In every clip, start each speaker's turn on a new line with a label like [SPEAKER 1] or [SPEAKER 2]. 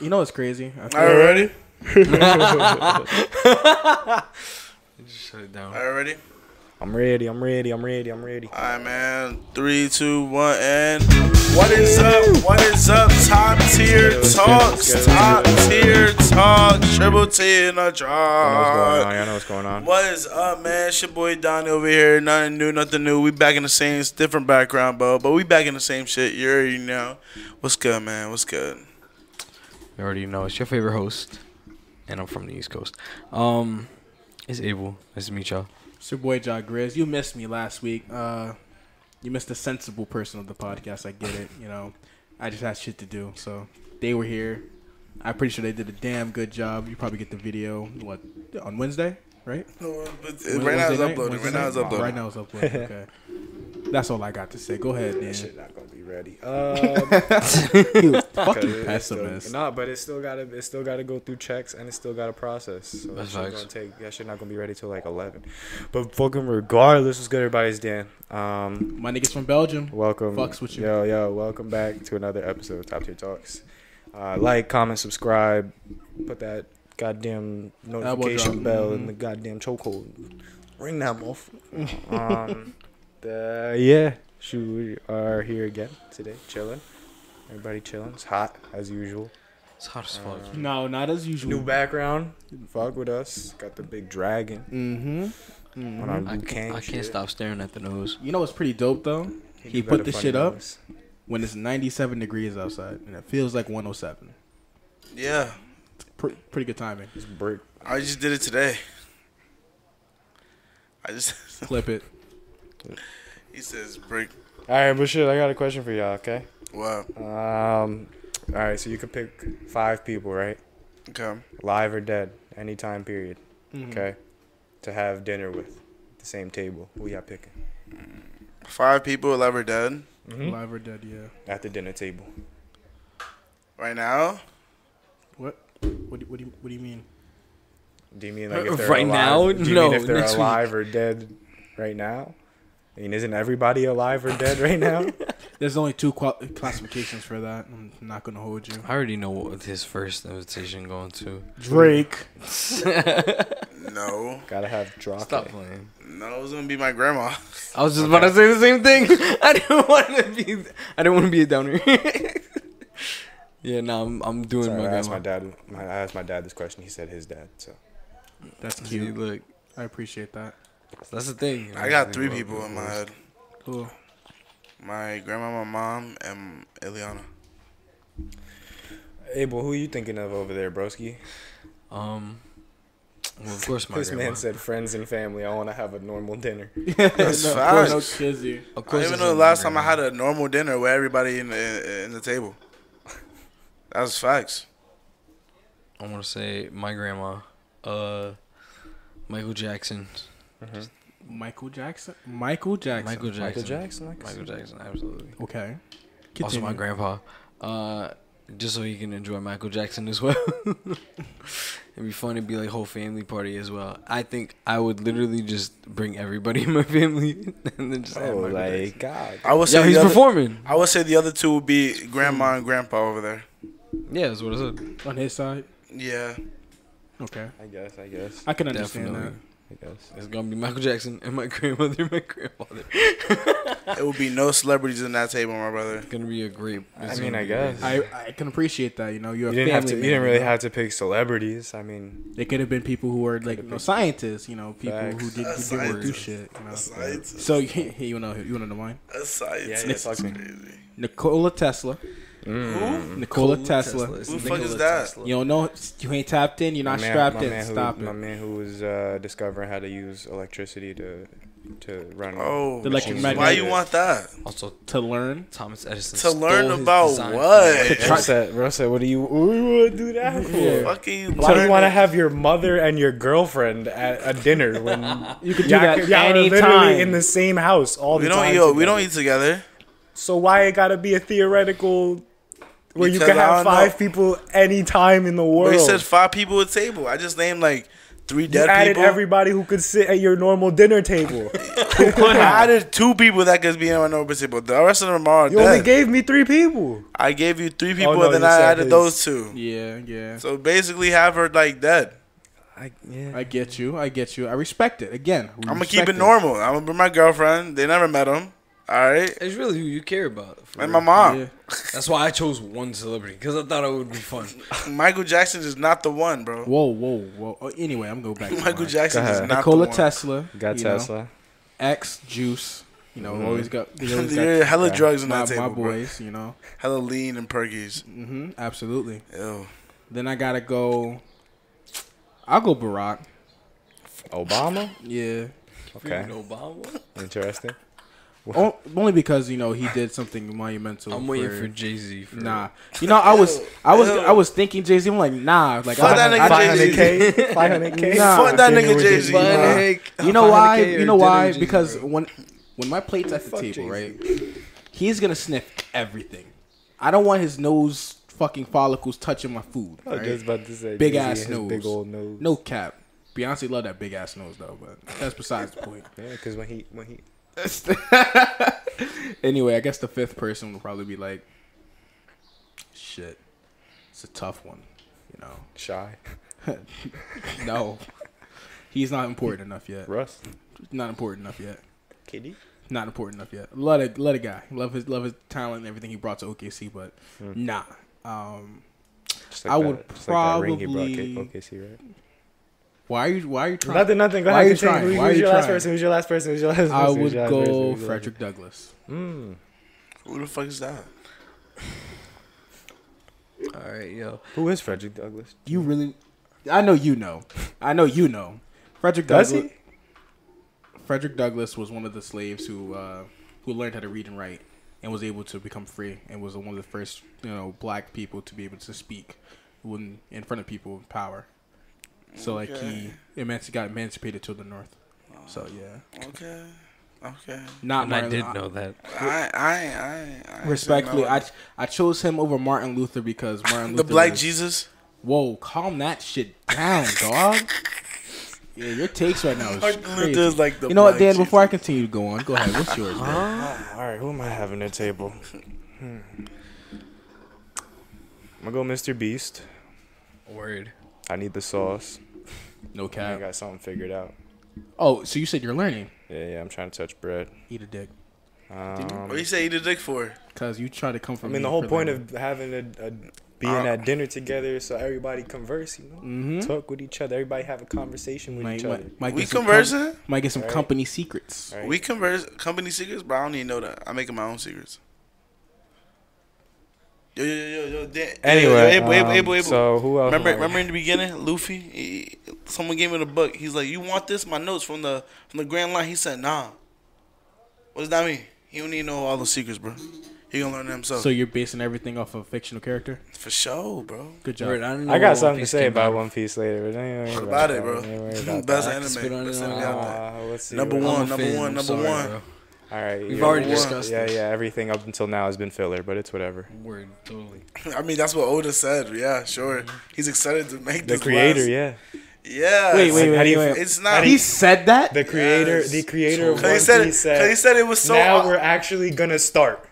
[SPEAKER 1] You know it's crazy. I feel-
[SPEAKER 2] All right, ready?
[SPEAKER 3] Just shut it down.
[SPEAKER 2] All right, ready?
[SPEAKER 1] I'm ready. I'm ready. I'm ready. I'm ready.
[SPEAKER 2] All right, man. Three, two, one, and what is up? What is up? Top tier talks. Top tier talks. Triple T in a jar.
[SPEAKER 1] I know what's going on.
[SPEAKER 2] What is up, man? It's your boy Donnie over here. Nothing new, nothing new. We back in the same, it's different background, bro. But we back in the same shit. You already know. What's good, man? What's good?
[SPEAKER 3] You already know it's your favorite host, and I'm from the East Coast. Um, it's Abel. Nice to meet y'all.
[SPEAKER 1] It's your boy John Grizz. You missed me last week. Uh, you missed the sensible person of the podcast. I get it. You know, I just had shit to do, so they were here. I'm pretty sure they did a damn good job. You probably get the video what on Wednesday, right?
[SPEAKER 2] But right now it's
[SPEAKER 1] Wednesday night?
[SPEAKER 2] uploading. Right
[SPEAKER 1] Wednesday
[SPEAKER 2] now it's
[SPEAKER 1] night? Oh, Right
[SPEAKER 2] uploading.
[SPEAKER 1] now it's uploading. Okay. That's all I got to say. Go ahead,
[SPEAKER 4] That shit
[SPEAKER 1] Dan.
[SPEAKER 4] not gonna be ready. Um,
[SPEAKER 1] You fucking
[SPEAKER 4] Fucking
[SPEAKER 1] pessimist.
[SPEAKER 4] Nah, but it still gotta it still gotta go through checks and it still gotta process. So
[SPEAKER 3] That's
[SPEAKER 4] that's gonna
[SPEAKER 3] facts.
[SPEAKER 4] take that shit not gonna be ready till like eleven. But fucking regardless, what's good everybody's Dan. Um
[SPEAKER 1] My niggas from Belgium.
[SPEAKER 4] welcome
[SPEAKER 1] Fucks with you.
[SPEAKER 4] Yo, yo, welcome back to another episode of Top Tier Talks. Uh, like, comment, subscribe, put that goddamn notification
[SPEAKER 1] drop.
[SPEAKER 4] bell
[SPEAKER 1] Mhm.
[SPEAKER 4] in the goddamn chokehold. Ring that off. um the, yeah. Shoot, we are here again today, chilling. Everybody chilling. It's hot as usual.
[SPEAKER 3] It's hot as fuck.
[SPEAKER 1] No, not as usual.
[SPEAKER 4] New background. Fuck with us. Got the big dragon
[SPEAKER 1] Mm-hmm.
[SPEAKER 4] on our
[SPEAKER 3] I,
[SPEAKER 4] Liu Kang
[SPEAKER 3] can't, I
[SPEAKER 4] shit.
[SPEAKER 3] can't stop staring at the nose.
[SPEAKER 1] You know what's pretty dope though?
[SPEAKER 4] do
[SPEAKER 1] He put
[SPEAKER 4] better
[SPEAKER 1] the
[SPEAKER 4] funny
[SPEAKER 1] shit up.
[SPEAKER 4] moves.
[SPEAKER 1] When it's 97 degrees outside and it feels like 107.
[SPEAKER 2] Yeah.
[SPEAKER 1] Pr- pretty good timing.
[SPEAKER 4] It's brick.
[SPEAKER 2] I just did it today. I just
[SPEAKER 1] Clip it.
[SPEAKER 2] he says break.
[SPEAKER 4] All right, but shit, I got a question for y'all. Okay.
[SPEAKER 2] Wow.
[SPEAKER 4] Um. All right, so you could pick five people, right?
[SPEAKER 2] Okay.
[SPEAKER 4] Live or dead, any time period.
[SPEAKER 3] Mm-hmm.
[SPEAKER 1] Mhm.
[SPEAKER 4] Okay. To have dinner with, at the same table. Who y'all picking?
[SPEAKER 2] Five people alive or dead
[SPEAKER 4] Mhm.
[SPEAKER 1] Live or dead, yeah.
[SPEAKER 4] At the dinner table.
[SPEAKER 2] right now.
[SPEAKER 1] What? What do, what do, you, what do you mean?
[SPEAKER 4] Do you mean like if they're
[SPEAKER 3] Uh, Right
[SPEAKER 4] alive?
[SPEAKER 3] now?
[SPEAKER 4] Do you
[SPEAKER 3] No,
[SPEAKER 4] mean if they're
[SPEAKER 3] next week.
[SPEAKER 4] alive or dead right now? I mean, isn't everybody alive or dead right now?
[SPEAKER 1] There's only two qual- classifications for that. I'm not going to hold you.
[SPEAKER 3] I already know what his first invitation going to.
[SPEAKER 1] Drake.
[SPEAKER 2] No.
[SPEAKER 4] Gotta have Drake.
[SPEAKER 3] Stop playing.
[SPEAKER 2] No, it's gonna be my grandma.
[SPEAKER 3] I was just about to say the same thing. I didn't want to be. I didn't want to be a downer. yeah, no, I'm. I'm doing
[SPEAKER 4] Sorry,
[SPEAKER 3] my
[SPEAKER 4] I asked
[SPEAKER 3] grandma.
[SPEAKER 4] my dad. My, I asked my dad this question. He said his dad. So
[SPEAKER 1] That's
[SPEAKER 3] See,
[SPEAKER 1] cute.
[SPEAKER 3] look,
[SPEAKER 1] I appreciate that.
[SPEAKER 3] that's the thing.
[SPEAKER 2] I got three people in my head.
[SPEAKER 1] Cool.
[SPEAKER 2] My grandma, my mom, and Ileana.
[SPEAKER 4] Abel, who are you thinking of over there, broski?
[SPEAKER 3] Um, well, of course my
[SPEAKER 4] this
[SPEAKER 3] grandma.
[SPEAKER 4] man said friends and family. I want to have a normal dinner.
[SPEAKER 2] That's
[SPEAKER 1] no,
[SPEAKER 2] facts.
[SPEAKER 1] no kizzy.
[SPEAKER 3] Of
[SPEAKER 2] I don't even
[SPEAKER 3] it's
[SPEAKER 2] know the
[SPEAKER 3] my
[SPEAKER 2] last time I
[SPEAKER 3] grandma.
[SPEAKER 2] had a normal dinner with everybody in the, in the table. That was facts.
[SPEAKER 3] I want to say my grandma, uh, Michael Jackson.
[SPEAKER 1] Michael Jackson? Michael Jackson.
[SPEAKER 3] Michael Jackson.
[SPEAKER 4] Michael Jackson. Like
[SPEAKER 3] Michael Jackson, absolutely.
[SPEAKER 1] Okay.
[SPEAKER 3] Also my
[SPEAKER 1] Continue.
[SPEAKER 3] grandpa, uh, just so he can enjoy Michael Jackson as well. It'd be fun to be like whole family party as well. I think I would literally just bring everybody in my family and then just have
[SPEAKER 4] Oh,
[SPEAKER 3] Michael
[SPEAKER 4] like
[SPEAKER 3] like,
[SPEAKER 4] God.
[SPEAKER 2] I would say
[SPEAKER 3] Yo, he's
[SPEAKER 2] the other,
[SPEAKER 3] performing.
[SPEAKER 2] I would say the other two would be grandma and grandpa over there.
[SPEAKER 3] Yeah, that's what I said.
[SPEAKER 1] On his side?
[SPEAKER 2] Yeah.
[SPEAKER 1] Okay.
[SPEAKER 4] I guess. I guess.
[SPEAKER 1] I can understand
[SPEAKER 3] Definitely.
[SPEAKER 4] I guess.
[SPEAKER 3] It's gonna be Michael Jackson and my grandmother and my grandfather.
[SPEAKER 2] It would be no celebrities in that table, my brother.
[SPEAKER 3] It's gonna be a great.
[SPEAKER 4] I
[SPEAKER 3] it's
[SPEAKER 4] mean,
[SPEAKER 3] gonna
[SPEAKER 4] I
[SPEAKER 3] be
[SPEAKER 4] guess.
[SPEAKER 3] amazing.
[SPEAKER 1] that. I, I can appreciate that. You know, you're
[SPEAKER 4] You
[SPEAKER 1] a
[SPEAKER 4] didn't have
[SPEAKER 1] family
[SPEAKER 4] to. You
[SPEAKER 1] man,
[SPEAKER 4] didn't really
[SPEAKER 1] know?
[SPEAKER 4] have to pick celebrities. I mean,
[SPEAKER 1] It could have been people who were like you know, scientists, you know, people who
[SPEAKER 4] Facts.
[SPEAKER 1] did who
[SPEAKER 2] That's
[SPEAKER 1] didn't do
[SPEAKER 3] scientists.
[SPEAKER 1] shit. You know?
[SPEAKER 2] Science.
[SPEAKER 1] So you, you wanna you wanna know mine?
[SPEAKER 2] Science.
[SPEAKER 4] yeah, fuck me.
[SPEAKER 2] Crazy.
[SPEAKER 1] Nikola Tesla.
[SPEAKER 2] Who?
[SPEAKER 1] Nikola Tesla.
[SPEAKER 3] It's
[SPEAKER 2] Who the fuck
[SPEAKER 3] Nikola
[SPEAKER 2] is that?
[SPEAKER 3] Tesla.
[SPEAKER 1] You don't know you ain't tapped in, you're
[SPEAKER 4] my
[SPEAKER 1] not
[SPEAKER 4] man-
[SPEAKER 1] strapped
[SPEAKER 4] my
[SPEAKER 1] in.
[SPEAKER 4] man who-
[SPEAKER 1] Stop
[SPEAKER 4] My
[SPEAKER 1] it.
[SPEAKER 4] man who was uh, discovering how to use electricity to to run.
[SPEAKER 2] Oh,
[SPEAKER 1] The electric
[SPEAKER 2] Jesus.
[SPEAKER 1] magnet.
[SPEAKER 2] why you want that?
[SPEAKER 3] Also,
[SPEAKER 1] To learn.
[SPEAKER 3] Thomas Edison.
[SPEAKER 2] To learn
[SPEAKER 3] stole his
[SPEAKER 2] about
[SPEAKER 3] design
[SPEAKER 2] what?
[SPEAKER 3] from-
[SPEAKER 2] To
[SPEAKER 4] Bro said, bro said, what do you, what do you wanna do that for?
[SPEAKER 1] Yeah.
[SPEAKER 2] Fucking
[SPEAKER 4] Why do you
[SPEAKER 2] learn
[SPEAKER 4] want to
[SPEAKER 2] it.
[SPEAKER 4] have your mother and your girlfriend at a dinner when
[SPEAKER 1] You could do
[SPEAKER 4] y'all,
[SPEAKER 1] that
[SPEAKER 4] y'all are
[SPEAKER 1] anytime.
[SPEAKER 4] literally in the same house all the
[SPEAKER 2] We don't
[SPEAKER 4] time?
[SPEAKER 2] eat. oh, We
[SPEAKER 4] together?
[SPEAKER 2] don't eat together.
[SPEAKER 4] So why it gotta be a theoretical where you
[SPEAKER 2] Because
[SPEAKER 4] can
[SPEAKER 2] I
[SPEAKER 4] have
[SPEAKER 2] don't
[SPEAKER 4] five
[SPEAKER 2] know.
[SPEAKER 4] people anytime in the
[SPEAKER 2] But
[SPEAKER 4] world?
[SPEAKER 2] he said five people at table. I just named like three
[SPEAKER 4] You
[SPEAKER 2] dead
[SPEAKER 4] added
[SPEAKER 2] people.
[SPEAKER 4] everybody who could sit at your normal dinner table.
[SPEAKER 2] I added two people that could be in my number table. The rest of them are
[SPEAKER 4] You only
[SPEAKER 2] dead.
[SPEAKER 4] gave me three people.
[SPEAKER 2] I gave you three people,
[SPEAKER 4] Oh, no,
[SPEAKER 2] and then
[SPEAKER 4] you
[SPEAKER 2] I
[SPEAKER 4] said
[SPEAKER 2] added
[SPEAKER 4] his.
[SPEAKER 2] those two.
[SPEAKER 1] Yeah, yeah.
[SPEAKER 2] So basically, have her like dead.
[SPEAKER 4] I, yeah.
[SPEAKER 1] I get you. I get you. I respect it. Again,
[SPEAKER 2] I'm gonna keep it normal. I'm gonna bring my girlfriend. They never met him. All right,
[SPEAKER 3] It's really who you care about. for
[SPEAKER 2] and my
[SPEAKER 3] real.
[SPEAKER 2] mom.
[SPEAKER 1] Yeah.
[SPEAKER 3] That's why I chose one celebrity because I thought it would be fun.
[SPEAKER 2] Michael Jackson is not the one, bro.
[SPEAKER 1] Whoa, whoa, whoa. Oh, anyway, I'm going to go back. to
[SPEAKER 2] Michael
[SPEAKER 1] mine.
[SPEAKER 2] Jackson
[SPEAKER 4] Go
[SPEAKER 2] is
[SPEAKER 4] ahead.
[SPEAKER 2] not
[SPEAKER 1] Nikola
[SPEAKER 2] the one.
[SPEAKER 1] Tesla.
[SPEAKER 4] Got
[SPEAKER 1] you know,
[SPEAKER 4] Tesla.
[SPEAKER 1] X Juice. You know, always got, they always got
[SPEAKER 2] There are hella
[SPEAKER 4] Yeah.
[SPEAKER 2] drugs in
[SPEAKER 1] my,
[SPEAKER 2] that
[SPEAKER 1] my
[SPEAKER 2] table, bro.
[SPEAKER 1] boys, you know.
[SPEAKER 2] Hella lean and perkies.
[SPEAKER 1] hmm absolutely.
[SPEAKER 2] Ew.
[SPEAKER 1] Then I got to go. I'll go Barack.
[SPEAKER 4] Obama.
[SPEAKER 1] Yeah.
[SPEAKER 4] Okay.
[SPEAKER 3] Freaking Obama.
[SPEAKER 4] Interesting.
[SPEAKER 1] O- only because, you know, he did something monumental.
[SPEAKER 3] I'm waiting for Jay Z.
[SPEAKER 1] Nah, you know I was, I was,
[SPEAKER 2] Ew.
[SPEAKER 1] I was thinking Jay Z. I'm like, nah, like
[SPEAKER 2] Fuck
[SPEAKER 1] I,
[SPEAKER 2] that
[SPEAKER 1] I-
[SPEAKER 2] nigga
[SPEAKER 1] I-
[SPEAKER 2] Jay-Z.
[SPEAKER 4] 500k. 500k.
[SPEAKER 1] Nah.
[SPEAKER 2] Fuck that
[SPEAKER 4] Dinner
[SPEAKER 2] nigga
[SPEAKER 4] with
[SPEAKER 2] Jay-Z.
[SPEAKER 4] Jay-Z.
[SPEAKER 2] Nah.
[SPEAKER 1] You know why? You know why? Because when when my plate's at the
[SPEAKER 4] Fuck
[SPEAKER 1] table,
[SPEAKER 4] Jay-Z.
[SPEAKER 1] right, he's gonna sniff everything. I don't want his nose fucking follicles touching my food.
[SPEAKER 4] I was
[SPEAKER 1] right?
[SPEAKER 4] just about to say
[SPEAKER 1] Big
[SPEAKER 4] Jay-Z
[SPEAKER 1] ass
[SPEAKER 4] has
[SPEAKER 1] nose.
[SPEAKER 4] Big old nose.
[SPEAKER 1] No cap. Beyonce love that big ass nose though, but that's besides the point.
[SPEAKER 4] Yeah, because when he when he
[SPEAKER 1] Anyway, I guess the fifth person would probably be like, shit, it's a tough one, you know.
[SPEAKER 4] shy.
[SPEAKER 1] No, he's not important enough yet.
[SPEAKER 4] Russ.
[SPEAKER 1] Not important enough yet.
[SPEAKER 4] Kitty.
[SPEAKER 1] not important enough yet. Love a love a guy. Love his love his talent and everything he brought to OKC, but
[SPEAKER 3] Hmm.
[SPEAKER 1] nah. Um,
[SPEAKER 4] Just
[SPEAKER 1] I would
[SPEAKER 4] just that ring he brought,
[SPEAKER 1] probably-
[SPEAKER 4] Kate- okay, see, right?
[SPEAKER 1] why are you why are you trying?
[SPEAKER 4] Nothing, nothing. Go
[SPEAKER 1] Why
[SPEAKER 4] ahead.
[SPEAKER 1] you
[SPEAKER 4] continue.
[SPEAKER 1] trying?
[SPEAKER 4] Who-
[SPEAKER 1] Why
[SPEAKER 4] Who's
[SPEAKER 1] you
[SPEAKER 4] your last
[SPEAKER 1] trying?
[SPEAKER 4] person? Who's your last person? Who's your last person?
[SPEAKER 1] I
[SPEAKER 4] Who's
[SPEAKER 1] would
[SPEAKER 4] your last person?
[SPEAKER 1] go
[SPEAKER 4] Who's your last
[SPEAKER 1] Frederick Douglass.
[SPEAKER 4] person? Mm.
[SPEAKER 2] Who the fuck is that?
[SPEAKER 3] All right, yo.
[SPEAKER 4] Who is Frederick Douglass?
[SPEAKER 1] You really? I know you know. I know you know. Frederick
[SPEAKER 4] Does
[SPEAKER 1] Douglass.
[SPEAKER 4] he?
[SPEAKER 1] Frederick Douglass was one of the slaves who uh, who learned how to read and write and was able to become free and was one of the first you know black people to be able to speak when in front of people in power. So like he emanci- got emancipated to the north. So yeah,
[SPEAKER 2] Okay. Okay.
[SPEAKER 1] not
[SPEAKER 3] And I
[SPEAKER 1] Martin,
[SPEAKER 3] did know that.
[SPEAKER 2] I I I, I
[SPEAKER 1] Respectfully,
[SPEAKER 2] I,
[SPEAKER 1] I I chose him over Martin Luther because Martin
[SPEAKER 2] the
[SPEAKER 1] Luther
[SPEAKER 2] Black
[SPEAKER 1] was-
[SPEAKER 2] Jesus.
[SPEAKER 1] Whoa, calm that shit down, dog. Yeah, your takes right now is
[SPEAKER 2] Martin
[SPEAKER 1] crazy.
[SPEAKER 2] Luther is like the
[SPEAKER 1] you know what, Dan?
[SPEAKER 2] Black
[SPEAKER 1] Before I continue to go on, go ahead. What's yours? man?
[SPEAKER 4] All right, who am I having at table? Hmm. I'm gonna go Mr. Beast.
[SPEAKER 3] Word.
[SPEAKER 4] I need the sauce.
[SPEAKER 1] No
[SPEAKER 4] I
[SPEAKER 1] cap.
[SPEAKER 4] got something figured out.
[SPEAKER 1] Oh, so you said you're learning?
[SPEAKER 4] Yeah, yeah. I'm trying to touch bread.
[SPEAKER 1] Eat a dick,
[SPEAKER 2] Jesus.
[SPEAKER 4] Um,
[SPEAKER 2] What you say eat a dick for?
[SPEAKER 1] cause you try to come
[SPEAKER 4] I
[SPEAKER 1] from.
[SPEAKER 4] mean, the whole point of having a, a being
[SPEAKER 2] Ah.
[SPEAKER 4] at dinner together is so everybody converse, you know,
[SPEAKER 2] Mm-hmm.
[SPEAKER 1] Mhm.
[SPEAKER 4] talk with each other. Everybody have a conversation with
[SPEAKER 1] might,
[SPEAKER 4] each other.
[SPEAKER 1] might, might
[SPEAKER 2] We
[SPEAKER 1] get some
[SPEAKER 2] conversing?
[SPEAKER 1] com- might get some
[SPEAKER 4] Right.
[SPEAKER 1] company secrets.
[SPEAKER 4] Right.
[SPEAKER 2] We converse company secrets, but I don't even know that. I'm making my own secrets. Yo yo yo yo. Dan,
[SPEAKER 4] Anyway,
[SPEAKER 2] yo, yo, Abel, Abel,
[SPEAKER 4] um,
[SPEAKER 2] Abel, Abel.
[SPEAKER 4] so who else?
[SPEAKER 2] Remember,
[SPEAKER 4] am I-
[SPEAKER 2] remember in the beginning, Luffy. He, someone gave me the book. He's like, "You want this? My notes from the from the Grand Line." He said, "Nah." What does that mean? He don't need to know all the secrets, bro. He gonna learn it himself.
[SPEAKER 1] So you're basing everything off of a fictional character.
[SPEAKER 2] For sure, bro.
[SPEAKER 1] Good job.
[SPEAKER 3] Word. I, don't know
[SPEAKER 4] I
[SPEAKER 3] where One
[SPEAKER 4] got something to
[SPEAKER 3] Piece
[SPEAKER 4] say
[SPEAKER 3] came
[SPEAKER 4] about
[SPEAKER 3] out.
[SPEAKER 4] One Piece later, but don't worry
[SPEAKER 2] What about it,
[SPEAKER 4] that.
[SPEAKER 2] bro?
[SPEAKER 4] Don't worry about
[SPEAKER 2] Best
[SPEAKER 4] that.
[SPEAKER 3] I can spit
[SPEAKER 2] anime.
[SPEAKER 3] on
[SPEAKER 2] Best
[SPEAKER 3] it
[SPEAKER 2] anime
[SPEAKER 3] all.
[SPEAKER 2] out there.
[SPEAKER 4] Uh, let's see.
[SPEAKER 2] Number
[SPEAKER 4] what-
[SPEAKER 2] one.
[SPEAKER 3] I'm a fan,
[SPEAKER 2] number
[SPEAKER 3] I'm
[SPEAKER 2] number
[SPEAKER 3] sorry,
[SPEAKER 2] one.
[SPEAKER 3] bro.
[SPEAKER 4] All right,
[SPEAKER 3] We've
[SPEAKER 4] yeah,
[SPEAKER 3] already
[SPEAKER 4] yeah,
[SPEAKER 3] discussed
[SPEAKER 4] Yeah,
[SPEAKER 3] this.
[SPEAKER 4] yeah. Everything up until now has been filler, but it's whatever.
[SPEAKER 3] Word. Totally.
[SPEAKER 4] Ah.
[SPEAKER 2] I mean, that's what Oda said. Yeah, sure. He's excited to make
[SPEAKER 4] Mm-hmm. The
[SPEAKER 2] this
[SPEAKER 4] creator,
[SPEAKER 2] last-
[SPEAKER 4] yeah.
[SPEAKER 2] Yeah.
[SPEAKER 1] Wait, wait,
[SPEAKER 4] How do
[SPEAKER 1] wait,
[SPEAKER 4] you-
[SPEAKER 1] wait.
[SPEAKER 2] It's not.
[SPEAKER 1] He said that.
[SPEAKER 4] The creator,
[SPEAKER 2] Yes.
[SPEAKER 4] the creator of
[SPEAKER 2] Cause
[SPEAKER 4] One
[SPEAKER 2] he said it.
[SPEAKER 4] Piece said,
[SPEAKER 2] Cause he said it was so. uh,
[SPEAKER 4] now we're actually gonna start.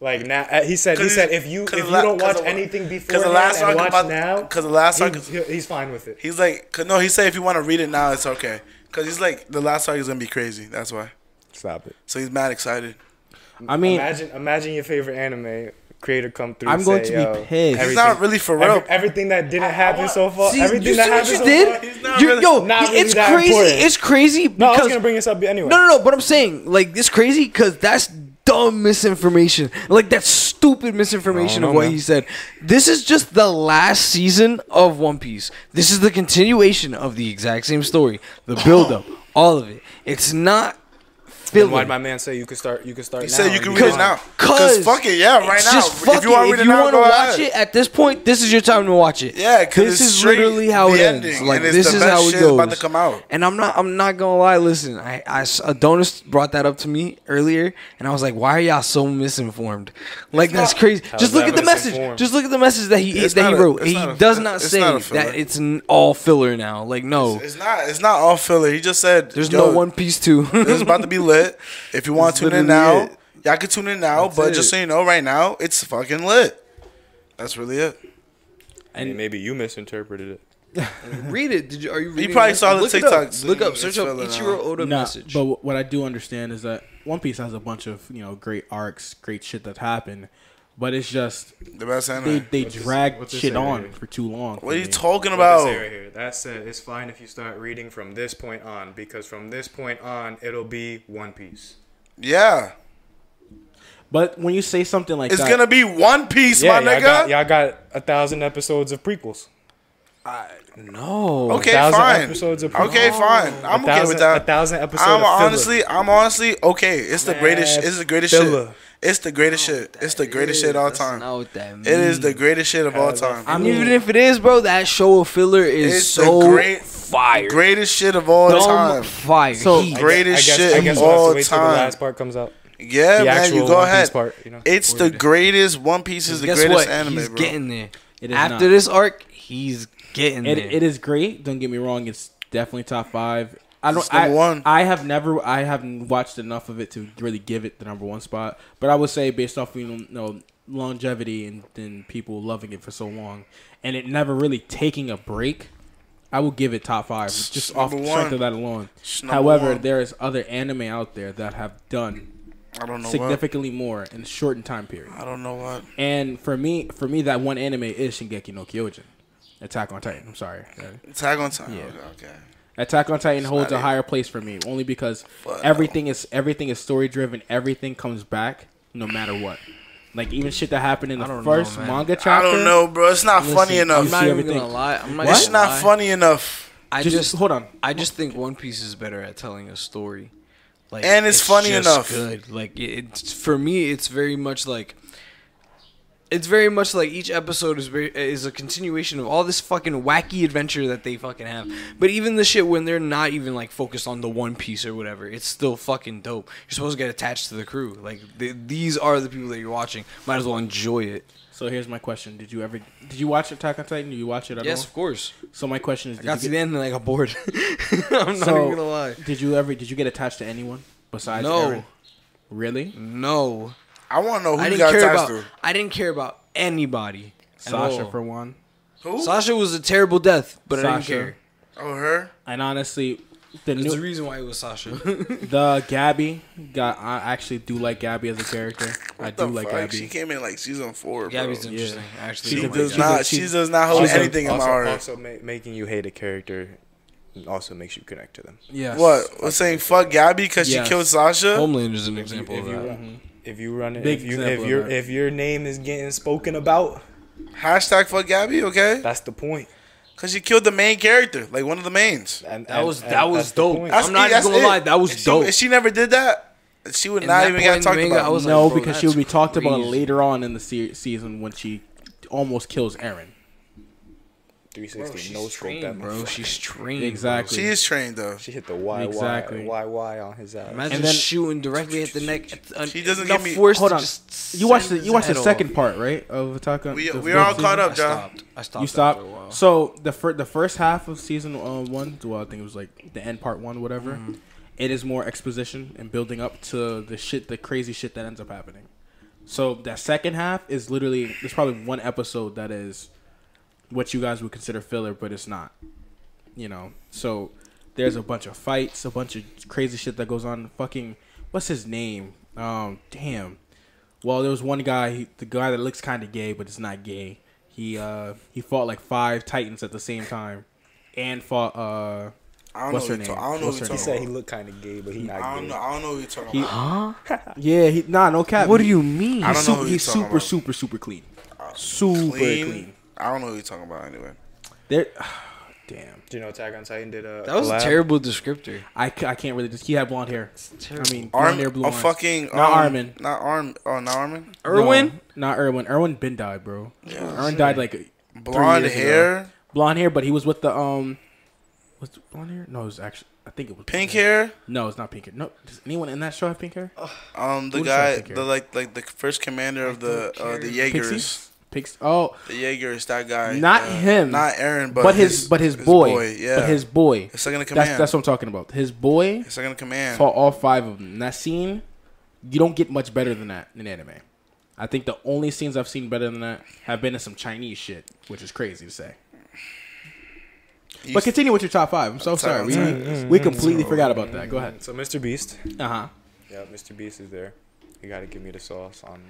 [SPEAKER 4] Like now, uh, he said. He
[SPEAKER 2] 'Cause
[SPEAKER 4] said
[SPEAKER 2] he's-
[SPEAKER 4] if you if
[SPEAKER 2] 'cause
[SPEAKER 4] you
[SPEAKER 2] the la-
[SPEAKER 4] don't
[SPEAKER 2] 'cause
[SPEAKER 4] watch
[SPEAKER 2] the-
[SPEAKER 4] anything
[SPEAKER 2] 'cause
[SPEAKER 4] before
[SPEAKER 2] the
[SPEAKER 4] and
[SPEAKER 2] last arc
[SPEAKER 4] watch
[SPEAKER 2] about-
[SPEAKER 4] now,
[SPEAKER 2] 'cause the last
[SPEAKER 4] he-
[SPEAKER 2] arc-
[SPEAKER 4] he- he's fine with it.
[SPEAKER 2] He's like, 'cause- no. He said if you want to read it now, it's okay. Cause he's like, the last arc is gonna be crazy. That's why.
[SPEAKER 4] Stop it.
[SPEAKER 2] So he's mad excited.
[SPEAKER 1] I mean,
[SPEAKER 4] Imagine, imagine your favorite anime creator come through.
[SPEAKER 1] I'm
[SPEAKER 4] and
[SPEAKER 1] going
[SPEAKER 4] say,
[SPEAKER 1] to be
[SPEAKER 4] "Yo,
[SPEAKER 1] pissed."
[SPEAKER 2] He's not really for real.
[SPEAKER 4] every- everything that didn't happen so far.
[SPEAKER 3] See,
[SPEAKER 4] everything
[SPEAKER 3] you
[SPEAKER 4] that
[SPEAKER 3] see what
[SPEAKER 4] happened
[SPEAKER 3] you
[SPEAKER 4] so
[SPEAKER 3] did?
[SPEAKER 4] far.
[SPEAKER 2] He's not
[SPEAKER 3] You-
[SPEAKER 2] really-
[SPEAKER 3] yo,
[SPEAKER 4] Not
[SPEAKER 3] it-
[SPEAKER 4] really
[SPEAKER 3] it's
[SPEAKER 4] that
[SPEAKER 3] crazy.
[SPEAKER 4] important.
[SPEAKER 3] It's crazy
[SPEAKER 4] No, I
[SPEAKER 3] because
[SPEAKER 4] was gonna bring this up anyway.
[SPEAKER 3] No, no, no. But I'm saying like it's crazy because that's dumb misinformation. Like that's stupid misinformation
[SPEAKER 4] I don't
[SPEAKER 3] of
[SPEAKER 4] know,
[SPEAKER 3] what
[SPEAKER 4] man.
[SPEAKER 3] he said. This is just the last season of One Piece. This is the continuation of the exact same story, the build up, all of it. It's not
[SPEAKER 4] Then why'd
[SPEAKER 3] feeling.
[SPEAKER 4] my man say you could start? You could start.
[SPEAKER 2] He
[SPEAKER 4] now
[SPEAKER 2] said you
[SPEAKER 4] and
[SPEAKER 2] can
[SPEAKER 4] be
[SPEAKER 2] read it
[SPEAKER 4] fine?
[SPEAKER 2] now.
[SPEAKER 3] Cause
[SPEAKER 2] fuck it, yeah, right
[SPEAKER 3] it's
[SPEAKER 2] now.
[SPEAKER 3] Just fuck
[SPEAKER 2] if you want to
[SPEAKER 3] it.
[SPEAKER 2] read
[SPEAKER 3] If
[SPEAKER 2] it
[SPEAKER 3] you
[SPEAKER 2] now,
[SPEAKER 3] want to
[SPEAKER 2] go
[SPEAKER 3] watch
[SPEAKER 2] ahead.
[SPEAKER 3] it at this point, this is your time to watch it.
[SPEAKER 2] Yeah, 'cause it's
[SPEAKER 3] this is
[SPEAKER 2] straight
[SPEAKER 3] literally how
[SPEAKER 2] the
[SPEAKER 3] it ends.
[SPEAKER 2] ending,
[SPEAKER 3] Like
[SPEAKER 2] and it's
[SPEAKER 3] this
[SPEAKER 2] the
[SPEAKER 3] is
[SPEAKER 2] best
[SPEAKER 3] how it
[SPEAKER 2] shit that's
[SPEAKER 3] goes.
[SPEAKER 2] about to come out.
[SPEAKER 3] And I'm not. I'm not gonna lie. Listen, I, I s- Adonis brought that up to me earlier, and I was like, "Why are y'all so misinformed? Like that's crazy. Just look
[SPEAKER 4] that
[SPEAKER 3] at the message.
[SPEAKER 4] misinformed?
[SPEAKER 3] Just look at the message that he
[SPEAKER 2] It's
[SPEAKER 3] that he
[SPEAKER 2] not a-
[SPEAKER 3] wrote.
[SPEAKER 2] it's
[SPEAKER 3] he
[SPEAKER 2] not a-
[SPEAKER 3] does not
[SPEAKER 2] it's
[SPEAKER 3] say
[SPEAKER 2] not a filler.
[SPEAKER 3] that it's n- all filler now. Like no,
[SPEAKER 2] It's not. It's not all filler. He just said
[SPEAKER 3] there's
[SPEAKER 2] yo,
[SPEAKER 3] no One Piece two.
[SPEAKER 2] This is about to be lit. If you want to tune in now,
[SPEAKER 3] literally it.
[SPEAKER 2] y'all can tune in now. but
[SPEAKER 3] it.
[SPEAKER 2] just so you know, right now it's fucking lit. That's really it.
[SPEAKER 4] And maybe you misinterpreted it.
[SPEAKER 3] Read it. Did you? Are you? Reading
[SPEAKER 2] probably
[SPEAKER 3] it?
[SPEAKER 2] saw the
[SPEAKER 3] Look it
[SPEAKER 2] TikToks
[SPEAKER 3] Up. Look
[SPEAKER 2] and
[SPEAKER 3] up.
[SPEAKER 2] it's
[SPEAKER 3] Search up
[SPEAKER 2] filling
[SPEAKER 3] Ichiro
[SPEAKER 2] out.
[SPEAKER 3] Oda
[SPEAKER 1] Nah,
[SPEAKER 3] message.
[SPEAKER 1] But wh- what I do understand is that One Piece has a bunch of you know great arcs, great shit that happened, but it's just
[SPEAKER 2] The best
[SPEAKER 1] they
[SPEAKER 2] anime.
[SPEAKER 1] they drag
[SPEAKER 4] what's this
[SPEAKER 1] shit
[SPEAKER 4] say right
[SPEAKER 1] on
[SPEAKER 4] here?
[SPEAKER 1] for too long.
[SPEAKER 2] What
[SPEAKER 1] for
[SPEAKER 2] are you
[SPEAKER 1] me.
[SPEAKER 2] talking
[SPEAKER 4] What
[SPEAKER 2] about?
[SPEAKER 4] they say right here. That said, it's fine if you start reading from this point on, because from this point on, it'll be One Piece.
[SPEAKER 2] Yeah,
[SPEAKER 1] But when you say something like
[SPEAKER 2] it's
[SPEAKER 1] that,
[SPEAKER 2] gonna be One Piece,
[SPEAKER 4] Yeah,
[SPEAKER 2] my
[SPEAKER 4] y'all
[SPEAKER 2] nigga.
[SPEAKER 4] got, y'all got a thousand episodes of prequels.
[SPEAKER 3] no.
[SPEAKER 2] okay,
[SPEAKER 4] thousand
[SPEAKER 2] fine.
[SPEAKER 4] episodes of
[SPEAKER 2] okay,
[SPEAKER 4] promo.
[SPEAKER 2] fine. I'm okay
[SPEAKER 4] a thousand,
[SPEAKER 2] with that.
[SPEAKER 4] A thousand episodes.
[SPEAKER 2] I'm
[SPEAKER 4] of filler.
[SPEAKER 2] honestly, I'm honestly okay. It's the greatest.
[SPEAKER 4] Man,
[SPEAKER 2] It's the greatest
[SPEAKER 4] filler.
[SPEAKER 2] shit. It's the greatest shit. It's the greatest shit of all time.
[SPEAKER 3] Not what that means.
[SPEAKER 2] It is the greatest shit of all
[SPEAKER 4] How's that
[SPEAKER 2] time.
[SPEAKER 1] I
[SPEAKER 3] And
[SPEAKER 1] mean,
[SPEAKER 3] even if it is, bro, that show of filler is
[SPEAKER 2] It's the
[SPEAKER 3] so
[SPEAKER 2] great-
[SPEAKER 3] fire.
[SPEAKER 2] Greatest shit of all
[SPEAKER 3] Dumb
[SPEAKER 2] time.
[SPEAKER 3] fire.
[SPEAKER 1] So-
[SPEAKER 3] Heat.
[SPEAKER 4] I
[SPEAKER 2] Greatest
[SPEAKER 4] guess-
[SPEAKER 2] shit
[SPEAKER 4] I guess
[SPEAKER 2] of
[SPEAKER 4] we'll have to
[SPEAKER 2] all
[SPEAKER 4] wait till the
[SPEAKER 2] time.
[SPEAKER 4] last part comes out.
[SPEAKER 2] Yeah,
[SPEAKER 4] The
[SPEAKER 2] man,
[SPEAKER 4] actual
[SPEAKER 2] you go
[SPEAKER 4] One Piece
[SPEAKER 2] ahead.
[SPEAKER 4] part, you know?
[SPEAKER 2] It's the greatest One Piece is the
[SPEAKER 3] Guess
[SPEAKER 2] greatest
[SPEAKER 3] what?
[SPEAKER 2] anime,
[SPEAKER 3] he's
[SPEAKER 2] bro.
[SPEAKER 3] getting there.
[SPEAKER 1] It is
[SPEAKER 3] After
[SPEAKER 1] not.
[SPEAKER 3] this arc, he's getting
[SPEAKER 1] it,
[SPEAKER 3] there.
[SPEAKER 1] it is great. Don't get me wrong; it's definitely top five. I don't.
[SPEAKER 2] It's number
[SPEAKER 1] I,
[SPEAKER 2] one.
[SPEAKER 1] I have never. I haven't watched enough of it to really give it the number one spot. But I would say, based off you know longevity and, and people loving it for so long, and it never really taking a break, I will give it top five just off
[SPEAKER 2] number
[SPEAKER 1] the strength
[SPEAKER 2] one.
[SPEAKER 1] of that alone.
[SPEAKER 2] It's number
[SPEAKER 1] However,
[SPEAKER 2] one.
[SPEAKER 1] there is other anime out there that have done
[SPEAKER 2] I don't know what.
[SPEAKER 1] significantly more in a shortened time period.
[SPEAKER 2] I don't know what.
[SPEAKER 1] And for me, for me, that one anime is Shingeki no Kyojin, Attack on Titan. I'm sorry.
[SPEAKER 2] Tag on time.
[SPEAKER 1] Yeah.
[SPEAKER 2] Okay, okay.
[SPEAKER 1] Attack on Titan holds a
[SPEAKER 2] not it.
[SPEAKER 1] higher place for me, only because
[SPEAKER 2] Wow.
[SPEAKER 1] everything is everything is story driven. Everything comes back, no matter what. Like even shit that happened in the
[SPEAKER 3] don't know,
[SPEAKER 1] first
[SPEAKER 3] man.
[SPEAKER 1] manga
[SPEAKER 2] I
[SPEAKER 1] chapter.
[SPEAKER 2] don't know, bro. It's not
[SPEAKER 1] Listen,
[SPEAKER 2] funny
[SPEAKER 1] I'm
[SPEAKER 2] enough.
[SPEAKER 3] I'm not
[SPEAKER 1] see
[SPEAKER 3] even
[SPEAKER 1] everything.
[SPEAKER 3] gonna lie. I'm not
[SPEAKER 2] it's
[SPEAKER 3] even gonna
[SPEAKER 2] not
[SPEAKER 3] lie.
[SPEAKER 2] funny enough,
[SPEAKER 3] I
[SPEAKER 1] Just,
[SPEAKER 3] just
[SPEAKER 1] hold on.
[SPEAKER 3] I just think One Piece is better at telling a story. Like,
[SPEAKER 2] And it's funny
[SPEAKER 3] just
[SPEAKER 2] enough.
[SPEAKER 3] Good. Like it- it's for me, it's very much like. It's very much like each episode is very, is a continuation of all this fucking wacky adventure that they fucking have. But even the shit when they're not even like focused on the one piece or whatever, it's still fucking dope. You're supposed to get attached to the crew. Like th these are the people that you're watching. Might as well enjoy it.
[SPEAKER 1] So here's my question: Did you ever did you watch Attack on Titan? Did you watch it at
[SPEAKER 3] Yes, of course.
[SPEAKER 1] all? So my question is: Did
[SPEAKER 3] I got
[SPEAKER 1] you
[SPEAKER 3] to the
[SPEAKER 1] get,
[SPEAKER 3] end and I got bored. I'm not
[SPEAKER 1] so
[SPEAKER 3] even gonna lie.
[SPEAKER 1] Did you ever did you get attached to anyone besides?
[SPEAKER 3] No. Mm.
[SPEAKER 1] Eren? Really?
[SPEAKER 3] No.
[SPEAKER 2] I want to know who
[SPEAKER 3] I
[SPEAKER 2] you
[SPEAKER 3] didn't
[SPEAKER 2] got
[SPEAKER 3] care
[SPEAKER 2] attached
[SPEAKER 3] about.
[SPEAKER 2] to.
[SPEAKER 3] I didn't care about anybody. at
[SPEAKER 1] Sasha
[SPEAKER 3] all.
[SPEAKER 1] for one.
[SPEAKER 2] Who?
[SPEAKER 3] Sasha was a terrible death, but I didn't
[SPEAKER 1] Sasha.
[SPEAKER 3] care.
[SPEAKER 2] Oh, her.
[SPEAKER 1] And honestly, the
[SPEAKER 3] There's
[SPEAKER 1] new,
[SPEAKER 3] a reason why it was Sasha.
[SPEAKER 1] The Gabby got. I actually do like Gabby as a character. I
[SPEAKER 2] What
[SPEAKER 1] do
[SPEAKER 2] the
[SPEAKER 1] like
[SPEAKER 2] fuck? She
[SPEAKER 1] Gabby.
[SPEAKER 2] came in like season four, bro.
[SPEAKER 3] Gabby's interesting, actually.
[SPEAKER 1] She's
[SPEAKER 3] Oh
[SPEAKER 1] a-
[SPEAKER 3] my
[SPEAKER 2] does
[SPEAKER 1] she's
[SPEAKER 3] God.
[SPEAKER 2] not.
[SPEAKER 1] she's-
[SPEAKER 2] she does not hold
[SPEAKER 1] she's a-
[SPEAKER 2] anything
[SPEAKER 4] also,
[SPEAKER 2] about her.
[SPEAKER 4] also ma- making you hate a character also makes you connect to them.
[SPEAKER 1] Yes.
[SPEAKER 2] what? Was saying fuck Gabby because
[SPEAKER 1] Yes.
[SPEAKER 2] she killed Sasha?
[SPEAKER 3] Homeland is an example
[SPEAKER 4] If
[SPEAKER 3] of
[SPEAKER 4] you,
[SPEAKER 3] that.
[SPEAKER 4] if you run it,
[SPEAKER 1] Big
[SPEAKER 4] if you if
[SPEAKER 1] example of
[SPEAKER 4] your
[SPEAKER 1] that.
[SPEAKER 4] if your name is getting spoken about,
[SPEAKER 2] Hashtag fuck Gabby, okay?
[SPEAKER 4] that's the point.
[SPEAKER 2] Because she killed the main character, like one of the mains.
[SPEAKER 4] And,
[SPEAKER 3] That
[SPEAKER 4] and-
[SPEAKER 3] was
[SPEAKER 4] and
[SPEAKER 3] that was
[SPEAKER 4] that's the
[SPEAKER 3] dope.
[SPEAKER 4] point.
[SPEAKER 2] That's-
[SPEAKER 3] I'm not
[SPEAKER 2] that's
[SPEAKER 3] even gonna
[SPEAKER 2] it.
[SPEAKER 3] lie, that was
[SPEAKER 2] If she-
[SPEAKER 3] dope.
[SPEAKER 2] if she never did that, she would
[SPEAKER 3] And
[SPEAKER 2] not
[SPEAKER 3] that
[SPEAKER 2] even
[SPEAKER 3] point
[SPEAKER 2] got
[SPEAKER 3] in
[SPEAKER 2] talked
[SPEAKER 3] the manga,
[SPEAKER 2] about.
[SPEAKER 3] I was
[SPEAKER 1] No,
[SPEAKER 3] like, bro,
[SPEAKER 1] because she will
[SPEAKER 3] that's
[SPEAKER 1] be talked about
[SPEAKER 3] crazy.
[SPEAKER 1] later on in the se- season when she almost kills Aaron.
[SPEAKER 3] Mm,
[SPEAKER 4] 360
[SPEAKER 3] She's
[SPEAKER 4] no stroke that
[SPEAKER 3] trained, bro.
[SPEAKER 4] motherfucker.
[SPEAKER 3] She's trained. bro.
[SPEAKER 1] Exactly.
[SPEAKER 2] she is trained though.
[SPEAKER 4] She hit the Y
[SPEAKER 1] Exactly.
[SPEAKER 4] Y Y on his ass.
[SPEAKER 3] Imagine
[SPEAKER 1] And then-
[SPEAKER 3] shooting directly at the neck. At the,
[SPEAKER 2] She doesn't
[SPEAKER 3] enough
[SPEAKER 2] give me-
[SPEAKER 3] force
[SPEAKER 1] Hold
[SPEAKER 3] to
[SPEAKER 1] on.
[SPEAKER 3] just
[SPEAKER 1] You watched the
[SPEAKER 3] send
[SPEAKER 1] you watched the
[SPEAKER 3] his head
[SPEAKER 1] second
[SPEAKER 3] off.
[SPEAKER 1] part, right? Of Attack on.
[SPEAKER 2] We
[SPEAKER 1] the
[SPEAKER 2] we're all
[SPEAKER 1] fourth
[SPEAKER 2] caught
[SPEAKER 1] season?
[SPEAKER 2] up, John.
[SPEAKER 3] I stopped. I stopped.
[SPEAKER 1] You
[SPEAKER 3] after a while.
[SPEAKER 1] stopped. So the fir- the first half of season uh, one, well, I think it was like the end part one, whatever.
[SPEAKER 3] Mm-hmm.
[SPEAKER 1] It is more exposition and building up to the shit, the crazy shit that ends up happening. So that second half is literally there's probably one episode that is what you guys would consider filler, but it's not. You know, so there's a bunch of fights, a bunch of crazy shit that goes on. Fucking what's his name? Um, damn. Well, there was one guy, he, the guy that looks kind of gay but is not gay. He uh he fought like five titans at the same time, and fought uh
[SPEAKER 2] I don't
[SPEAKER 1] What's
[SPEAKER 2] know.
[SPEAKER 1] her
[SPEAKER 2] who you
[SPEAKER 1] name?
[SPEAKER 2] ta- I don't know.
[SPEAKER 1] What's her
[SPEAKER 2] who you
[SPEAKER 4] He
[SPEAKER 2] talking
[SPEAKER 4] said he
[SPEAKER 2] about.
[SPEAKER 4] looked kind of gay, but he
[SPEAKER 2] I
[SPEAKER 4] not
[SPEAKER 2] don't
[SPEAKER 4] gay.
[SPEAKER 2] know. I don't know who you're talking
[SPEAKER 1] He-
[SPEAKER 2] about.
[SPEAKER 1] yeah he nah no cap.
[SPEAKER 3] What do you mean?
[SPEAKER 2] I
[SPEAKER 1] He's,
[SPEAKER 2] don't know
[SPEAKER 1] su-
[SPEAKER 2] who you're
[SPEAKER 1] he's
[SPEAKER 2] talking
[SPEAKER 1] super
[SPEAKER 2] about. Uh,
[SPEAKER 1] super super clean, super clean.
[SPEAKER 2] I don't know who you're talking about anyway.
[SPEAKER 1] There, Damn.
[SPEAKER 4] Do you know Attack on Titan did a
[SPEAKER 3] That was a
[SPEAKER 4] collab?
[SPEAKER 3] terrible descriptor.
[SPEAKER 1] I, c- I can't really just. He had blonde hair. I mean, blonde
[SPEAKER 2] Arm,
[SPEAKER 1] hair, blue
[SPEAKER 2] a
[SPEAKER 1] eyes.
[SPEAKER 2] fucking
[SPEAKER 1] Not
[SPEAKER 2] um,
[SPEAKER 1] Armin.
[SPEAKER 2] Not Arm. Oh, not Armin.
[SPEAKER 1] No, not Irwin. Irwin Ben died, bro. Irwin died like
[SPEAKER 2] Blonde
[SPEAKER 1] years ago.
[SPEAKER 2] hair,
[SPEAKER 1] blonde hair, but he was with the um. Was it blonde hair? No, it was actually. I think it was
[SPEAKER 2] pink
[SPEAKER 1] blonde
[SPEAKER 2] hair.
[SPEAKER 1] No, it's not pink hair. No, does anyone in that show have pink hair?
[SPEAKER 2] Um, the
[SPEAKER 1] Who does
[SPEAKER 2] guy,
[SPEAKER 1] that pink
[SPEAKER 2] the
[SPEAKER 1] hair?
[SPEAKER 2] like, like the first commander of the uh, the Jaegers,
[SPEAKER 1] Pixies. Pixies. Oh,
[SPEAKER 2] the Jaegers, that guy.
[SPEAKER 1] Not
[SPEAKER 2] uh,
[SPEAKER 1] him.
[SPEAKER 2] Not Aaron, but,
[SPEAKER 1] but, his, but his, boy,
[SPEAKER 2] yeah,
[SPEAKER 1] but his boy.
[SPEAKER 2] His second in command.
[SPEAKER 1] That's that's what I'm talking about. His boy
[SPEAKER 2] his second in command.
[SPEAKER 1] fought all five of them. And that scene, you don't get much better than that in anime. I think the only scenes I've seen better than that have been in some Chinese shit, which is crazy to say.
[SPEAKER 2] You-
[SPEAKER 1] But continue with your top five. Mm, I'm so sorry. We, we, we completely forgot about that. Go ahead.
[SPEAKER 4] So Mr. Beast.
[SPEAKER 1] Uh huh.
[SPEAKER 4] Yeah, Mr. Beast is there. You gotta give me the sauce on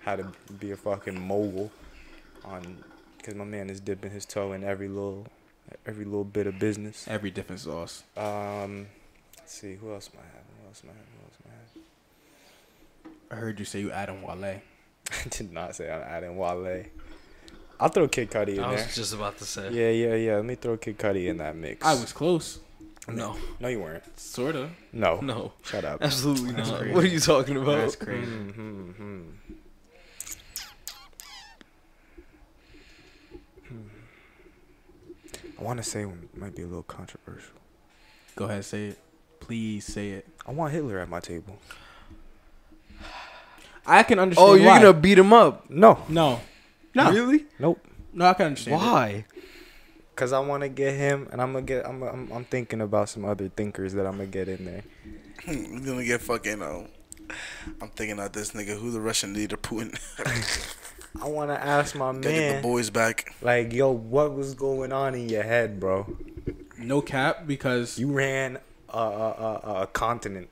[SPEAKER 4] how to be a fucking mogul, on because my man is dipping his toe in every little, every little bit of business.
[SPEAKER 1] Every different sauce.
[SPEAKER 4] Um, let's see who else am I having? Who else am I having? Who else am I
[SPEAKER 1] I heard you say you Adam Wale.
[SPEAKER 4] having? I did not say I'm adding Wale. I'll throw Kid Cudi in
[SPEAKER 3] I
[SPEAKER 4] there.
[SPEAKER 3] was just about to say.
[SPEAKER 4] Yeah, yeah, yeah. Let me throw Kid Cudi in that mix.
[SPEAKER 1] I was close.
[SPEAKER 3] No,
[SPEAKER 4] No, you weren't.
[SPEAKER 1] Sorta.
[SPEAKER 4] No.
[SPEAKER 3] no,
[SPEAKER 4] Shut up.
[SPEAKER 3] absolutely
[SPEAKER 1] That's
[SPEAKER 3] not.
[SPEAKER 1] crazy.
[SPEAKER 3] What are you talking
[SPEAKER 1] That's
[SPEAKER 3] about?
[SPEAKER 1] crazy.
[SPEAKER 4] Mm-hmm, hmm I want to say one might be a little controversial.
[SPEAKER 1] Go ahead, say it. Please say it.
[SPEAKER 4] I want Hitler at my table.
[SPEAKER 1] I can understand.
[SPEAKER 3] Oh, you're
[SPEAKER 1] why.
[SPEAKER 3] gonna beat him up?
[SPEAKER 4] No,
[SPEAKER 1] no, no,
[SPEAKER 3] Really?
[SPEAKER 4] nope.
[SPEAKER 1] no. I can understand. it.
[SPEAKER 3] Why?
[SPEAKER 4] Cause I want to get him, and I'm gonna get. I'm, I'm. I'm thinking about some other thinkers that I'm gonna get in there.
[SPEAKER 2] I'm gonna get fucking. Um, I'm thinking of this nigga. Who the Russian leader Putin?
[SPEAKER 4] I want to ask my
[SPEAKER 2] Gotta get the
[SPEAKER 4] man,
[SPEAKER 2] boys back.
[SPEAKER 4] like, yo, what was going on in your head, bro?
[SPEAKER 1] No cap because
[SPEAKER 4] You ran a a, a, a continent.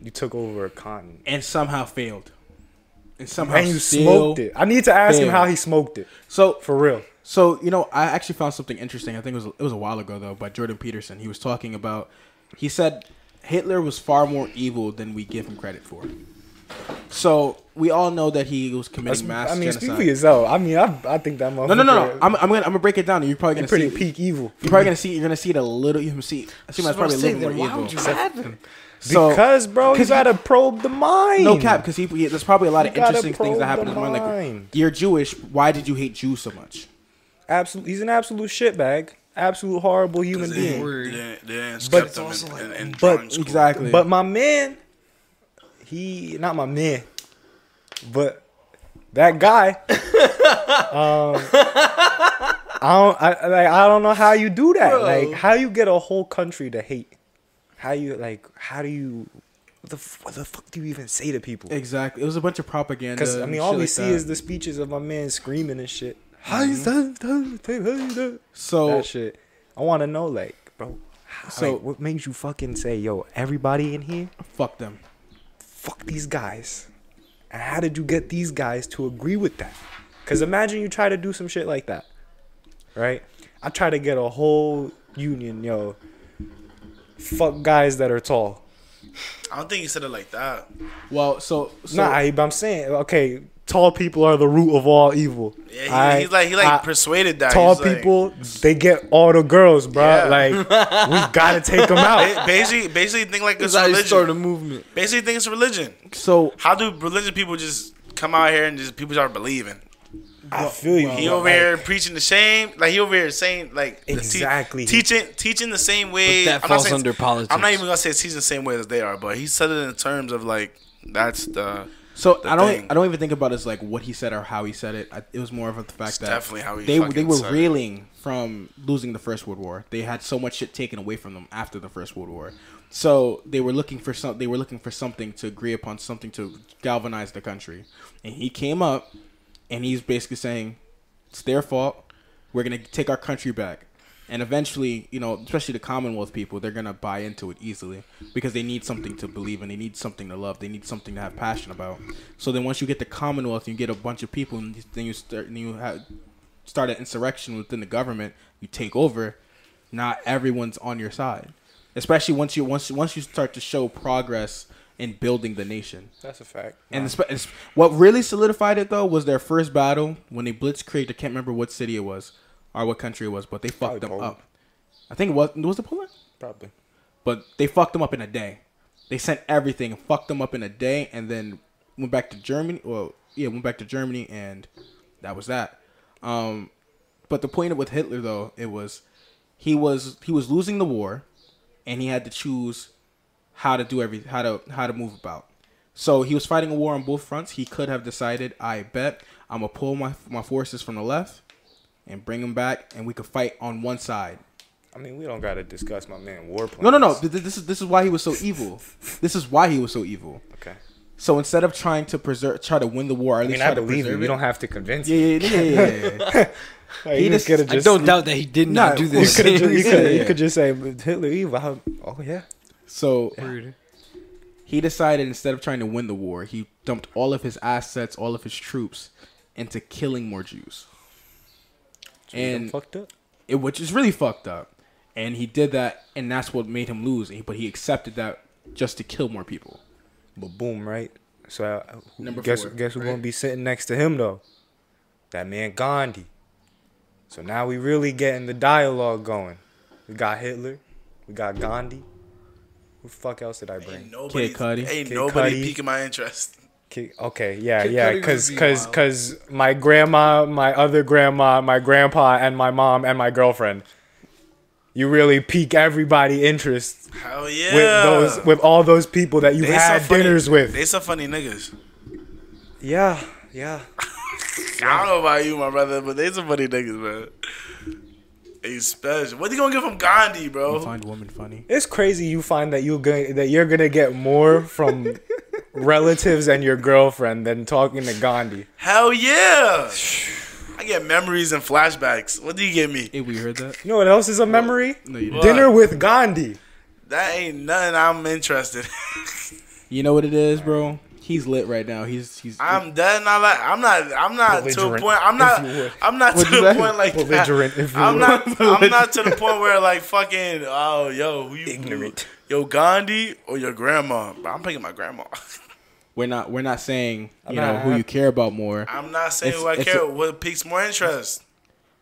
[SPEAKER 4] You took over a continent.
[SPEAKER 1] and somehow failed, and somehow
[SPEAKER 4] And you
[SPEAKER 1] still-
[SPEAKER 4] smoked it. I need to ask him
[SPEAKER 1] failed.
[SPEAKER 4] how he smoked it.
[SPEAKER 1] So
[SPEAKER 4] For real.
[SPEAKER 1] So you know, I actually found something interesting. I think it was it was a while ago though, by Jordan Peterson. He was talking about. He said Hitler was far more evil than we give him credit for. So we all know that he was committing mass
[SPEAKER 4] I mean, speak for
[SPEAKER 1] genocide.
[SPEAKER 4] yourself. I mean, I, I think that motherfucker.
[SPEAKER 1] No, no, no, no. I'm, I'm gonna I'm gonna break it down. and You're probably gonna
[SPEAKER 4] pretty
[SPEAKER 1] see.
[SPEAKER 4] peak evil.
[SPEAKER 1] You're probably gonna see. You're gonna see it a little. You can see. I see that's probably a little more evil.
[SPEAKER 3] have him?
[SPEAKER 1] So-
[SPEAKER 4] because, bro, you
[SPEAKER 1] 'cause you-
[SPEAKER 4] gotta probe the mind.
[SPEAKER 1] No cap, because he, he- there's probably a lot of
[SPEAKER 4] You gotta
[SPEAKER 1] interesting things that
[SPEAKER 4] probe
[SPEAKER 1] happen in
[SPEAKER 4] the
[SPEAKER 1] his mind. Like
[SPEAKER 4] mind.
[SPEAKER 1] you're Jewish, why did you hate Jews so much?
[SPEAKER 4] Absolute. He's an absolute shitbag. Absolute horrible human
[SPEAKER 2] They
[SPEAKER 4] being.
[SPEAKER 2] didn't- they didn't- they didn't
[SPEAKER 4] But
[SPEAKER 2] accept
[SPEAKER 4] it's
[SPEAKER 2] him
[SPEAKER 4] also
[SPEAKER 2] in-
[SPEAKER 4] like-
[SPEAKER 2] in- in
[SPEAKER 4] but
[SPEAKER 2] drawing school.
[SPEAKER 1] Exactly.
[SPEAKER 4] But my man, he not my man, but that guy. um, I don't. I I- like. I don't know how you do that. Like, how you get a whole country to hate? How you like? How do you? What the, f- what the fuck do you even say to people?
[SPEAKER 1] exactly, it was a bunch of propaganda.
[SPEAKER 4] Because I
[SPEAKER 1] and
[SPEAKER 4] mean, all
[SPEAKER 1] shit
[SPEAKER 4] we
[SPEAKER 1] like
[SPEAKER 4] see
[SPEAKER 1] that.
[SPEAKER 4] is the speeches of my man screaming and shit. How you done- done- done- done- done.
[SPEAKER 1] so
[SPEAKER 4] That shit. I want to know, like, bro. how-
[SPEAKER 1] So-
[SPEAKER 4] like, what makes you fucking say, yo, everybody in here,
[SPEAKER 1] fuck them.
[SPEAKER 4] fuck these guys? And how did you get these guys to agree with that? Because imagine you try to do some shit like that, right? I try to get a whole union, yo, fuck guys that are tall.
[SPEAKER 2] I don't think he said it like that.
[SPEAKER 1] Well, so, so
[SPEAKER 4] nah, I, but I'm saying, okay, tall people are the root of all evil.
[SPEAKER 2] Yeah, he,
[SPEAKER 4] Aight?
[SPEAKER 2] he's like he like
[SPEAKER 4] I-
[SPEAKER 2] persuaded that
[SPEAKER 4] tall
[SPEAKER 2] He's like-
[SPEAKER 4] people, they get all the girls, bro.
[SPEAKER 2] Yeah.
[SPEAKER 4] Like, we gotta take them
[SPEAKER 2] Ba-
[SPEAKER 4] out.
[SPEAKER 2] basically, basically think like it's
[SPEAKER 3] That's how you
[SPEAKER 2] religion.
[SPEAKER 3] start a movement.
[SPEAKER 2] Basically, think it's religion.
[SPEAKER 1] so
[SPEAKER 2] How do religion people just come out here and just people start believing?
[SPEAKER 4] I feel you.
[SPEAKER 2] He
[SPEAKER 4] bro.
[SPEAKER 2] over
[SPEAKER 4] Oh, Like,
[SPEAKER 2] here preaching the same, like he over here saying like the te-
[SPEAKER 4] Exactly.
[SPEAKER 2] teaching teaching the same way.
[SPEAKER 3] But that
[SPEAKER 2] I'm not
[SPEAKER 3] falls
[SPEAKER 2] saying-
[SPEAKER 3] under politics.
[SPEAKER 2] I'm not even gonna say it's teaching the same way as they are, but he said it in terms of like that's the
[SPEAKER 1] so
[SPEAKER 2] the
[SPEAKER 1] I don't
[SPEAKER 2] thing.
[SPEAKER 1] I don't even think about it as like what he said or how he said it. I, it was more of the fact that
[SPEAKER 2] definitely how he
[SPEAKER 1] they they
[SPEAKER 2] fucking
[SPEAKER 1] were
[SPEAKER 2] said it.
[SPEAKER 1] reeling from losing the First World War. They had so much shit taken away from them after the First World War. So they were looking for some they were looking for something to agree upon, something to galvanize the country. And he came up and he's basically saying it's their fault. We're gonna take our country back, and eventually, you know, especially the Commonwealth people, they're gonna buy into it easily because they need something to believe in, they need something to love, they need something to have passion about. So then, once you get the Commonwealth, you get a bunch of people, and then you start, and you have, start an insurrection within the government. You take over. Not everyone's on your side, especially once you once once you start to show progress in building the nation.
[SPEAKER 4] That's a fact.
[SPEAKER 1] And it's, it's, what really solidified it though was their first battle when they blitzkrieged. I can't remember what city it was or what country it was, but they fucked them
[SPEAKER 4] Poland.
[SPEAKER 1] up. I think it was was it Poland,
[SPEAKER 4] Probably.
[SPEAKER 1] but they fucked them up in a day. They sent everything and fucked them up in a day, and then went back to Germany. Well, yeah, went back to Germany, and that was that. Um, but the point with Hitler though, it was he was he was losing the war, and he had to choose how to do every how to how to move about. So he was fighting a war on both fronts. He could have decided, I bet I'm gonna pull my my forces from the left and bring them back, and we could fight on one side.
[SPEAKER 4] I mean, we don't gotta discuss my man war plans.
[SPEAKER 1] No, no, no. th- th- This is this is why he was so evil. This is why he was so evil.
[SPEAKER 4] Okay.
[SPEAKER 1] So instead of trying to preserve, try to win the war, or at
[SPEAKER 4] I
[SPEAKER 1] least
[SPEAKER 4] mean,
[SPEAKER 1] try
[SPEAKER 4] I
[SPEAKER 1] to
[SPEAKER 4] believe you.
[SPEAKER 1] preserve
[SPEAKER 4] You
[SPEAKER 1] it-
[SPEAKER 4] don't have to convince
[SPEAKER 1] Yeah,
[SPEAKER 4] me.
[SPEAKER 1] yeah, yeah, yeah, yeah, yeah.
[SPEAKER 4] Like,
[SPEAKER 1] He
[SPEAKER 4] you
[SPEAKER 1] just-
[SPEAKER 4] just, could have
[SPEAKER 3] I
[SPEAKER 4] just.
[SPEAKER 3] don't doubt that he did
[SPEAKER 1] Nah,
[SPEAKER 3] not do
[SPEAKER 4] You
[SPEAKER 3] this.
[SPEAKER 4] could have just. You could.
[SPEAKER 1] Yeah.
[SPEAKER 4] You could just say Hitler evil. How- Oh yeah.
[SPEAKER 1] So
[SPEAKER 3] Rude.
[SPEAKER 1] he decided instead of trying to win the war, he dumped all of his assets, all of his troops, into killing more Jews.
[SPEAKER 4] And
[SPEAKER 1] And
[SPEAKER 4] fucked up.
[SPEAKER 1] it, which is really fucked up. And he did that, and that's what made him lose. But he accepted that just to kill more people.
[SPEAKER 4] But boom, right? So uh, who-
[SPEAKER 1] Number
[SPEAKER 4] guess
[SPEAKER 1] four,
[SPEAKER 4] guess who's
[SPEAKER 1] right?
[SPEAKER 4] gonna be sitting next to him though? That man Gandhi. So now we really getting the dialogue going. We got Hitler, we got Gandhi. Who the fuck else did I
[SPEAKER 2] Ain't
[SPEAKER 4] bring?
[SPEAKER 2] nobody,
[SPEAKER 1] Cudi.
[SPEAKER 2] ain't
[SPEAKER 4] Kid
[SPEAKER 2] nobody
[SPEAKER 4] Cudi.
[SPEAKER 2] piquing my interest.
[SPEAKER 4] Ki- Okay, yeah,
[SPEAKER 3] Kid
[SPEAKER 4] yeah,
[SPEAKER 3] Cudi would
[SPEAKER 4] cause
[SPEAKER 3] be
[SPEAKER 4] cause
[SPEAKER 3] wild.
[SPEAKER 4] cause my grandma, my other grandma, my grandpa, and my mom and my girlfriend. You really pique everybody interest
[SPEAKER 2] Hell yeah.
[SPEAKER 4] with those with all those people that you
[SPEAKER 2] They some
[SPEAKER 4] had
[SPEAKER 2] funny-
[SPEAKER 4] dinners with.
[SPEAKER 2] They some funny niggas.
[SPEAKER 4] yeah, yeah.
[SPEAKER 2] I don't know about you, my brother, but they some funny niggas, man. They special. What you gonna get from Gandhi, bro?
[SPEAKER 1] Find woman funny.
[SPEAKER 4] It's crazy you find that you going that you're gonna get more from relatives and your girlfriend than talking to Gandhi.
[SPEAKER 2] Hell yeah. I get memories and flashbacks. What do you get me?
[SPEAKER 1] Hey, we heard that?
[SPEAKER 4] You know what else is a memory?
[SPEAKER 1] No, you didn't.
[SPEAKER 2] What?
[SPEAKER 4] Dinner with Gandhi.
[SPEAKER 2] That ain't nothing I'm interested.
[SPEAKER 1] You know what it is, bro? He's lit right now. He's he's.
[SPEAKER 2] I'm done. Not like I'm not. I'm not to a
[SPEAKER 4] Belligerent,
[SPEAKER 2] point. I'm
[SPEAKER 4] if you
[SPEAKER 2] not.
[SPEAKER 4] would.
[SPEAKER 2] I'm not to
[SPEAKER 1] What'd you
[SPEAKER 2] the
[SPEAKER 1] say?
[SPEAKER 2] point like
[SPEAKER 4] Belligerent,
[SPEAKER 2] That.
[SPEAKER 4] if you
[SPEAKER 2] I'm
[SPEAKER 4] would.
[SPEAKER 2] not. I'm not to the point where like fucking. Oh, yo, who you
[SPEAKER 4] Ignorant.
[SPEAKER 2] Yo, Gandhi or your grandma? But I'm picking my grandma.
[SPEAKER 1] we're not we're not saying you know
[SPEAKER 4] not-
[SPEAKER 1] who you care about more
[SPEAKER 2] I'm not saying
[SPEAKER 1] It's-
[SPEAKER 2] who I
[SPEAKER 1] it's
[SPEAKER 2] care.
[SPEAKER 1] a-
[SPEAKER 2] what piques more interest?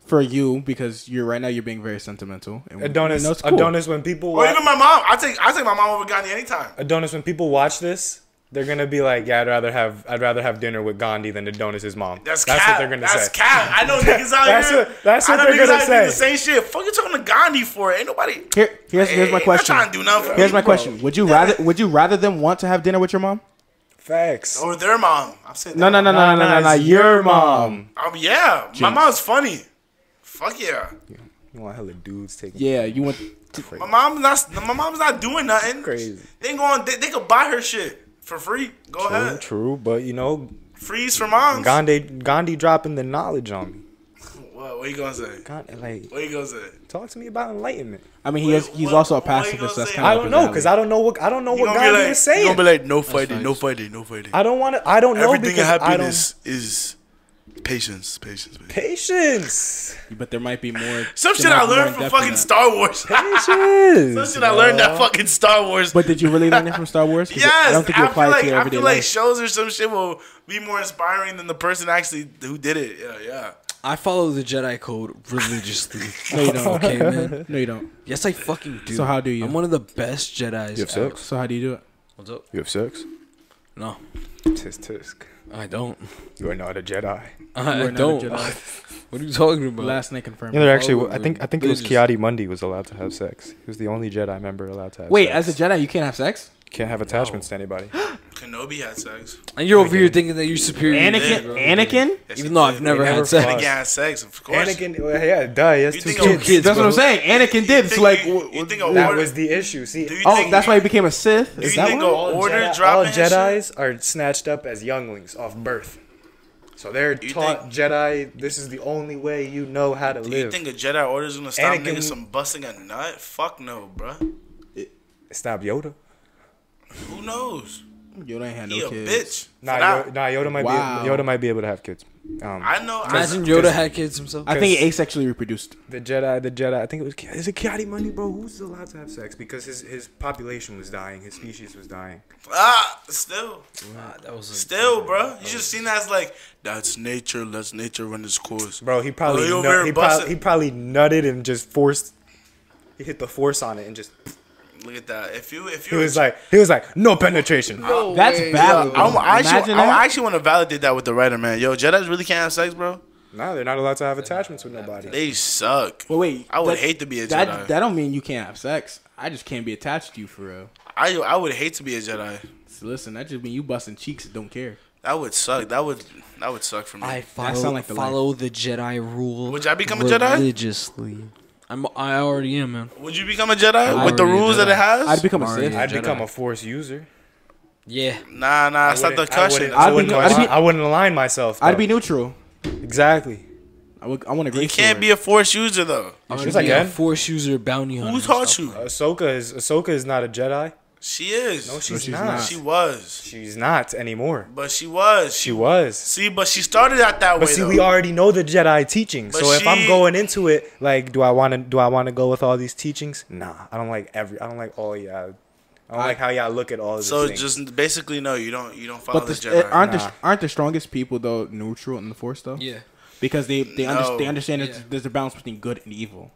[SPEAKER 1] for you because you're right now you're being very sentimental. And we-
[SPEAKER 4] Adonis.
[SPEAKER 1] you know, it's cool.
[SPEAKER 4] Adonis. When people
[SPEAKER 2] Or
[SPEAKER 4] watch,
[SPEAKER 2] even my mom. I take. I take my mom over Gandhi anytime.
[SPEAKER 4] Adonis. When people watch this, they're gonna be like, "Yeah, I'd rather have I'd rather have dinner with Gandhi than Adonis's mom."
[SPEAKER 2] That's,
[SPEAKER 4] that's
[SPEAKER 2] cap.
[SPEAKER 4] what they're gonna
[SPEAKER 2] that's
[SPEAKER 4] say.
[SPEAKER 2] cap. I know niggas out
[SPEAKER 4] That's
[SPEAKER 2] here.
[SPEAKER 4] what- that's
[SPEAKER 2] I
[SPEAKER 4] what
[SPEAKER 2] know
[SPEAKER 4] they're
[SPEAKER 2] niggas
[SPEAKER 4] gonna
[SPEAKER 2] out here do the
[SPEAKER 4] say.
[SPEAKER 2] same shit. Fuck you talking to Gandhi for? Ain't nobody.
[SPEAKER 1] Here, here's here's my
[SPEAKER 2] Hey,
[SPEAKER 1] question.
[SPEAKER 2] I'm not trying to do nothing for
[SPEAKER 1] Here's
[SPEAKER 2] me,
[SPEAKER 1] my
[SPEAKER 2] bro.
[SPEAKER 1] question. Would you rather would you rather them want to have dinner with your mom?
[SPEAKER 4] Facts.
[SPEAKER 2] Or their mom. I'm saying.
[SPEAKER 1] No, no, no, no, no, no, no.
[SPEAKER 4] Nah, nah, it's
[SPEAKER 1] your
[SPEAKER 4] your
[SPEAKER 1] mom.
[SPEAKER 4] mom.
[SPEAKER 2] Um, yeah, my
[SPEAKER 1] Jinx.
[SPEAKER 2] mom's funny. Fuck yeah.
[SPEAKER 4] You want hella dudes taking
[SPEAKER 1] Yeah, you want.
[SPEAKER 2] My mom's not. My mom's not doing nothing.
[SPEAKER 4] Crazy.
[SPEAKER 2] They going. They, they could buy her shit for free. Go
[SPEAKER 4] True,
[SPEAKER 2] ahead.
[SPEAKER 4] true, but you know,
[SPEAKER 2] Freeze for moms.
[SPEAKER 4] Gandhi Gandhi dropping the knowledge on me.
[SPEAKER 2] What, what you gonna say?
[SPEAKER 4] Gandhi, like,
[SPEAKER 2] What you gonna say?
[SPEAKER 4] talk to me about enlightenment.
[SPEAKER 1] I mean, he
[SPEAKER 2] Wait,
[SPEAKER 1] is, he's
[SPEAKER 2] what-
[SPEAKER 1] also a
[SPEAKER 2] what you
[SPEAKER 1] pacifist.
[SPEAKER 2] gonna
[SPEAKER 1] That's
[SPEAKER 2] say?
[SPEAKER 1] kind
[SPEAKER 4] I
[SPEAKER 1] of
[SPEAKER 4] don't know because I don't know what I don't know
[SPEAKER 2] You
[SPEAKER 4] what
[SPEAKER 2] gonna be
[SPEAKER 4] Gandhi
[SPEAKER 2] like?
[SPEAKER 4] was
[SPEAKER 2] You
[SPEAKER 4] saying.
[SPEAKER 2] gonna be like, no fighting,
[SPEAKER 3] facts.
[SPEAKER 2] no fighting, no fighting.
[SPEAKER 4] I don't want to. I don't know
[SPEAKER 2] Everything in
[SPEAKER 4] because I don't
[SPEAKER 2] happiness is patience, patience. patience.
[SPEAKER 4] patience.
[SPEAKER 1] But there might be more. there
[SPEAKER 2] Some shit
[SPEAKER 1] might
[SPEAKER 2] I
[SPEAKER 1] be more
[SPEAKER 2] learned
[SPEAKER 1] in
[SPEAKER 2] from
[SPEAKER 1] depth than
[SPEAKER 2] fucking
[SPEAKER 1] that.
[SPEAKER 2] Star Wars. Some
[SPEAKER 4] Patience.
[SPEAKER 2] shit I learned that fucking Star Wars.
[SPEAKER 1] But did you really learn it from Star Wars? 'Cause
[SPEAKER 2] Yes,
[SPEAKER 1] I don't think you apply
[SPEAKER 2] feel
[SPEAKER 1] it
[SPEAKER 2] like
[SPEAKER 1] to your
[SPEAKER 2] I
[SPEAKER 1] everyday
[SPEAKER 2] feel like
[SPEAKER 1] life.
[SPEAKER 2] shows or some shit will be more inspiring than the person actually who did it. Yeah, yeah.
[SPEAKER 3] I follow the Jedi Code religiously.
[SPEAKER 1] No, you don't.
[SPEAKER 3] okay, man.
[SPEAKER 1] No, you don't.
[SPEAKER 3] Yes, I fucking do.
[SPEAKER 1] So how do you?
[SPEAKER 3] I'm one of the best Jedi's. ever.
[SPEAKER 1] So how do you do it?
[SPEAKER 3] What's up?
[SPEAKER 4] You have sex.
[SPEAKER 3] No,
[SPEAKER 4] Tisk tisk.
[SPEAKER 3] I don't.
[SPEAKER 4] You are not a Jedi.
[SPEAKER 1] You
[SPEAKER 3] I,
[SPEAKER 1] are
[SPEAKER 3] I
[SPEAKER 1] not a
[SPEAKER 3] don't. what are you talking about?
[SPEAKER 1] Last night confirmed.
[SPEAKER 4] Yeah, they're
[SPEAKER 2] Oh,
[SPEAKER 4] actually. I
[SPEAKER 3] Probably.
[SPEAKER 4] think. I think it was
[SPEAKER 3] They just-
[SPEAKER 4] Kiadi Mundi was allowed to have sex. He was the only Jedi member allowed to have.
[SPEAKER 1] Wait,
[SPEAKER 4] sex.
[SPEAKER 1] as a Jedi, you can't have sex.
[SPEAKER 4] can't have attachments to anybody.
[SPEAKER 2] Kenobi had sex.
[SPEAKER 3] and you're over here thinking that you're superior. than me,
[SPEAKER 1] Anakin,
[SPEAKER 3] bro.
[SPEAKER 1] Anakin.
[SPEAKER 2] Yes,
[SPEAKER 3] Even
[SPEAKER 2] he
[SPEAKER 3] though
[SPEAKER 2] did.
[SPEAKER 3] I've never,
[SPEAKER 4] never
[SPEAKER 3] had sex.
[SPEAKER 4] fucked.
[SPEAKER 2] Anakin had sex, of course.
[SPEAKER 4] Anakin. Well, yeah, duh. He has
[SPEAKER 2] You
[SPEAKER 4] two
[SPEAKER 2] think I'm-
[SPEAKER 4] kids.
[SPEAKER 3] Kids,
[SPEAKER 1] That's what
[SPEAKER 3] bro.
[SPEAKER 1] I'm saying. Anakin
[SPEAKER 2] Do you
[SPEAKER 1] did.
[SPEAKER 2] think
[SPEAKER 1] So like,
[SPEAKER 2] you-
[SPEAKER 1] wh-
[SPEAKER 2] you think
[SPEAKER 1] wh-
[SPEAKER 2] a
[SPEAKER 4] That
[SPEAKER 2] order-
[SPEAKER 4] was the issue. See,
[SPEAKER 2] do you
[SPEAKER 1] oh,
[SPEAKER 2] think-
[SPEAKER 1] that's why he became a Sith.
[SPEAKER 2] you
[SPEAKER 1] Is that
[SPEAKER 2] think
[SPEAKER 1] why?
[SPEAKER 2] a- order
[SPEAKER 4] Jedi-
[SPEAKER 2] dropping
[SPEAKER 4] all
[SPEAKER 2] and shit?
[SPEAKER 4] Jedi's are snatched up as younglings off birth. So they're
[SPEAKER 2] you
[SPEAKER 4] taught Jedi. This is the only way you know how to
[SPEAKER 2] Do you
[SPEAKER 4] live.
[SPEAKER 2] think a Jedi Order is gonna stop
[SPEAKER 4] Anakin-
[SPEAKER 2] niggas from busting a nut? Fuck no, bruh.
[SPEAKER 4] Stop Yoda.
[SPEAKER 2] Who knows?
[SPEAKER 1] Yo, they ain't had
[SPEAKER 2] He
[SPEAKER 1] no
[SPEAKER 2] a
[SPEAKER 1] kids.
[SPEAKER 2] bitch.
[SPEAKER 4] Nah,
[SPEAKER 2] For now-
[SPEAKER 4] Yo- nah, Yoda might
[SPEAKER 1] Wow.
[SPEAKER 4] be Yoda might be able to have kids. Um,
[SPEAKER 2] I know. I,
[SPEAKER 3] Imagine Yoda had kids himself.
[SPEAKER 1] I think he asexually reproduced.
[SPEAKER 4] the Jedi, the Jedi. I think it was Ki- is it Kiadi Mundi, bro? Who's allowed to have sex because his his population was dying, his species was dying.
[SPEAKER 2] ah, still,
[SPEAKER 3] Ah, that was a-
[SPEAKER 2] still, bruh. You just seen that as like that's nature. Let's nature run its course.
[SPEAKER 4] Bro, he probably
[SPEAKER 2] Oh, he over
[SPEAKER 4] nut-
[SPEAKER 2] here
[SPEAKER 4] he, prob-
[SPEAKER 2] busting.
[SPEAKER 4] he probably nutted and just forced He hit the force on it and just.
[SPEAKER 2] Look at that. If you if
[SPEAKER 4] He
[SPEAKER 2] you
[SPEAKER 4] was like, he was like, no penetration.
[SPEAKER 5] No
[SPEAKER 3] That's
[SPEAKER 5] way,
[SPEAKER 3] valid.
[SPEAKER 5] yo.
[SPEAKER 2] I'm actually,
[SPEAKER 3] Imagine
[SPEAKER 2] I'm
[SPEAKER 3] that.
[SPEAKER 2] actually want to validate that with the writer, man. Yo, Jedi's really can't have sex, bro.
[SPEAKER 4] Nah, they're not allowed to have attachments with nobody.
[SPEAKER 2] They suck.
[SPEAKER 1] But wait,
[SPEAKER 2] I would
[SPEAKER 1] that-
[SPEAKER 2] hate to be a Jedi.
[SPEAKER 1] That that don't mean you can't have sex. I just can't be attached to you for real.
[SPEAKER 2] I I would hate to be a Jedi.
[SPEAKER 1] So listen, that just mean you busting cheeks. and Don't care.
[SPEAKER 2] That would suck. That would that would suck for me.
[SPEAKER 3] I
[SPEAKER 1] sound
[SPEAKER 3] follow,
[SPEAKER 1] like the
[SPEAKER 3] follow the Jedi rule.
[SPEAKER 2] Would I become a Jedi?
[SPEAKER 3] religiously. I'm. I already am, man.
[SPEAKER 2] would you become a Jedi
[SPEAKER 3] I
[SPEAKER 2] with the
[SPEAKER 3] would be a
[SPEAKER 2] rules that
[SPEAKER 3] Jedi.
[SPEAKER 2] it has?
[SPEAKER 1] I'd become a
[SPEAKER 3] Mario.
[SPEAKER 1] Sith.
[SPEAKER 4] I'd
[SPEAKER 3] Jedi.
[SPEAKER 4] become a force user.
[SPEAKER 3] Yeah.
[SPEAKER 2] nah, nah. Stop the
[SPEAKER 4] wouldn't-
[SPEAKER 2] cussing.
[SPEAKER 4] I wouldn't,
[SPEAKER 1] be-
[SPEAKER 4] I wouldn't,
[SPEAKER 1] I'd be-
[SPEAKER 4] I wouldn't align myself.
[SPEAKER 1] I'd
[SPEAKER 4] though.
[SPEAKER 1] be neutral.
[SPEAKER 4] exactly.
[SPEAKER 1] I would. I want a great.
[SPEAKER 2] You can't be a Force user though.
[SPEAKER 3] I
[SPEAKER 4] She's
[SPEAKER 3] should
[SPEAKER 4] like,
[SPEAKER 3] be a
[SPEAKER 4] "Yeah."
[SPEAKER 3] force user bounty hunter.
[SPEAKER 2] Who
[SPEAKER 3] and
[SPEAKER 2] taught
[SPEAKER 3] stuff.
[SPEAKER 2] you?
[SPEAKER 4] Ahsoka is Ahsoka is not a Jedi.
[SPEAKER 2] She is.
[SPEAKER 4] No, she's,
[SPEAKER 1] she's
[SPEAKER 4] not.
[SPEAKER 1] not.
[SPEAKER 2] She was.
[SPEAKER 4] She's not anymore.
[SPEAKER 2] But she was.
[SPEAKER 4] She
[SPEAKER 2] She
[SPEAKER 4] was.
[SPEAKER 2] see. But she started out that way.
[SPEAKER 4] But see,
[SPEAKER 2] though.
[SPEAKER 4] we already know the Jedi teaching.
[SPEAKER 2] But
[SPEAKER 4] so if I'm
[SPEAKER 2] she-
[SPEAKER 4] going into it, like, do I want to do I want to go with all these teachings? Nah, I don't like every. I don't like all y'all. I don't like how y'all look at all of this.
[SPEAKER 2] So
[SPEAKER 4] thing.
[SPEAKER 2] just basically, no. You don't. You don't follow
[SPEAKER 1] But
[SPEAKER 2] the,
[SPEAKER 1] the,
[SPEAKER 2] Jedi.
[SPEAKER 1] aren't
[SPEAKER 4] Nah.
[SPEAKER 1] the aren't the strongest people though neutral in the Force though?
[SPEAKER 3] Yeah.
[SPEAKER 1] Because they they,
[SPEAKER 2] No.
[SPEAKER 1] under, they understand that
[SPEAKER 3] Yeah.
[SPEAKER 1] there's a balance between good and evil.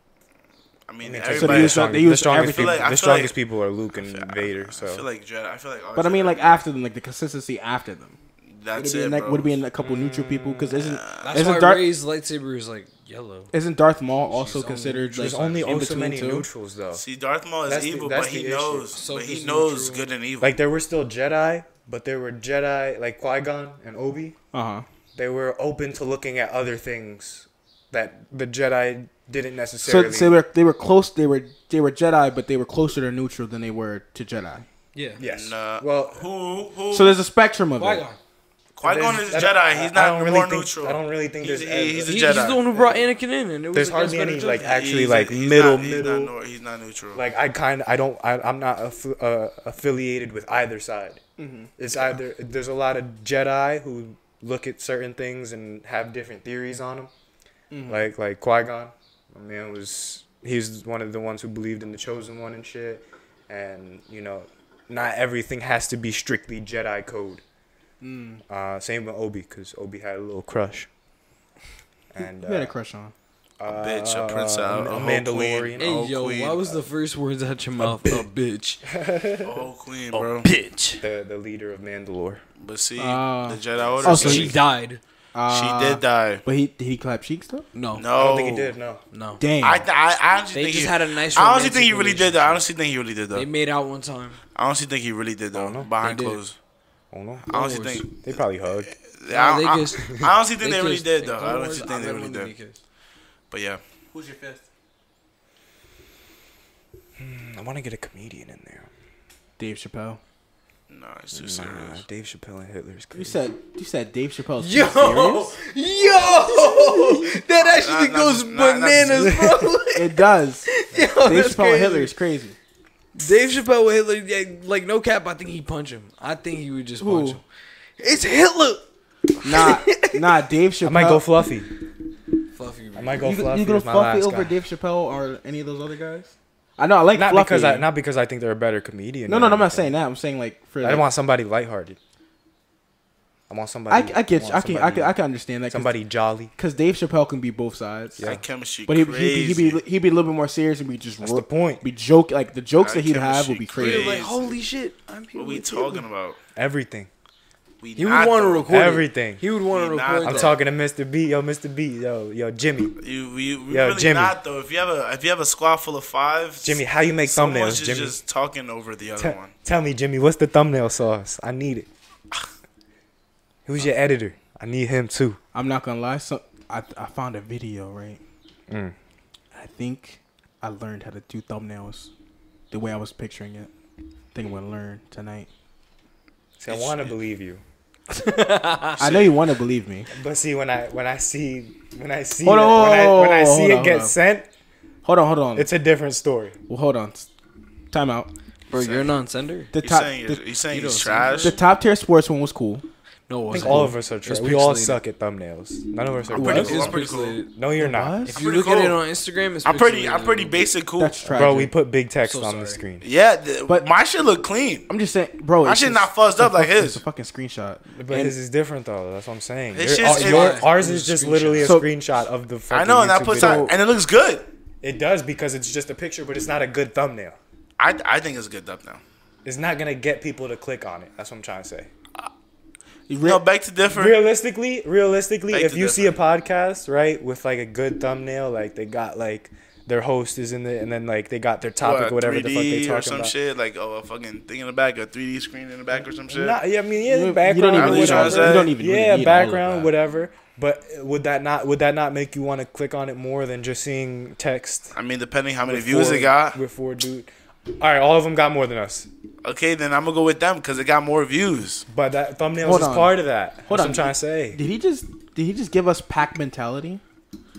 [SPEAKER 2] I mean,
[SPEAKER 4] Yeah, 'cause
[SPEAKER 1] So
[SPEAKER 2] everybody.
[SPEAKER 1] they use
[SPEAKER 4] strongest-
[SPEAKER 1] they use
[SPEAKER 4] strongest
[SPEAKER 1] everything.
[SPEAKER 4] people,
[SPEAKER 2] I feel
[SPEAKER 4] the
[SPEAKER 2] like-
[SPEAKER 4] strongest people are Luke and Vader. So
[SPEAKER 2] I feel like Jedi. I feel like. all
[SPEAKER 1] But I mean,
[SPEAKER 2] Jedi-
[SPEAKER 1] like after them, like the consistency after them. Would
[SPEAKER 2] that's
[SPEAKER 1] it be,
[SPEAKER 2] it,
[SPEAKER 1] in, like,
[SPEAKER 2] bro.
[SPEAKER 1] would it be in a couple neutral people? Because isn't
[SPEAKER 3] That's why
[SPEAKER 1] isn't Darth
[SPEAKER 3] Ray's lightsaber is like yellow.
[SPEAKER 1] isn't Darth Maul also
[SPEAKER 3] only-
[SPEAKER 1] considered
[SPEAKER 4] there's
[SPEAKER 1] like
[SPEAKER 4] only
[SPEAKER 1] in
[SPEAKER 4] oh so
[SPEAKER 1] between
[SPEAKER 4] many
[SPEAKER 1] two?
[SPEAKER 4] neutrals though.
[SPEAKER 2] See, Darth Maul is
[SPEAKER 4] That's the-
[SPEAKER 2] evil,
[SPEAKER 4] that's
[SPEAKER 2] but he
[SPEAKER 4] the
[SPEAKER 2] knows,
[SPEAKER 3] issue.
[SPEAKER 2] but he
[SPEAKER 3] Ahsoka's
[SPEAKER 2] knows
[SPEAKER 3] neutral.
[SPEAKER 2] good and evil.
[SPEAKER 4] Like there were still Jedi, but there were Jedi like Qui Gon and Obi.
[SPEAKER 1] Uh huh.
[SPEAKER 4] They were open to looking at other things that the Jedi didn't
[SPEAKER 1] So,
[SPEAKER 4] necessarily.
[SPEAKER 1] so they were they were close. They were they were Jedi, but they were closer to neutral than they were to Jedi.
[SPEAKER 3] Yeah.
[SPEAKER 4] yes.
[SPEAKER 2] Nah.
[SPEAKER 4] Well,
[SPEAKER 2] who? Who?
[SPEAKER 1] So there's a spectrum of it.
[SPEAKER 3] Qui-Gon.
[SPEAKER 2] Qui Gon
[SPEAKER 4] There's-
[SPEAKER 2] is
[SPEAKER 4] I
[SPEAKER 2] a
[SPEAKER 4] don't-
[SPEAKER 2] Jedi.
[SPEAKER 4] I-
[SPEAKER 2] He's
[SPEAKER 4] I
[SPEAKER 2] not
[SPEAKER 4] don't really
[SPEAKER 2] more
[SPEAKER 4] think-
[SPEAKER 2] neutral.
[SPEAKER 4] I don't really think
[SPEAKER 2] He's-
[SPEAKER 4] there's.
[SPEAKER 2] he's a
[SPEAKER 3] He's,
[SPEAKER 2] Jedi.
[SPEAKER 3] he's the one who brought Anakin in, and it was like,
[SPEAKER 4] There's
[SPEAKER 3] that's
[SPEAKER 4] hardly
[SPEAKER 3] better
[SPEAKER 4] any,
[SPEAKER 3] judgment.
[SPEAKER 4] like, act- actually,
[SPEAKER 2] He's-
[SPEAKER 4] like,
[SPEAKER 2] he's
[SPEAKER 4] middle,
[SPEAKER 2] not,
[SPEAKER 4] middle.
[SPEAKER 2] He's not, nor- he's not neutral.
[SPEAKER 4] like I kind of I don't I I'm not aff- uh, affiliated with either side.
[SPEAKER 2] Mm-hmm.
[SPEAKER 4] It's either there's a lot of Jedi who look at certain things and have different theories on them.
[SPEAKER 2] Mm-hmm.
[SPEAKER 4] Like like Qui Gon, my man was he's one of the ones who believed in the chosen one and shit. And you know, not everything has to be strictly Jedi code.
[SPEAKER 2] Mm.
[SPEAKER 4] Uh, same with Obi, cause Obi had a little crush. And
[SPEAKER 1] Who had
[SPEAKER 4] uh,
[SPEAKER 1] a crush on?
[SPEAKER 2] a bitch, a
[SPEAKER 4] uh,
[SPEAKER 2] princess, a,
[SPEAKER 4] a
[SPEAKER 2] whole
[SPEAKER 4] Mandalorian.
[SPEAKER 2] queen, a
[SPEAKER 3] Hey
[SPEAKER 2] whole
[SPEAKER 3] yo,
[SPEAKER 2] Oh, queen,
[SPEAKER 3] why was the first words out your mouth? A bitch.
[SPEAKER 2] a whole queen,
[SPEAKER 4] Oh,
[SPEAKER 2] bro?
[SPEAKER 3] bitch.
[SPEAKER 4] the the leader of Mandalore.
[SPEAKER 2] But see,
[SPEAKER 1] Ah.
[SPEAKER 2] the Jedi Order.
[SPEAKER 1] Oh,
[SPEAKER 3] So
[SPEAKER 1] so
[SPEAKER 3] she Ah.
[SPEAKER 1] he-
[SPEAKER 3] died.
[SPEAKER 1] Uh,
[SPEAKER 2] she did die.
[SPEAKER 1] But he did he clap cheeks though?
[SPEAKER 3] No.
[SPEAKER 2] No,
[SPEAKER 4] I don't think he did. No.
[SPEAKER 3] No.
[SPEAKER 1] Damn.
[SPEAKER 2] I, th- I, I honestly
[SPEAKER 3] They
[SPEAKER 2] think
[SPEAKER 3] just
[SPEAKER 2] he,
[SPEAKER 3] had a nice
[SPEAKER 2] I honestly think
[SPEAKER 3] romantic
[SPEAKER 2] he really did. Though. I honestly think he really did.
[SPEAKER 3] They
[SPEAKER 2] Though.
[SPEAKER 3] made out one time.
[SPEAKER 2] I honestly think he really did. Though.
[SPEAKER 4] know.
[SPEAKER 2] Behind
[SPEAKER 3] They did.
[SPEAKER 2] closed.
[SPEAKER 4] Oh no.
[SPEAKER 2] I honestly
[SPEAKER 3] Wars.
[SPEAKER 2] think.
[SPEAKER 4] They probably hugged.
[SPEAKER 2] I,
[SPEAKER 3] they
[SPEAKER 2] I,
[SPEAKER 3] kissed.
[SPEAKER 2] I honestly think they, really
[SPEAKER 3] kissed.
[SPEAKER 2] did.
[SPEAKER 3] In
[SPEAKER 2] Though. I
[SPEAKER 3] Clone
[SPEAKER 2] honestly
[SPEAKER 3] Wars,
[SPEAKER 2] think they
[SPEAKER 3] remember
[SPEAKER 2] really
[SPEAKER 3] when they
[SPEAKER 2] did.
[SPEAKER 3] kissed.
[SPEAKER 2] But yeah.
[SPEAKER 1] Who's your fifth?
[SPEAKER 4] I want to get a comedian in there.
[SPEAKER 1] Dave Chappelle.
[SPEAKER 2] No, it's too serious.
[SPEAKER 4] Uh, Dave Chappelle and Hitler is
[SPEAKER 1] You
[SPEAKER 4] crazy.
[SPEAKER 1] said you said Dave Chappelle's
[SPEAKER 3] Yo,
[SPEAKER 1] too serious?
[SPEAKER 3] yo, that actually
[SPEAKER 2] Nah, nah,
[SPEAKER 3] goes
[SPEAKER 2] nah, nah.
[SPEAKER 3] bananas, bro.
[SPEAKER 1] It does.
[SPEAKER 3] Yo,
[SPEAKER 1] Dave
[SPEAKER 3] that's
[SPEAKER 1] Chappelle and
[SPEAKER 3] crazy.
[SPEAKER 1] Hitler is crazy.
[SPEAKER 3] Dave Chappelle with Hitler, yeah, like no cap, I think he punch him. I think he would just punch
[SPEAKER 1] Who?
[SPEAKER 3] him. It's Hitler.
[SPEAKER 1] Nah, nah. Dave Chappelle.
[SPEAKER 4] I might go fluffy.
[SPEAKER 3] Fluffy.
[SPEAKER 4] I might go
[SPEAKER 1] uh, you,
[SPEAKER 4] fluffy.
[SPEAKER 1] you gonna
[SPEAKER 4] as my
[SPEAKER 1] fluffy
[SPEAKER 4] last
[SPEAKER 1] over
[SPEAKER 4] guy.
[SPEAKER 1] Dave Chappelle or any of those other guys? I know I like
[SPEAKER 4] Not
[SPEAKER 1] fluffy.
[SPEAKER 4] because I not because I think they're a better comedian.
[SPEAKER 1] no,
[SPEAKER 4] or
[SPEAKER 1] no, no, I'm not
[SPEAKER 4] anything.
[SPEAKER 1] saying that. I'm saying like for.
[SPEAKER 4] I
[SPEAKER 1] like-
[SPEAKER 4] don't want somebody lighthearted. I want somebody.
[SPEAKER 1] I, I get you.
[SPEAKER 4] want
[SPEAKER 1] I can, I
[SPEAKER 4] somebody-
[SPEAKER 1] can I can understand that.
[SPEAKER 4] Somebody jolly.
[SPEAKER 1] because Dave Chappelle can be both sides.
[SPEAKER 4] Yeah.
[SPEAKER 2] That chemistry
[SPEAKER 1] But he would
[SPEAKER 2] crazy.
[SPEAKER 1] he he be he be a little bit more serious and be just
[SPEAKER 4] That's the point.
[SPEAKER 1] be joke like the jokes
[SPEAKER 2] That
[SPEAKER 1] that he'd
[SPEAKER 2] chemistry
[SPEAKER 1] have would be
[SPEAKER 2] crazy.
[SPEAKER 1] crazy.
[SPEAKER 3] Like holy shit, I'm here.
[SPEAKER 2] what we
[SPEAKER 3] with
[SPEAKER 2] talking
[SPEAKER 3] Hitler.
[SPEAKER 2] about?
[SPEAKER 4] Everything.
[SPEAKER 2] We
[SPEAKER 3] He would
[SPEAKER 2] not,
[SPEAKER 3] want to
[SPEAKER 2] though.
[SPEAKER 3] record it.
[SPEAKER 4] Everything.
[SPEAKER 3] He would want to
[SPEAKER 2] We not-
[SPEAKER 3] record
[SPEAKER 4] I'm
[SPEAKER 3] that.
[SPEAKER 4] talking to Mr. B. Yo, Mr. B. Yo, yo, Jimmy.
[SPEAKER 2] You, we, we
[SPEAKER 4] Yo,
[SPEAKER 2] really
[SPEAKER 4] Jimmy.
[SPEAKER 2] not though. If you have a if you have a squad full of five,
[SPEAKER 4] Jimmy, how you make
[SPEAKER 2] someone's
[SPEAKER 4] thumbnails,
[SPEAKER 2] just,
[SPEAKER 4] Jimmy?
[SPEAKER 2] just talking over the other
[SPEAKER 4] Te-
[SPEAKER 2] one.
[SPEAKER 4] tell me, Jimmy, what's the thumbnail sauce? I need it. Who's your editor? I need him too.
[SPEAKER 1] I'm not gonna lie. So I I found a video right.
[SPEAKER 4] Mm.
[SPEAKER 1] I think I learned how to do thumbnails the way I was picturing it. think I'm gonna learn tonight.
[SPEAKER 4] See, I want to believe you. Ah,
[SPEAKER 1] I know you want to believe me.
[SPEAKER 4] But see, when I when I see when I see
[SPEAKER 1] Hold
[SPEAKER 4] it,
[SPEAKER 1] on,
[SPEAKER 4] when, I, when I
[SPEAKER 1] hold
[SPEAKER 4] see
[SPEAKER 1] on,
[SPEAKER 4] it get
[SPEAKER 1] hold on.
[SPEAKER 4] sent,
[SPEAKER 1] Hold on, hold on.
[SPEAKER 4] it's a different story.
[SPEAKER 1] well, hold on. Time out.
[SPEAKER 3] Bro, you're a non-sender.
[SPEAKER 1] The
[SPEAKER 2] You
[SPEAKER 1] top
[SPEAKER 2] saying
[SPEAKER 1] the,
[SPEAKER 2] he's- you saying
[SPEAKER 3] you
[SPEAKER 2] he's
[SPEAKER 3] don't-
[SPEAKER 2] trash?
[SPEAKER 1] the top tier sports one was cool.
[SPEAKER 3] No, it
[SPEAKER 4] I think
[SPEAKER 3] wasn't.
[SPEAKER 4] all of us are trash.
[SPEAKER 3] It's
[SPEAKER 4] We all
[SPEAKER 3] pixelated.
[SPEAKER 4] suck at thumbnails. None of us are.
[SPEAKER 2] I'm pretty
[SPEAKER 4] good.
[SPEAKER 2] cool.
[SPEAKER 3] It's
[SPEAKER 2] I'm pretty cool.
[SPEAKER 3] pixelated.
[SPEAKER 4] No, you're
[SPEAKER 1] What?
[SPEAKER 4] not,
[SPEAKER 3] If you
[SPEAKER 2] pretty
[SPEAKER 3] look at it
[SPEAKER 2] cool.
[SPEAKER 3] on Instagram, it's
[SPEAKER 2] I'm pretty I'm
[SPEAKER 3] pixelated.
[SPEAKER 2] pretty basic cool.
[SPEAKER 1] That's tragic.
[SPEAKER 4] bro. We put big text
[SPEAKER 3] So
[SPEAKER 4] on
[SPEAKER 3] sorry.
[SPEAKER 4] the screen.
[SPEAKER 2] yeah, th-
[SPEAKER 1] But-
[SPEAKER 2] my shit look clean.
[SPEAKER 1] I'm just saying, bro.
[SPEAKER 2] My
[SPEAKER 1] it's
[SPEAKER 2] shit
[SPEAKER 1] just-
[SPEAKER 2] not fuzzed
[SPEAKER 1] it's a
[SPEAKER 2] up like
[SPEAKER 1] fuck- It's
[SPEAKER 2] his.
[SPEAKER 1] a fucking screenshot.
[SPEAKER 4] But his is different though. That's what I'm saying.
[SPEAKER 2] It's
[SPEAKER 4] Your- uh,
[SPEAKER 2] just-
[SPEAKER 4] your-
[SPEAKER 2] it's-
[SPEAKER 4] ours
[SPEAKER 3] it's
[SPEAKER 4] is
[SPEAKER 3] a
[SPEAKER 4] just
[SPEAKER 3] screenshot.
[SPEAKER 4] literally a
[SPEAKER 1] So-
[SPEAKER 4] screenshot of the. Fucking
[SPEAKER 2] I know, and
[SPEAKER 4] YouTube
[SPEAKER 2] I put
[SPEAKER 4] video.
[SPEAKER 2] out, and it looks good.
[SPEAKER 4] It does because it's just a picture, but it's not a good thumbnail.
[SPEAKER 2] I, I think it's a good dub now.
[SPEAKER 4] It's not gonna get people to click on it. That's what I'm trying to say.
[SPEAKER 2] no, back to different.
[SPEAKER 4] Realistically, realistically,
[SPEAKER 2] Beg
[SPEAKER 4] if
[SPEAKER 2] to
[SPEAKER 4] you see a podcast right with like a good thumbnail, like they got like their host is in it, and then like they got their topic
[SPEAKER 2] what,
[SPEAKER 4] or whatever the fuck they
[SPEAKER 2] 3D or
[SPEAKER 4] talking
[SPEAKER 2] some
[SPEAKER 4] about.
[SPEAKER 2] shit like oh a fucking thing in the back, a 3D screen in the back or some shit.
[SPEAKER 4] Not, yeah, I mean, yeah,
[SPEAKER 1] You- you don't
[SPEAKER 4] background,
[SPEAKER 1] even
[SPEAKER 2] need-
[SPEAKER 4] whatever.
[SPEAKER 2] you don't
[SPEAKER 1] even really need all
[SPEAKER 4] yeah,
[SPEAKER 1] of
[SPEAKER 4] background,
[SPEAKER 1] that.
[SPEAKER 4] whatever. But would that not would that not make you want to click on it more than just seeing text?
[SPEAKER 2] I mean, depending how many views
[SPEAKER 4] Four-
[SPEAKER 2] it got.
[SPEAKER 4] with four dude. All right, all of them got more than us,
[SPEAKER 2] Okay, then I'm gonna go with them because it got more views.
[SPEAKER 4] but that thumbnails
[SPEAKER 1] Hold
[SPEAKER 4] is
[SPEAKER 1] on.
[SPEAKER 4] part of that. That's
[SPEAKER 1] Hold
[SPEAKER 4] what
[SPEAKER 1] on.
[SPEAKER 4] I'm trying to say.
[SPEAKER 1] Did he just did he just give us pack mentality?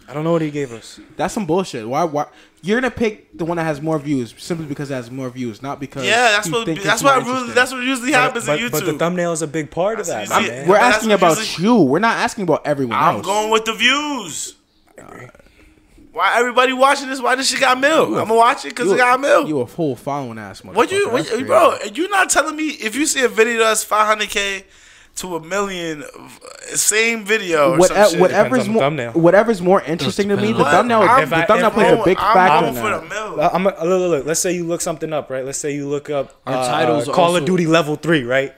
[SPEAKER 4] I don't know what he gave us.
[SPEAKER 1] That's some bullshit. Why? Why? You're gonna pick the one that has more views simply because it has more views, not because
[SPEAKER 2] Yeah, that's
[SPEAKER 1] you
[SPEAKER 2] what
[SPEAKER 1] think it's
[SPEAKER 2] that's what
[SPEAKER 1] more
[SPEAKER 2] I really,
[SPEAKER 1] interesting.
[SPEAKER 2] that's what usually happens
[SPEAKER 4] but,
[SPEAKER 2] in YouTube.
[SPEAKER 4] but the thumbnail is a big part of
[SPEAKER 2] That's
[SPEAKER 4] that,
[SPEAKER 2] what you
[SPEAKER 4] my
[SPEAKER 2] see.
[SPEAKER 4] man.
[SPEAKER 1] We're
[SPEAKER 2] That's
[SPEAKER 1] asking
[SPEAKER 2] what
[SPEAKER 1] about
[SPEAKER 2] usually-
[SPEAKER 1] you. We're not asking about everyone
[SPEAKER 2] I'm
[SPEAKER 1] else.
[SPEAKER 2] going with the views. Why everybody watching this? Why this shit got milk? I'm gonna watch it because
[SPEAKER 1] You
[SPEAKER 2] it
[SPEAKER 1] a-
[SPEAKER 2] got milk.
[SPEAKER 1] You a fool following ass motherfucker.
[SPEAKER 2] What you,
[SPEAKER 1] That's
[SPEAKER 2] what
[SPEAKER 1] crazy.
[SPEAKER 2] you bro? You not telling me if you see a video that's 500k to a million, same video or
[SPEAKER 1] What-
[SPEAKER 2] some shit.
[SPEAKER 1] whatever's
[SPEAKER 4] Depends on the
[SPEAKER 1] more
[SPEAKER 4] thumbnail.
[SPEAKER 1] whatever's more interesting to me,
[SPEAKER 3] depend
[SPEAKER 1] the
[SPEAKER 3] on-
[SPEAKER 1] thumbnail
[SPEAKER 2] What?
[SPEAKER 1] the
[SPEAKER 2] I'm-
[SPEAKER 1] thumbnail
[SPEAKER 4] if
[SPEAKER 1] plays a
[SPEAKER 4] I'm-
[SPEAKER 1] big
[SPEAKER 2] I'm
[SPEAKER 1] factor
[SPEAKER 2] all
[SPEAKER 1] in
[SPEAKER 2] for
[SPEAKER 1] that.
[SPEAKER 2] the milk.
[SPEAKER 4] Uh, I'm a, look, look, look, Let's say you look something up, right? Let's say you look up
[SPEAKER 3] Our
[SPEAKER 4] uh,
[SPEAKER 3] titles are
[SPEAKER 4] Call
[SPEAKER 3] also-
[SPEAKER 4] of Duty Level Three, right?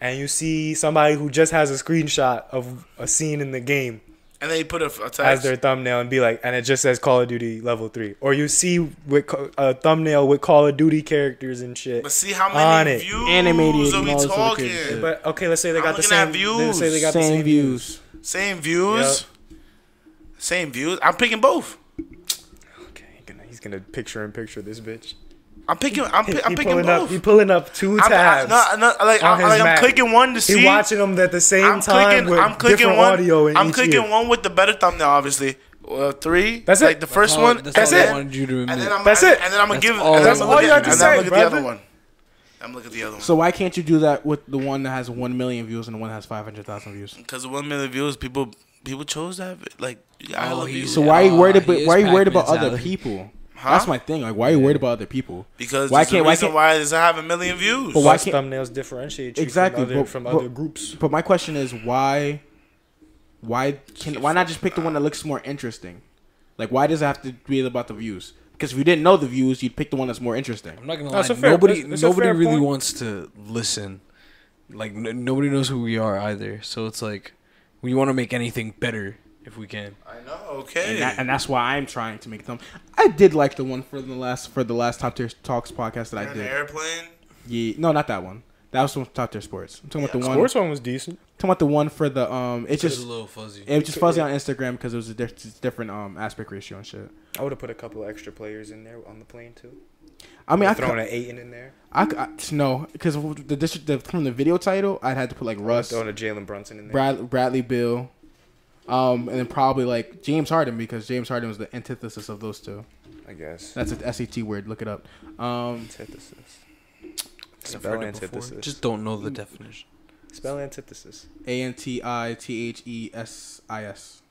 [SPEAKER 4] And you see somebody who just has a screenshot of a scene in the game
[SPEAKER 2] and they put a, a text.
[SPEAKER 4] as their thumbnail and be like, and it just says Call of Duty Level Three, or you see with co- a thumbnail with Call of Duty characters and shit.
[SPEAKER 2] but see how
[SPEAKER 4] on
[SPEAKER 2] many
[SPEAKER 4] it.
[SPEAKER 2] views
[SPEAKER 1] Animated
[SPEAKER 2] are
[SPEAKER 1] and
[SPEAKER 2] we
[SPEAKER 1] all this other
[SPEAKER 2] talking?
[SPEAKER 1] crazy shit.
[SPEAKER 4] But okay, let's say they
[SPEAKER 2] I'm
[SPEAKER 4] got the
[SPEAKER 2] looking at
[SPEAKER 4] same Let's say they got the
[SPEAKER 1] Same
[SPEAKER 4] same
[SPEAKER 1] views.
[SPEAKER 2] Same views, same views. I'm picking both.
[SPEAKER 4] Okay, he's gonna- he's gonna picture in picture this bitch.
[SPEAKER 2] I'm picking. I'm, pi- I'm
[SPEAKER 4] He
[SPEAKER 2] picking
[SPEAKER 4] pulling up.
[SPEAKER 2] both.
[SPEAKER 4] He pulling up two
[SPEAKER 2] I'm, I,
[SPEAKER 4] tabs.
[SPEAKER 2] no, no, like,
[SPEAKER 4] on
[SPEAKER 2] I,
[SPEAKER 4] his
[SPEAKER 2] like I'm
[SPEAKER 4] Mac.
[SPEAKER 2] clicking one to see.
[SPEAKER 4] He watching them at the same
[SPEAKER 2] I'm
[SPEAKER 4] time
[SPEAKER 2] clicking.
[SPEAKER 4] with
[SPEAKER 2] I'm clicking
[SPEAKER 4] different
[SPEAKER 2] one.
[SPEAKER 4] audio in
[SPEAKER 2] I'm
[SPEAKER 4] each
[SPEAKER 2] clicking
[SPEAKER 4] ear.
[SPEAKER 2] one with the better thumbnail, obviously. Uh, three.
[SPEAKER 4] That's
[SPEAKER 2] like
[SPEAKER 4] it.
[SPEAKER 2] the first
[SPEAKER 3] all-
[SPEAKER 2] one.
[SPEAKER 3] that's
[SPEAKER 2] That's,
[SPEAKER 3] all I
[SPEAKER 2] it.
[SPEAKER 3] wanted you to
[SPEAKER 2] And then
[SPEAKER 3] admit.
[SPEAKER 2] I'm,
[SPEAKER 4] That's
[SPEAKER 2] and-
[SPEAKER 4] it.
[SPEAKER 2] And then I'm gonna give.
[SPEAKER 3] all
[SPEAKER 2] and then
[SPEAKER 3] That's
[SPEAKER 2] I'm
[SPEAKER 4] all
[SPEAKER 2] gonna
[SPEAKER 4] you
[SPEAKER 2] look at-
[SPEAKER 4] have to
[SPEAKER 2] and then I'm
[SPEAKER 4] say,
[SPEAKER 2] gonna look at the
[SPEAKER 4] brother.
[SPEAKER 2] other one. I'm gonna look at the other one.
[SPEAKER 1] So why can't you do that with the one that has one million views and the one that has five hundred thousand views?
[SPEAKER 2] Because of one million views, people people chose that. Like, I
[SPEAKER 3] Oh,
[SPEAKER 2] love
[SPEAKER 3] he's-
[SPEAKER 1] So
[SPEAKER 2] you.
[SPEAKER 3] Yeah,
[SPEAKER 1] why are you worried
[SPEAKER 3] he
[SPEAKER 1] about
[SPEAKER 3] is
[SPEAKER 1] why are you worried
[SPEAKER 3] Pac-Man's
[SPEAKER 1] about other
[SPEAKER 3] alley.
[SPEAKER 1] people?
[SPEAKER 2] Huh?
[SPEAKER 1] That's my thing. Like, why are you worried about other people?
[SPEAKER 2] Because
[SPEAKER 1] why
[SPEAKER 2] why can't
[SPEAKER 1] can't-
[SPEAKER 2] the
[SPEAKER 1] why
[SPEAKER 2] reason
[SPEAKER 1] can't-
[SPEAKER 2] why does it have a million views?
[SPEAKER 1] But why
[SPEAKER 4] Why
[SPEAKER 1] can't-
[SPEAKER 4] thumbnails differentiate you
[SPEAKER 1] Exactly,
[SPEAKER 4] from other,
[SPEAKER 1] but-
[SPEAKER 4] from
[SPEAKER 1] but-
[SPEAKER 4] other groups?
[SPEAKER 1] But my question is why? Why can why not just pick the one that looks more interesting? Like, why does it have to be about the views? Because if you didn't know the views, you'd pick the one that's more interesting.
[SPEAKER 3] I'm not gonna
[SPEAKER 4] That's
[SPEAKER 3] lie.
[SPEAKER 4] a fair-
[SPEAKER 3] nobody
[SPEAKER 4] that's- that's a
[SPEAKER 3] nobody
[SPEAKER 4] fair
[SPEAKER 3] really
[SPEAKER 4] point.
[SPEAKER 3] wants to listen. Like n- nobody knows who we are either. So it's like we want to make anything better if we can.
[SPEAKER 2] I know. Okay.
[SPEAKER 1] and, that, and that's why I'm trying to make them. I did like the one for the last for the last Top Tier Talks podcast that I
[SPEAKER 2] You're in an
[SPEAKER 1] did.
[SPEAKER 2] airplane.
[SPEAKER 1] Yeah, no, not that one. That was from Top Tier Sports. I'm talking about the one.
[SPEAKER 4] Sports one was decent.
[SPEAKER 1] Talking about the one for the um. It just
[SPEAKER 3] little fuzzy.
[SPEAKER 1] it was just fuzzy on Instagram because it was a diff- it's different um aspect ratio and shit.
[SPEAKER 4] I would have put a couple of extra players in there on the plane too.
[SPEAKER 1] I mean, I could,
[SPEAKER 4] throwing
[SPEAKER 1] I,
[SPEAKER 4] an eight in there.
[SPEAKER 1] could- I no because the, dis- the from the video title I'd had to put like Russ,
[SPEAKER 4] Oh, Throwing a Jalen Brunson in there.
[SPEAKER 1] Brad, Bradley Bill, um, and then probably like James Harden because James Harden was the antithesis of those two.
[SPEAKER 4] I guess.
[SPEAKER 1] That's an SAT word. Look it up. Um,
[SPEAKER 4] Antithesis.
[SPEAKER 3] I've
[SPEAKER 4] Spell
[SPEAKER 3] heard it before.
[SPEAKER 4] antithesis.
[SPEAKER 3] Just don't know the definition.
[SPEAKER 4] Spell antithesis.
[SPEAKER 1] A N T I T H E S I S.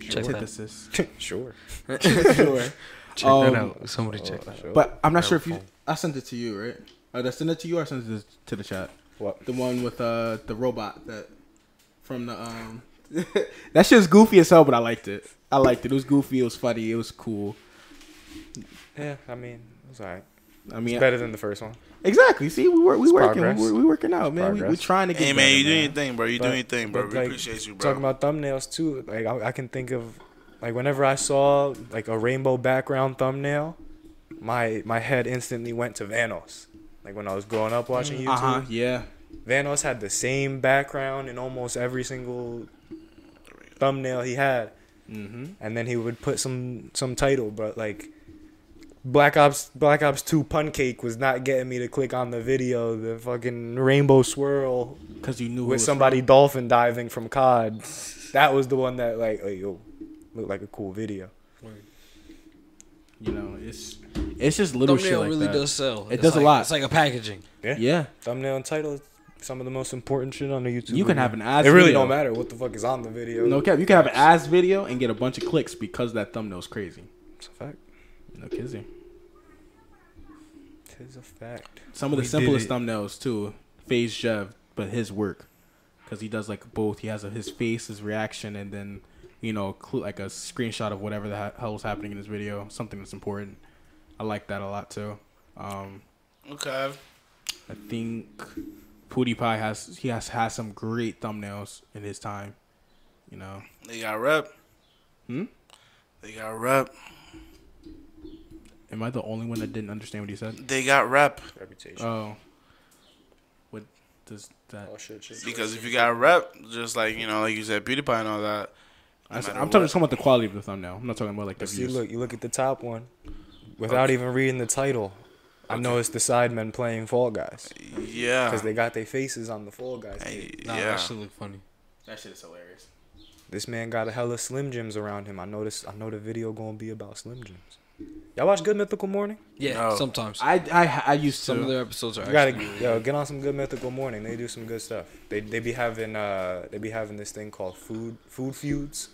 [SPEAKER 3] Check that.
[SPEAKER 1] Antithesis.
[SPEAKER 4] sure.
[SPEAKER 1] sure.
[SPEAKER 3] Check
[SPEAKER 1] Um,
[SPEAKER 3] that out. Somebody check that. out.
[SPEAKER 1] But I'm not sure if you. I sent it to you, right? Uh, did I send it to you or I sent it to- to the chat?
[SPEAKER 4] What?
[SPEAKER 1] The one with uh, the robot that from the. um. that shit's goofy as hell, but I liked it. I liked it. It was goofy. It was funny. It was cool.
[SPEAKER 4] Yeah, I mean, it's alright.
[SPEAKER 1] I mean,
[SPEAKER 4] It's better than the first one.
[SPEAKER 1] exactly. See, we work. We working.
[SPEAKER 4] progress.
[SPEAKER 1] We, we working out, man. We, we
[SPEAKER 4] progress.
[SPEAKER 1] trying to get.
[SPEAKER 2] Hey
[SPEAKER 1] better,
[SPEAKER 2] man, you do
[SPEAKER 1] man.
[SPEAKER 2] your thing, bro. You do
[SPEAKER 4] But-
[SPEAKER 2] your thing, bro.
[SPEAKER 4] but,
[SPEAKER 2] We
[SPEAKER 4] like,
[SPEAKER 2] appreciate you,
[SPEAKER 4] Talking
[SPEAKER 2] bro.
[SPEAKER 4] about thumbnails too, like I, I can think of, like whenever I saw like a rainbow background thumbnail, my my head instantly went to Vanos. Like when I was growing up watching YouTube,
[SPEAKER 1] Uh huh. Yeah.
[SPEAKER 4] Vanos had the same background in almost every single thumbnail he had,
[SPEAKER 1] Mm-hmm.
[SPEAKER 4] and then he would put some some title, but like Black Ops Black Ops Two Pun Cake was not getting me to click on the video. The fucking rainbow swirl
[SPEAKER 1] Because you knew who
[SPEAKER 4] with
[SPEAKER 1] was-
[SPEAKER 4] somebody dolphin diving from COD, that was the one that like like, yo, looked like a cool video.
[SPEAKER 1] You know, it's it's just little shit
[SPEAKER 3] Thumbnail
[SPEAKER 1] like
[SPEAKER 3] really
[SPEAKER 1] that.
[SPEAKER 3] does sell.
[SPEAKER 1] It
[SPEAKER 3] It's
[SPEAKER 1] does a
[SPEAKER 3] like-
[SPEAKER 1] lot.
[SPEAKER 3] It's like a packaging.
[SPEAKER 1] Yeah.
[SPEAKER 4] Thumbnail and title, is some of the most important shit on the YouTube.
[SPEAKER 1] You can
[SPEAKER 4] video.
[SPEAKER 1] have an ass
[SPEAKER 4] It really
[SPEAKER 1] video.
[SPEAKER 4] don't matter what the fuck is on the video.
[SPEAKER 1] No cap. You can have an ass video and get a bunch of clicks because that thumbnail's crazy.
[SPEAKER 4] it's a fact.
[SPEAKER 1] No kidding.
[SPEAKER 4] Tis a fact.
[SPEAKER 1] Some of the
[SPEAKER 3] We did
[SPEAKER 1] simplest
[SPEAKER 3] it.
[SPEAKER 1] thumbnails too. Phase Jev, but his work, because he does like both. He has a, his face, his reaction, and then you know, cl- like a screenshot of whatever the he- hell was happening in this video, something that's important. I like that a lot too. Um,
[SPEAKER 2] Okay.
[SPEAKER 1] I think PewDiePie has he has has some great thumbnails in his time. You know,
[SPEAKER 2] They got rep.
[SPEAKER 1] Hmm?
[SPEAKER 2] They got rep.
[SPEAKER 1] am I the only one that didn't understand what he said?
[SPEAKER 2] They got rep.
[SPEAKER 4] Reputation.
[SPEAKER 1] Oh, what does that?
[SPEAKER 4] oh shit, shit.
[SPEAKER 2] Because if you got rep, just like, you know, like you said, PewDiePie and all that.
[SPEAKER 1] I said,
[SPEAKER 2] matter
[SPEAKER 1] I'm talking,
[SPEAKER 2] what.
[SPEAKER 1] talking about the quality of the thumbnail. I'm not talking about like the
[SPEAKER 4] But see,
[SPEAKER 1] views.
[SPEAKER 4] look, you look at the top one, without even reading the title. I know it's the Sidemen playing Fall Guys
[SPEAKER 2] Yeah.
[SPEAKER 4] because they got their faces on the Fall Guys.
[SPEAKER 2] Uh-huh. Hey,
[SPEAKER 4] kid.
[SPEAKER 3] Nah,
[SPEAKER 2] yeah.
[SPEAKER 3] that shit look funny.
[SPEAKER 1] That shit is hilarious.
[SPEAKER 4] This man got a hella Slim Jims around him. I know this. I know the video gonna be about Slim Jims. Y'all watch Good Mythical Morning?
[SPEAKER 3] Yeah,
[SPEAKER 2] No.
[SPEAKER 3] sometimes.
[SPEAKER 1] I I I used
[SPEAKER 3] Some of
[SPEAKER 1] to.
[SPEAKER 3] their episodes are
[SPEAKER 4] You gotta
[SPEAKER 3] actually
[SPEAKER 4] yo get on some Good Mythical Morning. They do some good stuff. They they be having uh they be having this thing called food food feuds,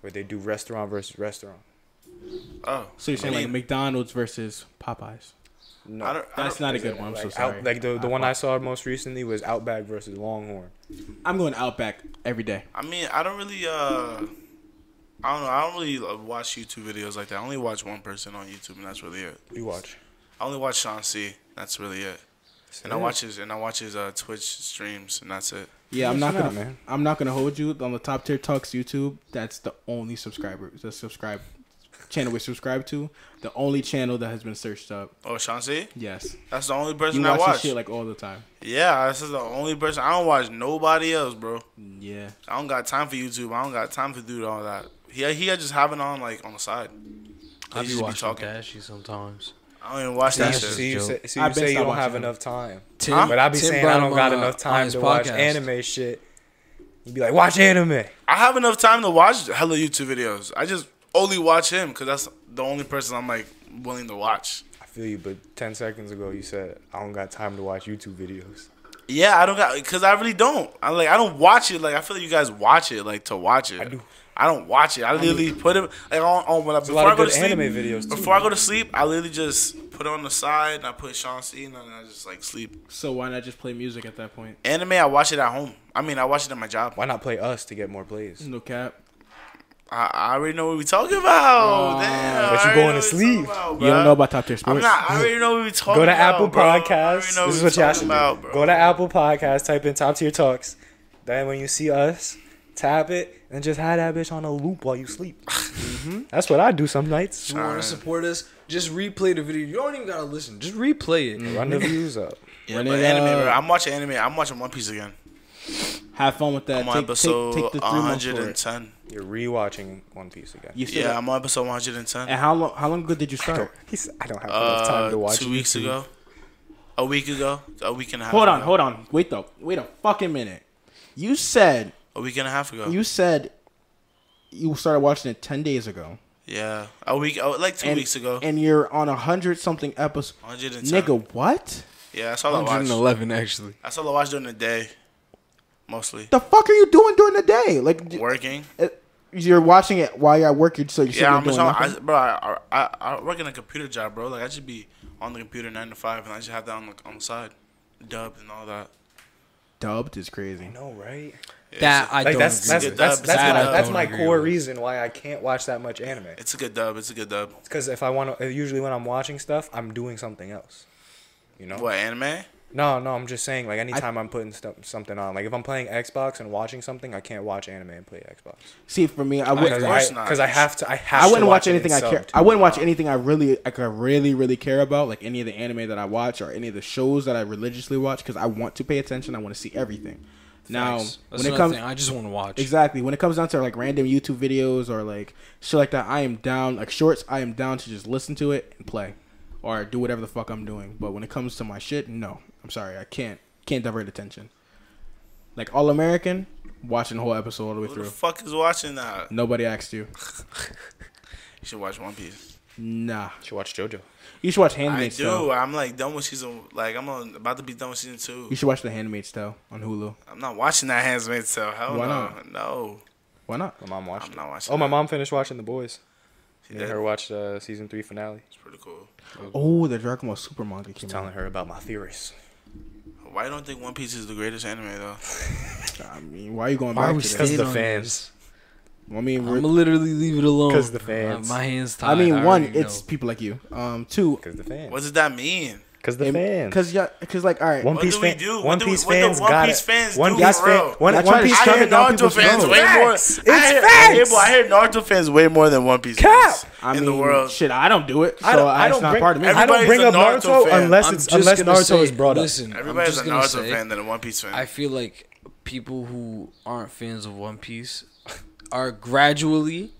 [SPEAKER 4] where they do restaurant versus restaurant.
[SPEAKER 2] Oh.
[SPEAKER 1] So you're saying
[SPEAKER 2] I
[SPEAKER 1] like
[SPEAKER 2] mean,
[SPEAKER 1] McDonald's versus Popeyes?
[SPEAKER 4] No,
[SPEAKER 2] I don't, I
[SPEAKER 1] That's
[SPEAKER 2] don't-
[SPEAKER 1] not a good one. I'm
[SPEAKER 4] like,
[SPEAKER 1] so
[SPEAKER 4] out-
[SPEAKER 1] sorry.
[SPEAKER 4] like the the one I saw most recently was Outback versus Longhorn.
[SPEAKER 1] I'm going Outback every day.
[SPEAKER 2] I mean, I don't really. uh I don't know. I don't really uh, watch YouTube videos like that. I only watch one person on YouTube, and that's really it.
[SPEAKER 4] You watch.
[SPEAKER 2] I only watch Sean C. That's really it. And I watch his and I watch his uh, Twitch streams, and that's it.
[SPEAKER 1] Yeah, I'm not
[SPEAKER 4] What's
[SPEAKER 1] gonna.
[SPEAKER 4] up, man?
[SPEAKER 1] I'm not gonna hold you on the top tier talks YouTube. That's the only subscriber, the subscribe channel we subscribe to. The only channel that has been searched up.
[SPEAKER 2] Oh, Sean C.
[SPEAKER 1] Yes,
[SPEAKER 2] That's the only
[SPEAKER 1] you
[SPEAKER 2] person I
[SPEAKER 1] watch,
[SPEAKER 2] watch.
[SPEAKER 1] this shit like all the time.
[SPEAKER 2] yeah, this is the only person. I don't watch nobody else, bro.
[SPEAKER 1] Yeah,
[SPEAKER 2] I don't got time for YouTube. I don't got time to do all that. He he just having on like on the side.
[SPEAKER 3] I
[SPEAKER 2] He
[SPEAKER 3] be
[SPEAKER 2] just be
[SPEAKER 3] watching
[SPEAKER 2] talking.
[SPEAKER 3] Dashy sometimes.
[SPEAKER 2] I don't even watch that
[SPEAKER 3] That's
[SPEAKER 4] See,
[SPEAKER 3] just
[SPEAKER 2] shit.
[SPEAKER 3] dope.
[SPEAKER 4] see, you say, see,
[SPEAKER 1] I
[SPEAKER 4] you
[SPEAKER 1] bet
[SPEAKER 4] say you
[SPEAKER 1] stop
[SPEAKER 4] don't
[SPEAKER 1] watching
[SPEAKER 4] have
[SPEAKER 1] them.
[SPEAKER 4] enough time.
[SPEAKER 3] Tim,
[SPEAKER 2] Huh?
[SPEAKER 4] But I be
[SPEAKER 3] Tim
[SPEAKER 4] saying
[SPEAKER 3] brought
[SPEAKER 4] I don't
[SPEAKER 3] him
[SPEAKER 4] got
[SPEAKER 3] on,
[SPEAKER 4] enough
[SPEAKER 3] uh, on
[SPEAKER 4] time
[SPEAKER 3] his
[SPEAKER 4] to watch
[SPEAKER 3] podcast.
[SPEAKER 4] anime shit. You be like, watch anime.
[SPEAKER 2] I have enough time to watch hella YouTube videos. I just only watch him because that's the only person I'm like willing to watch.
[SPEAKER 4] I feel you, but ten seconds ago you said I don't got time to watch YouTube videos.
[SPEAKER 2] Yeah, I don't got because I really don't. I like I don't watch it. Like I feel like you guys watch it like to watch it. I
[SPEAKER 4] do.
[SPEAKER 2] I don't watch it. I literally put it like on, on when I,
[SPEAKER 4] There's a
[SPEAKER 2] before
[SPEAKER 4] lot
[SPEAKER 2] I
[SPEAKER 4] of
[SPEAKER 2] go to
[SPEAKER 4] good
[SPEAKER 2] sleep.
[SPEAKER 4] anime videos too.
[SPEAKER 2] Before I go to sleep, I literally just put it on the side and I put Sean C and then I just like sleep.
[SPEAKER 1] so why not just play music at that point?
[SPEAKER 2] Anime, I watch it at home. I mean, I watch it at my job.
[SPEAKER 4] Why not play us to get more plays?
[SPEAKER 1] No cap.
[SPEAKER 2] I, I already know what we talking about. Damn, I
[SPEAKER 4] Oh. But you
[SPEAKER 2] already know
[SPEAKER 4] going to
[SPEAKER 2] what we talking
[SPEAKER 4] sleep.
[SPEAKER 2] about,
[SPEAKER 1] You don't
[SPEAKER 2] bruh.
[SPEAKER 1] know about top tier
[SPEAKER 2] I'm
[SPEAKER 1] sports.
[SPEAKER 2] not. I already know what we talking
[SPEAKER 4] Go to
[SPEAKER 2] about.
[SPEAKER 4] Apple
[SPEAKER 2] bro. I already
[SPEAKER 4] Podcasts.
[SPEAKER 2] know
[SPEAKER 4] This is
[SPEAKER 2] we
[SPEAKER 4] what y'all
[SPEAKER 2] talking
[SPEAKER 4] should
[SPEAKER 2] about,
[SPEAKER 4] do.
[SPEAKER 2] bro.
[SPEAKER 4] Go to Apple Podcasts, type in top tier talks. Then when you see us, tap it and just have that bitch on a loop while you sleep. That's what I do some nights.
[SPEAKER 3] you want to support us? Just replay the video. You don't even gotta listen. Just replay it.
[SPEAKER 4] Run the views up.
[SPEAKER 2] Yeah,
[SPEAKER 1] Run
[SPEAKER 2] but
[SPEAKER 1] it
[SPEAKER 2] anime,
[SPEAKER 1] up.
[SPEAKER 2] bro. I'm watching anime. I'm watching One Piece again.
[SPEAKER 1] Have fun with that.
[SPEAKER 2] I'm on
[SPEAKER 1] Take,
[SPEAKER 2] episode
[SPEAKER 1] take, take the three months for it.
[SPEAKER 2] 110.
[SPEAKER 4] You're rewatching One Piece again.
[SPEAKER 1] You still
[SPEAKER 2] Yeah,
[SPEAKER 1] got-
[SPEAKER 2] I'm on episode 110.
[SPEAKER 1] and how long? How long ago did you
[SPEAKER 4] I don't,
[SPEAKER 1] start?
[SPEAKER 4] he said, I don't have enough
[SPEAKER 2] uh,
[SPEAKER 4] time to watch.
[SPEAKER 2] two weeks
[SPEAKER 4] YouTube."
[SPEAKER 2] ago, a week ago, a week and a half.
[SPEAKER 1] Hold on,
[SPEAKER 2] ago.
[SPEAKER 1] hold on. Wait though. Wait a fucking minute. You said
[SPEAKER 2] A week and a half ago.
[SPEAKER 1] you said you started watching it ten days ago.
[SPEAKER 2] yeah, a week, oh, like two
[SPEAKER 1] and,
[SPEAKER 2] weeks ago.
[SPEAKER 1] and you're on a hundred something episode.
[SPEAKER 2] 110.
[SPEAKER 1] Nigga, what
[SPEAKER 2] Yeah, that's all I watched.
[SPEAKER 3] 111 actually.
[SPEAKER 2] That's all I watched during the day, mostly
[SPEAKER 1] the fuck are you doing during the day? Like, d-
[SPEAKER 2] working.
[SPEAKER 1] uh, you're watching it while you're at work. You're so you're sitting
[SPEAKER 2] Yeah,
[SPEAKER 1] there
[SPEAKER 2] I'm
[SPEAKER 1] doing
[SPEAKER 2] just on,
[SPEAKER 1] nothing.
[SPEAKER 2] I, bro. I, I I work in a computer job, bro. Like I should be on the computer nine to five, and I should have that on the on the side, dub and all that.
[SPEAKER 1] Dubbed is crazy.
[SPEAKER 4] No, right?
[SPEAKER 2] Yeah,
[SPEAKER 3] That
[SPEAKER 2] it's a-
[SPEAKER 3] I
[SPEAKER 4] Like
[SPEAKER 3] don't.
[SPEAKER 4] that's
[SPEAKER 3] agree
[SPEAKER 4] that's
[SPEAKER 2] with
[SPEAKER 3] with.
[SPEAKER 4] that's
[SPEAKER 2] that.
[SPEAKER 4] that's
[SPEAKER 3] That
[SPEAKER 4] my,
[SPEAKER 3] I
[SPEAKER 4] that's
[SPEAKER 3] don't
[SPEAKER 4] my
[SPEAKER 3] agree
[SPEAKER 4] core
[SPEAKER 3] with.
[SPEAKER 4] reason why I can't watch that much anime. It's
[SPEAKER 2] it's a good dub. It's a good dub.
[SPEAKER 4] because if I want to, usually when I'm watching stuff, I'm doing something else. You know?
[SPEAKER 2] What anime?
[SPEAKER 4] No, no, I'm just saying, like, anytime I, am putting stuff something on, like, if I'm playing Xbox and watching something, I can't watch anime and play Xbox.
[SPEAKER 1] See, for me, I
[SPEAKER 2] Of
[SPEAKER 1] wouldn't. I,
[SPEAKER 2] course
[SPEAKER 4] Because I,
[SPEAKER 2] not.
[SPEAKER 4] 'cause I have to, I have
[SPEAKER 1] I
[SPEAKER 4] to
[SPEAKER 1] wouldn't watch
[SPEAKER 4] it in
[SPEAKER 1] anything I care.
[SPEAKER 4] subbed.
[SPEAKER 1] I wouldn't watch anything I really, like, I really, really care about, like any of the anime that I watch or any of the shows that I religiously watch, because I want to pay attention. I want to see everything. Now,
[SPEAKER 3] That's
[SPEAKER 1] when it
[SPEAKER 3] another
[SPEAKER 1] comes,
[SPEAKER 3] thing. I just want to watch.
[SPEAKER 1] Exactly. When it comes down to like random YouTube videos or like shit like that, I am down like shorts, I am down to just listen to it and play. Or do whatever the fuck I'm doing. But when it comes to my shit, no. I'm sorry, I can't can't divert attention. Like All American, watching the whole episode all the way
[SPEAKER 2] Who the
[SPEAKER 1] through.
[SPEAKER 2] fuck is watching that? You
[SPEAKER 1] Nobody asked you.
[SPEAKER 2] should watch One Piece.
[SPEAKER 1] Nah.
[SPEAKER 4] should watch JoJo.
[SPEAKER 1] You should watch
[SPEAKER 2] I
[SPEAKER 1] Handmaid's
[SPEAKER 2] do.
[SPEAKER 1] Tale.
[SPEAKER 2] I'm like done with season. Like I'm on about to be done with season two.
[SPEAKER 1] You should watch The Handmaid's Tale on Hulu.
[SPEAKER 2] I'm not watching that Handmaid's Tale. Hell
[SPEAKER 1] Why
[SPEAKER 2] no,
[SPEAKER 1] not?
[SPEAKER 2] no.
[SPEAKER 1] Why not?
[SPEAKER 4] My mom watched
[SPEAKER 2] I'm
[SPEAKER 4] it.
[SPEAKER 2] not watching.
[SPEAKER 4] Oh, my
[SPEAKER 2] that.
[SPEAKER 4] mom finished watching The Boys. Me and
[SPEAKER 2] did?
[SPEAKER 4] her watched uh, season three finale.
[SPEAKER 2] It's pretty cool.
[SPEAKER 1] Oh, the Dragon Ball Super manga came
[SPEAKER 4] Telling
[SPEAKER 1] out.
[SPEAKER 4] her about my theories.
[SPEAKER 2] Why don't think One Piece is the greatest anime though?
[SPEAKER 1] I mean, why are you going
[SPEAKER 3] Why
[SPEAKER 1] back
[SPEAKER 3] we
[SPEAKER 1] to that?
[SPEAKER 3] staying
[SPEAKER 4] the
[SPEAKER 3] on
[SPEAKER 4] fans.
[SPEAKER 3] this?
[SPEAKER 1] I mean,
[SPEAKER 3] I'm
[SPEAKER 1] we're,
[SPEAKER 3] gonna literally leave it alone.
[SPEAKER 4] 'Cause the fans.
[SPEAKER 3] Uh, my hands tied.
[SPEAKER 1] I mean, one,
[SPEAKER 3] already
[SPEAKER 1] it's
[SPEAKER 3] know.
[SPEAKER 1] people like you. Um, two,
[SPEAKER 4] Because the fans.
[SPEAKER 2] What does that mean?
[SPEAKER 4] Because the fans.
[SPEAKER 1] because yeah, because like, all right,
[SPEAKER 4] One
[SPEAKER 2] What
[SPEAKER 4] Piece
[SPEAKER 2] do we
[SPEAKER 4] fan-
[SPEAKER 2] do? What
[SPEAKER 4] One
[SPEAKER 2] do we-
[SPEAKER 4] Piece
[SPEAKER 2] what do
[SPEAKER 4] fans
[SPEAKER 2] One
[SPEAKER 4] got
[SPEAKER 2] Piece
[SPEAKER 4] it.
[SPEAKER 2] fans
[SPEAKER 4] One
[SPEAKER 2] do,
[SPEAKER 4] Piece
[SPEAKER 2] bro?
[SPEAKER 4] fan. One,
[SPEAKER 1] That's
[SPEAKER 4] One
[SPEAKER 1] why
[SPEAKER 4] Piece
[SPEAKER 1] I
[SPEAKER 2] I hear
[SPEAKER 4] coming down
[SPEAKER 2] Naruto
[SPEAKER 4] people's
[SPEAKER 2] fans
[SPEAKER 4] throats.
[SPEAKER 2] way more.
[SPEAKER 4] Facts. It's
[SPEAKER 2] I hear, I hear-
[SPEAKER 4] facts.
[SPEAKER 2] I hear Naruto fans way more than One Piece
[SPEAKER 4] Cap.
[SPEAKER 2] fans
[SPEAKER 1] I mean,
[SPEAKER 2] in the world.
[SPEAKER 1] shit, I don't do it, so
[SPEAKER 4] I don't, I
[SPEAKER 1] it's
[SPEAKER 4] don't
[SPEAKER 1] not
[SPEAKER 4] bring,
[SPEAKER 1] part of me.
[SPEAKER 4] I don't
[SPEAKER 2] Everybody's
[SPEAKER 4] bring
[SPEAKER 2] a Naruto
[SPEAKER 4] up Naruto
[SPEAKER 2] fan.
[SPEAKER 4] unless
[SPEAKER 3] I'm
[SPEAKER 4] it's
[SPEAKER 3] just
[SPEAKER 4] unless
[SPEAKER 3] gonna
[SPEAKER 4] Naruto
[SPEAKER 3] say-
[SPEAKER 4] is brought up.
[SPEAKER 3] Listen,
[SPEAKER 2] Everybody's a
[SPEAKER 3] I'm just gonna
[SPEAKER 2] Naruto
[SPEAKER 3] say,
[SPEAKER 2] fan than a One Piece fan.
[SPEAKER 3] I feel like people who aren't fans of One Piece are gradually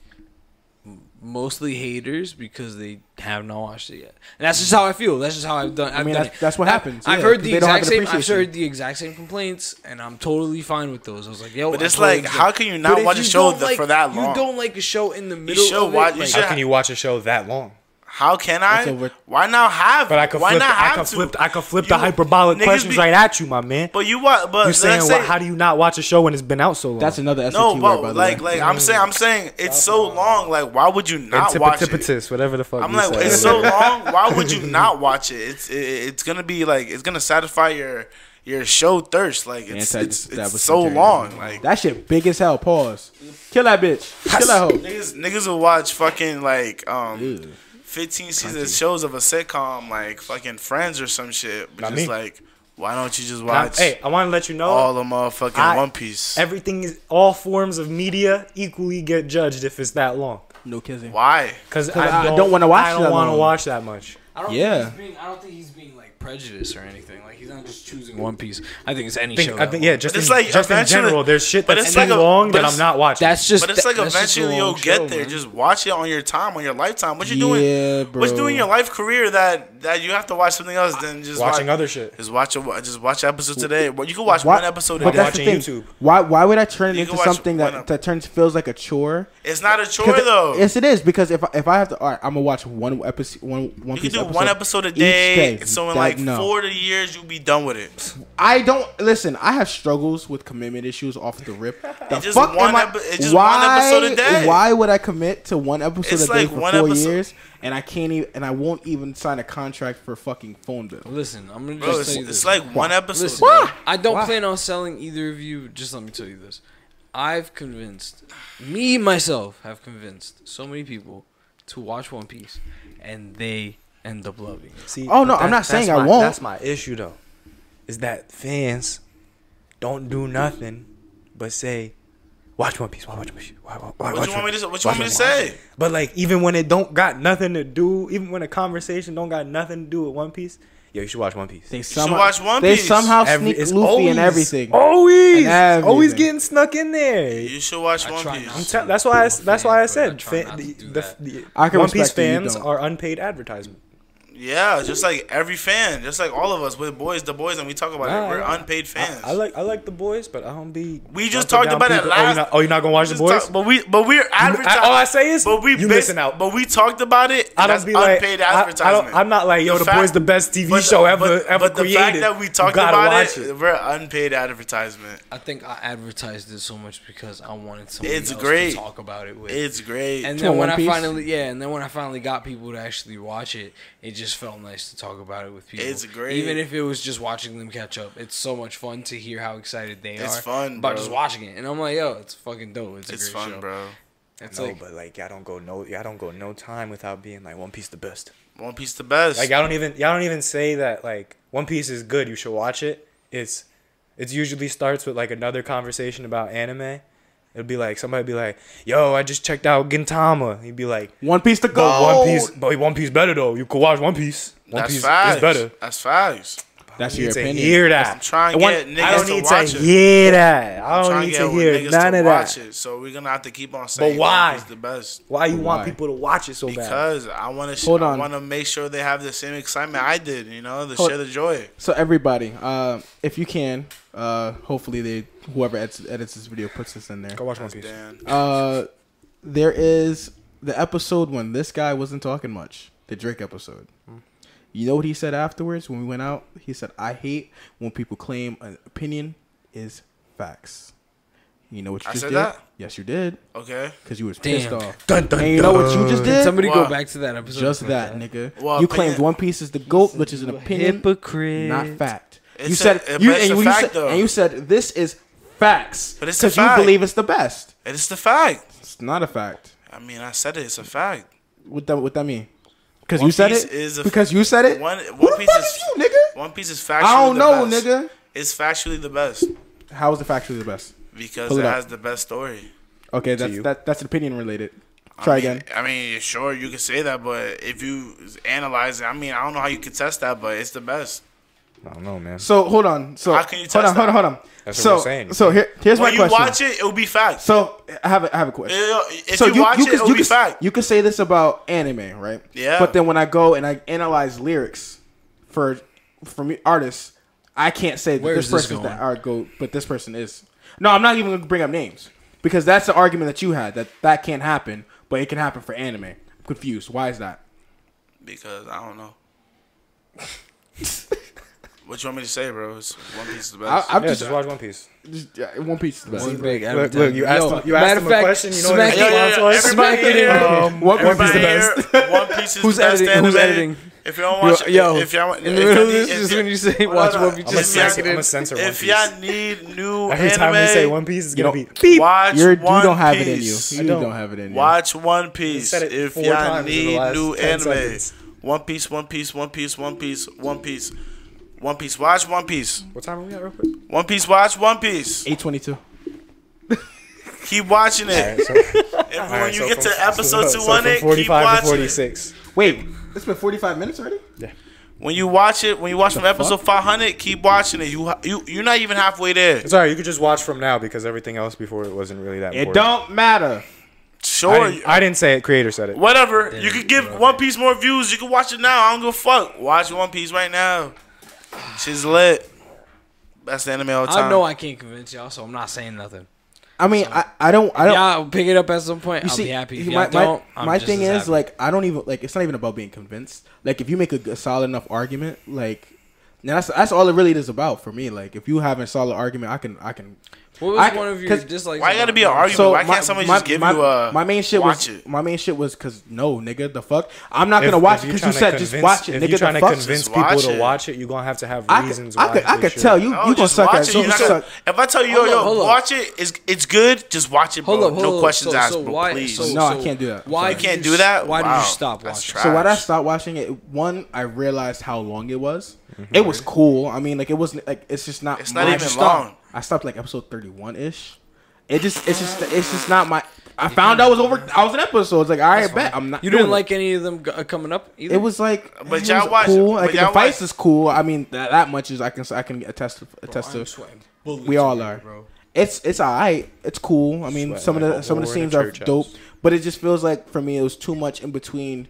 [SPEAKER 3] mostly haters because they have not watched it yet. And that's just how I feel. That's just how I've done. I've
[SPEAKER 1] mean,
[SPEAKER 3] done
[SPEAKER 1] that's-
[SPEAKER 3] it.
[SPEAKER 1] that's what
[SPEAKER 3] I-
[SPEAKER 1] happens,
[SPEAKER 3] I've
[SPEAKER 1] yeah,
[SPEAKER 3] heard
[SPEAKER 1] 'cause
[SPEAKER 3] the
[SPEAKER 1] they don't have
[SPEAKER 3] exact
[SPEAKER 1] an
[SPEAKER 3] same. I've
[SPEAKER 1] appreciation.
[SPEAKER 3] heard the exact same complaints, and I'm totally fine with those. I was like, yo,
[SPEAKER 2] But
[SPEAKER 3] I
[SPEAKER 2] it's
[SPEAKER 3] totally
[SPEAKER 2] like,
[SPEAKER 3] get
[SPEAKER 2] how
[SPEAKER 3] it.
[SPEAKER 2] can you
[SPEAKER 3] But
[SPEAKER 2] not
[SPEAKER 3] if
[SPEAKER 2] watch a
[SPEAKER 3] you
[SPEAKER 2] show
[SPEAKER 3] don't
[SPEAKER 2] the-
[SPEAKER 3] like-
[SPEAKER 2] for that long?
[SPEAKER 3] You don't like a show in the middle.
[SPEAKER 2] should
[SPEAKER 3] of it,
[SPEAKER 2] watch- you
[SPEAKER 3] like-
[SPEAKER 2] should
[SPEAKER 4] How can you watch a show that long?
[SPEAKER 2] How can I?
[SPEAKER 1] That's over-
[SPEAKER 2] Why not have?
[SPEAKER 4] But I could
[SPEAKER 2] why
[SPEAKER 4] flip.
[SPEAKER 2] not
[SPEAKER 4] I
[SPEAKER 2] have
[SPEAKER 4] could
[SPEAKER 2] to?
[SPEAKER 4] flip. I could flip the
[SPEAKER 2] You-
[SPEAKER 4] hyperbolic
[SPEAKER 2] niggas
[SPEAKER 4] questions
[SPEAKER 2] be-
[SPEAKER 4] right at you, my man.
[SPEAKER 2] But you what? But
[SPEAKER 4] you saying,
[SPEAKER 2] let's
[SPEAKER 4] well,
[SPEAKER 2] say-
[SPEAKER 4] how do you not watch a show when it's been out so long?
[SPEAKER 1] That's another SAT
[SPEAKER 2] No,
[SPEAKER 1] word,
[SPEAKER 2] bro.
[SPEAKER 1] by the
[SPEAKER 2] Like,
[SPEAKER 1] way.
[SPEAKER 2] like I'm saying, I'm saying it's so long. Like, why would you not watch it?
[SPEAKER 4] Antipatis, whatever the fuck.
[SPEAKER 2] I'm
[SPEAKER 4] you
[SPEAKER 2] like,
[SPEAKER 4] said.
[SPEAKER 2] it's so long. Why would you not watch it? It's it, it's gonna be like it's gonna satisfy your your show thirst. Like it's it's, it's
[SPEAKER 1] Anti-establishment
[SPEAKER 2] so
[SPEAKER 1] theory.
[SPEAKER 2] long. Like
[SPEAKER 1] that shit big as hell. Pause. Kill that bitch. Kill that hoe.
[SPEAKER 2] niggas niggas will watch fucking like um
[SPEAKER 1] Ew.
[SPEAKER 2] 15 season shows of a sitcom like fucking Friends or some shit. But
[SPEAKER 4] Not
[SPEAKER 2] just
[SPEAKER 4] me.
[SPEAKER 2] like, why don't you just
[SPEAKER 4] Now,
[SPEAKER 2] watch
[SPEAKER 4] Hey, I want to let you know.
[SPEAKER 2] all the motherfucking
[SPEAKER 4] I-
[SPEAKER 2] One Piece?
[SPEAKER 4] Everything is all forms of media equally get judged if it's that long.
[SPEAKER 1] No kissing.
[SPEAKER 2] why?
[SPEAKER 4] Because
[SPEAKER 1] 'Cause I
[SPEAKER 4] I don't,
[SPEAKER 1] don't wanna watch
[SPEAKER 4] I
[SPEAKER 1] that
[SPEAKER 4] don't want to
[SPEAKER 1] long.
[SPEAKER 4] watch that much.
[SPEAKER 3] I don't
[SPEAKER 1] Yeah.
[SPEAKER 3] Think he's being, I don't think he's being like prejudiced or anything. Like he's not just choosing One Piece. I think it's any
[SPEAKER 4] Think-
[SPEAKER 3] show.
[SPEAKER 4] I
[SPEAKER 3] that
[SPEAKER 4] think
[SPEAKER 3] long.
[SPEAKER 4] yeah, just
[SPEAKER 2] But
[SPEAKER 4] in,
[SPEAKER 2] it's like
[SPEAKER 4] just in
[SPEAKER 2] eventually-
[SPEAKER 4] general, there's shit
[SPEAKER 2] but
[SPEAKER 4] that's
[SPEAKER 2] it's
[SPEAKER 4] so
[SPEAKER 2] like a-
[SPEAKER 4] long
[SPEAKER 2] but
[SPEAKER 4] that
[SPEAKER 2] it's-
[SPEAKER 4] I'm not watching.
[SPEAKER 3] That's just.
[SPEAKER 2] But it's like
[SPEAKER 3] that's just a
[SPEAKER 2] eventually you'll
[SPEAKER 3] long
[SPEAKER 2] get
[SPEAKER 3] show,
[SPEAKER 2] there.
[SPEAKER 3] man.
[SPEAKER 2] Just watch it on your time, on your lifetime. What you
[SPEAKER 1] Yeah,
[SPEAKER 2] doing? What's
[SPEAKER 1] bro.
[SPEAKER 2] doing your life career that that you have to watch something else than just
[SPEAKER 4] watching
[SPEAKER 2] watch,
[SPEAKER 4] other shit.
[SPEAKER 2] Just watch a just watch an episode today. Well, you can watch
[SPEAKER 1] Why-
[SPEAKER 2] one episode a
[SPEAKER 1] but
[SPEAKER 2] day.
[SPEAKER 1] that's the thing.
[SPEAKER 4] Watching YouTube.
[SPEAKER 1] Why? Why would I turn it
[SPEAKER 2] You can
[SPEAKER 1] into
[SPEAKER 2] watch
[SPEAKER 1] something
[SPEAKER 2] one-
[SPEAKER 1] that, that turns feels like a chore?
[SPEAKER 2] It's not a chore
[SPEAKER 1] 'Cause it-
[SPEAKER 2] though.
[SPEAKER 1] Yes, it is because if I- if I have to, all right, I'm gonna watch one episode, one one
[SPEAKER 2] you
[SPEAKER 1] piece
[SPEAKER 2] can do
[SPEAKER 1] episode
[SPEAKER 2] one episode a
[SPEAKER 1] each
[SPEAKER 2] day.
[SPEAKER 1] day.
[SPEAKER 2] So in
[SPEAKER 1] That-
[SPEAKER 2] like
[SPEAKER 1] no.
[SPEAKER 2] forty years, you'll be done with it.
[SPEAKER 1] I don't listen. I have struggles with commitment issues off the rip. The
[SPEAKER 2] just
[SPEAKER 1] fuck
[SPEAKER 2] one
[SPEAKER 1] am I,
[SPEAKER 2] epi- it's just
[SPEAKER 1] why,
[SPEAKER 2] one episode a day.
[SPEAKER 1] Why would I commit to one episode
[SPEAKER 2] It's
[SPEAKER 1] a day
[SPEAKER 2] like
[SPEAKER 1] for
[SPEAKER 2] one
[SPEAKER 1] four
[SPEAKER 2] episode.
[SPEAKER 1] years and I can't even and I won't even sign a contract for a fucking phone bill?
[SPEAKER 3] Listen, I'm gonna
[SPEAKER 2] Bro,
[SPEAKER 3] just
[SPEAKER 2] it's,
[SPEAKER 3] tell you this.
[SPEAKER 2] it's like one episode.
[SPEAKER 3] Listen, I don't
[SPEAKER 1] Why?
[SPEAKER 3] plan on selling either of you. Just let me tell you this. I've convinced, me myself, have convinced so many people to watch One Piece, and they end up loving it.
[SPEAKER 4] See,
[SPEAKER 1] Oh, no,
[SPEAKER 4] but
[SPEAKER 1] I'm not
[SPEAKER 4] that's
[SPEAKER 1] saying I
[SPEAKER 4] my-
[SPEAKER 1] won't.
[SPEAKER 4] That's my issue though, is that fans don't do nothing but say, "Watch One Piece, watch One Piece." Why, why, why,
[SPEAKER 2] What
[SPEAKER 4] watch
[SPEAKER 2] you want me to? What you
[SPEAKER 4] watch
[SPEAKER 2] want me to
[SPEAKER 4] One
[SPEAKER 2] say?
[SPEAKER 4] Piece." But like, even when it don't got nothing to do, even when a conversation don't got nothing to do with One Piece, yo, you should watch One Piece.
[SPEAKER 1] They
[SPEAKER 2] should
[SPEAKER 1] somehow
[SPEAKER 2] watch One
[SPEAKER 1] they
[SPEAKER 2] Piece.
[SPEAKER 1] somehow
[SPEAKER 4] Every-
[SPEAKER 1] sneak
[SPEAKER 4] it's Oh.
[SPEAKER 1] Luffy and everything.
[SPEAKER 4] always,
[SPEAKER 1] And
[SPEAKER 4] always
[SPEAKER 1] everything.
[SPEAKER 4] getting snuck in there.
[SPEAKER 2] You should watch
[SPEAKER 3] I
[SPEAKER 2] One
[SPEAKER 3] try
[SPEAKER 2] Piece.
[SPEAKER 3] not
[SPEAKER 4] I'm tell- that's why I, s- that's why I
[SPEAKER 3] I
[SPEAKER 4] said
[SPEAKER 3] try
[SPEAKER 4] fa-
[SPEAKER 3] not to
[SPEAKER 4] the,
[SPEAKER 3] do
[SPEAKER 4] the,
[SPEAKER 3] that.
[SPEAKER 4] the,
[SPEAKER 1] I can
[SPEAKER 4] One Piece
[SPEAKER 1] respect that you
[SPEAKER 4] fans
[SPEAKER 1] don't.
[SPEAKER 4] are unpaid advertisement.
[SPEAKER 2] Yeah, just like every fan, just like all of us with boys, the boys, and we talk about
[SPEAKER 4] Nah,
[SPEAKER 2] it. We're
[SPEAKER 4] nah.
[SPEAKER 2] unpaid fans.
[SPEAKER 4] I, I like I like the boys, but I don't be.
[SPEAKER 2] We just
[SPEAKER 4] jumping
[SPEAKER 2] talked about
[SPEAKER 4] down
[SPEAKER 2] it
[SPEAKER 4] people. Oh,
[SPEAKER 2] last-
[SPEAKER 4] you're not, oh, you're not gonna watch the
[SPEAKER 2] Just
[SPEAKER 4] boys?
[SPEAKER 2] talk- but we, but we're advertising.
[SPEAKER 4] all I say is,
[SPEAKER 2] but we
[SPEAKER 4] you
[SPEAKER 2] bas-
[SPEAKER 4] missing out.
[SPEAKER 2] But we talked about it.
[SPEAKER 4] I
[SPEAKER 2] and
[SPEAKER 4] don't
[SPEAKER 2] that's
[SPEAKER 4] be like.
[SPEAKER 2] unpaid
[SPEAKER 4] I, I
[SPEAKER 2] advertisement.
[SPEAKER 4] don't, I'm not like yo. The,
[SPEAKER 2] fact-
[SPEAKER 4] boys, the best TV
[SPEAKER 2] but the-
[SPEAKER 4] show ever
[SPEAKER 2] but,
[SPEAKER 4] ever
[SPEAKER 2] but the
[SPEAKER 4] created.
[SPEAKER 2] fact that we
[SPEAKER 4] You
[SPEAKER 2] talked
[SPEAKER 4] gotta
[SPEAKER 2] about
[SPEAKER 4] watch
[SPEAKER 2] it, we're unpaid advertisement.
[SPEAKER 3] I think I advertised it so much because I wanted somebody
[SPEAKER 2] It's
[SPEAKER 3] else
[SPEAKER 2] great.
[SPEAKER 3] to talk about it with.
[SPEAKER 2] It's great.
[SPEAKER 3] and
[SPEAKER 1] Which
[SPEAKER 3] then
[SPEAKER 1] one,
[SPEAKER 3] when
[SPEAKER 1] One
[SPEAKER 3] I
[SPEAKER 1] Piece?
[SPEAKER 3] finally, yeah, and then when I finally got people to actually watch it, it just felt nice to talk about it with people.
[SPEAKER 2] It's great.
[SPEAKER 3] even if it was just watching them catch up. It's so much fun to hear how excited they
[SPEAKER 2] It's
[SPEAKER 3] are.
[SPEAKER 2] fun,
[SPEAKER 3] about
[SPEAKER 2] bro.
[SPEAKER 3] just watching it, and I'm like, yo, it's fucking dope. It's a
[SPEAKER 2] it's
[SPEAKER 3] great
[SPEAKER 2] fun,
[SPEAKER 3] show.
[SPEAKER 2] bro.
[SPEAKER 3] It's
[SPEAKER 4] No,
[SPEAKER 3] like,
[SPEAKER 4] but like I don't go no. I don't go no time without being like One Piece the best.
[SPEAKER 2] One Piece the best.
[SPEAKER 4] Like I don't even. Y'all don't even say that like One Piece is good. You should watch it. It's it usually starts with like another conversation about anime. It'll be like somebody be like, "Yo, I just checked out Gintama." He'd be like,
[SPEAKER 1] One piece to go.
[SPEAKER 4] But One Piece, but One Piece better though. You could watch One Piece. One
[SPEAKER 2] That's
[SPEAKER 4] Piece
[SPEAKER 2] facts.
[SPEAKER 4] is better.
[SPEAKER 2] That's facts.
[SPEAKER 1] That's
[SPEAKER 4] I
[SPEAKER 1] your
[SPEAKER 4] need to
[SPEAKER 1] opinion.
[SPEAKER 4] hear that.
[SPEAKER 2] I'm trying to
[SPEAKER 4] I want-
[SPEAKER 2] get niggas
[SPEAKER 4] I don't
[SPEAKER 2] to
[SPEAKER 4] need
[SPEAKER 2] watch
[SPEAKER 4] to
[SPEAKER 2] it.
[SPEAKER 4] hear that. I
[SPEAKER 2] Trying
[SPEAKER 4] don't
[SPEAKER 2] to
[SPEAKER 4] need
[SPEAKER 2] get
[SPEAKER 4] to
[SPEAKER 2] with
[SPEAKER 4] hear
[SPEAKER 2] niggas
[SPEAKER 4] none
[SPEAKER 2] to
[SPEAKER 4] of
[SPEAKER 2] watch
[SPEAKER 4] that.
[SPEAKER 2] it. So we're gonna have to keep on saying
[SPEAKER 4] why?
[SPEAKER 2] One Piece the best.
[SPEAKER 4] Why you
[SPEAKER 1] Why?
[SPEAKER 4] want people to watch it so bad?
[SPEAKER 2] Because I want to,
[SPEAKER 1] Hold
[SPEAKER 2] I
[SPEAKER 1] on.
[SPEAKER 2] want to make sure they have the same excitement I did. You know, to
[SPEAKER 1] Hold-
[SPEAKER 2] share the joy.
[SPEAKER 1] So everybody, uh, if you can, uh, hopefully they whoever edits, edits this video puts this in there.
[SPEAKER 4] Go watch One Piece.
[SPEAKER 2] Dan.
[SPEAKER 1] Uh, there is the episode when this guy wasn't talking much. The Drake episode. You know what he said afterwards when we went out? He said, "I hate when people claim an opinion is facts." You know what you
[SPEAKER 2] I
[SPEAKER 1] just
[SPEAKER 2] said
[SPEAKER 1] did?
[SPEAKER 2] that?
[SPEAKER 1] Yes, you did,
[SPEAKER 2] Okay.
[SPEAKER 1] because you was
[SPEAKER 3] Damn.
[SPEAKER 1] pissed off.
[SPEAKER 4] Dun, dun,
[SPEAKER 1] and you know what you just
[SPEAKER 4] dun.
[SPEAKER 1] did?
[SPEAKER 3] somebody
[SPEAKER 2] Wow.
[SPEAKER 3] go back to that episode.
[SPEAKER 1] just
[SPEAKER 3] and look
[SPEAKER 1] that,
[SPEAKER 3] at
[SPEAKER 1] nigga.
[SPEAKER 2] Well,
[SPEAKER 1] you
[SPEAKER 2] opinion-
[SPEAKER 1] claimed One Piece is the goat, which is an
[SPEAKER 3] it.
[SPEAKER 1] opinion,
[SPEAKER 3] Hypocrite.
[SPEAKER 1] not fact.
[SPEAKER 2] It's
[SPEAKER 1] you said
[SPEAKER 2] a- it-
[SPEAKER 1] you
[SPEAKER 2] but it's
[SPEAKER 1] and
[SPEAKER 2] a
[SPEAKER 1] when you
[SPEAKER 2] fact,
[SPEAKER 1] said
[SPEAKER 2] though.
[SPEAKER 1] and you said this is Facts.
[SPEAKER 2] But it's a
[SPEAKER 1] you
[SPEAKER 2] fact.
[SPEAKER 1] believe it's the best.
[SPEAKER 2] It is the fact.
[SPEAKER 1] It's not a fact.
[SPEAKER 2] I mean, I said it. It's a fact.
[SPEAKER 1] What that? What that mean? Because
[SPEAKER 2] One
[SPEAKER 1] you said
[SPEAKER 2] Piece
[SPEAKER 1] it.
[SPEAKER 2] is a-
[SPEAKER 1] because you said it.
[SPEAKER 2] One,
[SPEAKER 1] Who
[SPEAKER 2] one
[SPEAKER 1] the
[SPEAKER 2] piece
[SPEAKER 1] fuck
[SPEAKER 2] is,
[SPEAKER 1] is you, nigga?
[SPEAKER 2] One Piece is factually
[SPEAKER 1] I don't
[SPEAKER 2] the
[SPEAKER 1] know,
[SPEAKER 2] best.
[SPEAKER 1] nigga.
[SPEAKER 2] It's factually the best
[SPEAKER 1] How is it factually the best?
[SPEAKER 2] because
[SPEAKER 1] Pull
[SPEAKER 2] it,
[SPEAKER 1] it up.
[SPEAKER 2] has the best story.
[SPEAKER 1] Okay, that's
[SPEAKER 4] you.
[SPEAKER 1] that, that's opinion related. Try
[SPEAKER 2] I mean,
[SPEAKER 1] again.
[SPEAKER 2] I mean, sure, you could say that, but if you analyze it, I mean, I don't know how you could test that, but it's the best.
[SPEAKER 4] I don't know, man.
[SPEAKER 1] So hold on. So
[SPEAKER 2] How can you
[SPEAKER 1] hold
[SPEAKER 2] test
[SPEAKER 1] on, hold on, hold on.
[SPEAKER 4] That's what
[SPEAKER 1] so
[SPEAKER 4] we're saying.
[SPEAKER 1] so here, here's
[SPEAKER 2] When
[SPEAKER 1] my
[SPEAKER 2] you
[SPEAKER 1] question.
[SPEAKER 2] watch it, it'll be facts.
[SPEAKER 1] so I have a, I have a question.
[SPEAKER 2] It'll- if you, watch it, it'll
[SPEAKER 1] you
[SPEAKER 2] be
[SPEAKER 1] could,
[SPEAKER 2] fact.
[SPEAKER 1] You could say this about anime, right?
[SPEAKER 2] Yeah.
[SPEAKER 1] But then when I go and I analyze lyrics for for me artists, I can't say that
[SPEAKER 3] Where
[SPEAKER 1] this
[SPEAKER 3] is this
[SPEAKER 1] person's
[SPEAKER 3] going?
[SPEAKER 1] that are go, but this person is. No, I'm not even gonna bring up names because that's the argument that you had that that can't happen, but it can happen for anime. I'm confused. Why is that?
[SPEAKER 2] because I don't know. what you want me to say, bro? It's One Piece is the
[SPEAKER 1] I,
[SPEAKER 2] best.
[SPEAKER 1] I'm
[SPEAKER 4] Yeah,
[SPEAKER 1] just,
[SPEAKER 4] just watch One Piece.
[SPEAKER 1] just- yeah, One Piece. Is the best.
[SPEAKER 3] One big Adam
[SPEAKER 4] Look, look,
[SPEAKER 3] Dunn.
[SPEAKER 4] you asked
[SPEAKER 3] Yo,
[SPEAKER 4] him- you asked
[SPEAKER 3] matter of
[SPEAKER 4] him a
[SPEAKER 3] fact,
[SPEAKER 4] question, you know
[SPEAKER 3] smack
[SPEAKER 4] what
[SPEAKER 3] it-
[SPEAKER 4] his
[SPEAKER 2] Yeah, yeah, yeah.
[SPEAKER 3] smack
[SPEAKER 2] Everybody
[SPEAKER 3] it in.
[SPEAKER 2] here.
[SPEAKER 1] Um, One Piece is the best.
[SPEAKER 2] Everybody here, One Piece is
[SPEAKER 3] Who's
[SPEAKER 2] the best
[SPEAKER 3] editing? Who's
[SPEAKER 2] anime.
[SPEAKER 3] editing?
[SPEAKER 2] If you don't watch,
[SPEAKER 3] Yo,
[SPEAKER 2] if y'all,
[SPEAKER 3] in the
[SPEAKER 2] if
[SPEAKER 3] middle
[SPEAKER 2] y'all
[SPEAKER 3] of this,
[SPEAKER 2] need-
[SPEAKER 3] just
[SPEAKER 2] if-
[SPEAKER 3] when you say
[SPEAKER 2] Hold
[SPEAKER 3] watch
[SPEAKER 2] on.
[SPEAKER 3] One Piece,
[SPEAKER 4] I'm
[SPEAKER 2] If
[SPEAKER 4] gonna
[SPEAKER 3] just
[SPEAKER 2] y'all-
[SPEAKER 4] censor, I'm gonna censor One
[SPEAKER 2] If
[SPEAKER 4] Piece.
[SPEAKER 2] y'all need new
[SPEAKER 4] Every time we
[SPEAKER 2] anime,
[SPEAKER 4] say One Piece, it's
[SPEAKER 1] You
[SPEAKER 4] gonna
[SPEAKER 1] don't-
[SPEAKER 4] be beep.
[SPEAKER 2] watch
[SPEAKER 1] You're, you
[SPEAKER 2] One
[SPEAKER 1] don't have
[SPEAKER 2] Piece.
[SPEAKER 1] it in you. You
[SPEAKER 4] don't.
[SPEAKER 1] don't. have it in you.
[SPEAKER 2] Watch One Piece.
[SPEAKER 4] said it
[SPEAKER 2] If
[SPEAKER 4] four
[SPEAKER 2] y'all
[SPEAKER 4] times in the
[SPEAKER 2] need
[SPEAKER 4] last
[SPEAKER 2] new
[SPEAKER 4] 10
[SPEAKER 2] anime,
[SPEAKER 4] seconds.
[SPEAKER 2] One Piece, One Piece, One Piece, One Piece, One Piece, One Piece. Watch One Piece.
[SPEAKER 4] What time are we at, real quick?
[SPEAKER 2] One Piece. Watch One Piece.
[SPEAKER 1] Eight twenty two.
[SPEAKER 2] Keep watching
[SPEAKER 4] All
[SPEAKER 2] it.
[SPEAKER 4] right, so,
[SPEAKER 2] And
[SPEAKER 4] all
[SPEAKER 2] when
[SPEAKER 4] right,
[SPEAKER 2] you
[SPEAKER 4] so
[SPEAKER 2] get
[SPEAKER 4] from-
[SPEAKER 2] to episode
[SPEAKER 4] so
[SPEAKER 2] two hundred,
[SPEAKER 4] from
[SPEAKER 2] keep
[SPEAKER 4] 45 to
[SPEAKER 2] watching it.
[SPEAKER 4] 46.
[SPEAKER 1] Wait, it's been forty five minutes already.
[SPEAKER 2] When you watch it, when you watch from episode
[SPEAKER 1] fuck?
[SPEAKER 2] five hundred, keep watching it. You ha- you you're not even halfway there.
[SPEAKER 4] It's all right. You could just watch from now because everything else before it wasn't really that.
[SPEAKER 1] It
[SPEAKER 4] important.
[SPEAKER 1] don't matter.
[SPEAKER 2] Sure.
[SPEAKER 4] I didn't, I didn't say it. Creator said it.
[SPEAKER 2] Whatever. you could give One Piece more views. You can watch it now. I don't give a fuck. Watch One Piece right now. She's lit. Best anime of all time.
[SPEAKER 3] I know I can't convince y'all, so I'm not saying nothing.
[SPEAKER 1] I mean, I, I don't I don't.
[SPEAKER 3] Y'all pick it up at some point.
[SPEAKER 1] You
[SPEAKER 3] I'll
[SPEAKER 1] see,
[SPEAKER 3] be happy. If
[SPEAKER 1] my,
[SPEAKER 3] y'all
[SPEAKER 1] my-
[SPEAKER 3] don't, I'm
[SPEAKER 1] my
[SPEAKER 3] just
[SPEAKER 1] thing
[SPEAKER 3] as
[SPEAKER 1] is
[SPEAKER 3] happy.
[SPEAKER 1] like I don't even like it's not even about being convinced. Like if you make a, g- solid enough argument, like now that's that's all it really is about for me. Like if you have a solid argument, I can I can.
[SPEAKER 3] what was
[SPEAKER 1] I-
[SPEAKER 3] one of your
[SPEAKER 1] 'cause-
[SPEAKER 3] dislikes?
[SPEAKER 2] Why you gotta
[SPEAKER 3] about
[SPEAKER 2] be an
[SPEAKER 3] One Piece?
[SPEAKER 2] argument? Why can't somebody just give
[SPEAKER 1] my,
[SPEAKER 2] you a
[SPEAKER 1] my main shit
[SPEAKER 2] watch
[SPEAKER 1] was
[SPEAKER 2] it?
[SPEAKER 1] my main shit was because no nigga the fuck I'm not gonna
[SPEAKER 4] If-
[SPEAKER 1] watch
[SPEAKER 4] if
[SPEAKER 1] it
[SPEAKER 4] you
[SPEAKER 1] because you
[SPEAKER 4] tryna
[SPEAKER 1] said just
[SPEAKER 4] convince-
[SPEAKER 1] watch it
[SPEAKER 4] If
[SPEAKER 1] nigga
[SPEAKER 4] you're trying
[SPEAKER 1] the
[SPEAKER 4] to
[SPEAKER 1] fuck.
[SPEAKER 4] convince
[SPEAKER 2] Just
[SPEAKER 4] people
[SPEAKER 2] watch
[SPEAKER 4] to
[SPEAKER 2] it.
[SPEAKER 4] watch it, you're gonna have to have
[SPEAKER 1] I could,
[SPEAKER 4] reasons
[SPEAKER 1] I
[SPEAKER 4] why.
[SPEAKER 1] could, I
[SPEAKER 4] they
[SPEAKER 1] could
[SPEAKER 4] should.
[SPEAKER 1] tell you
[SPEAKER 2] No,
[SPEAKER 1] you gonna
[SPEAKER 2] Oh, just
[SPEAKER 1] suck
[SPEAKER 2] watch
[SPEAKER 1] at
[SPEAKER 2] it. You're
[SPEAKER 1] you
[SPEAKER 2] not
[SPEAKER 1] suck.
[SPEAKER 2] gonna- if I tell you, yo,
[SPEAKER 3] Hold
[SPEAKER 2] yo,
[SPEAKER 3] up, hold up.
[SPEAKER 2] watch it, it's, it's good, just watch it, bro.
[SPEAKER 3] Hold up, hold
[SPEAKER 2] no
[SPEAKER 3] up.
[SPEAKER 2] questions
[SPEAKER 3] so,
[SPEAKER 2] asked,
[SPEAKER 3] So
[SPEAKER 2] bro,
[SPEAKER 3] why,
[SPEAKER 2] please.
[SPEAKER 3] So,
[SPEAKER 1] No, I
[SPEAKER 3] so
[SPEAKER 1] can't do that. I'm
[SPEAKER 3] Why
[SPEAKER 1] sorry.
[SPEAKER 2] you
[SPEAKER 3] did
[SPEAKER 2] can't
[SPEAKER 3] you
[SPEAKER 2] do that?
[SPEAKER 3] Why
[SPEAKER 2] Wow,
[SPEAKER 3] did you stop
[SPEAKER 2] that's
[SPEAKER 3] watching?
[SPEAKER 2] trash.
[SPEAKER 1] So when I stopped watching it, one I realized how long it was. It was cool. I mean, like it wasn't like it's just not.
[SPEAKER 2] Mm-hmm. It's not
[SPEAKER 1] my-
[SPEAKER 2] even
[SPEAKER 1] I stopped-
[SPEAKER 2] long.
[SPEAKER 1] I stopped like episode thirty one ish. It just it's just it's just not my. I found I was over. I was in episodes. Like all right, bet I'm not.
[SPEAKER 3] You didn't
[SPEAKER 1] doing
[SPEAKER 3] like any of them g- uh, coming up either.
[SPEAKER 1] It. It was like,
[SPEAKER 2] But
[SPEAKER 1] it
[SPEAKER 2] y'all
[SPEAKER 1] was
[SPEAKER 2] watch-
[SPEAKER 1] cool.
[SPEAKER 2] but
[SPEAKER 1] Like the
[SPEAKER 2] y'all
[SPEAKER 1] fights
[SPEAKER 2] watch-
[SPEAKER 1] is cool. I mean that, that much is I can I can attest to, attest
[SPEAKER 3] I'm
[SPEAKER 1] to.
[SPEAKER 3] sweating
[SPEAKER 1] We
[SPEAKER 3] bullets
[SPEAKER 1] all
[SPEAKER 3] here,
[SPEAKER 1] are.
[SPEAKER 3] bro.
[SPEAKER 1] It's it's alright. It's cool. I mean,
[SPEAKER 4] Sweat
[SPEAKER 1] some of
[SPEAKER 4] like
[SPEAKER 1] the
[SPEAKER 4] a
[SPEAKER 1] some of the
[SPEAKER 4] whore in a
[SPEAKER 1] scenes are
[SPEAKER 4] church house.
[SPEAKER 1] dope, but it just feels like for me it was too much in between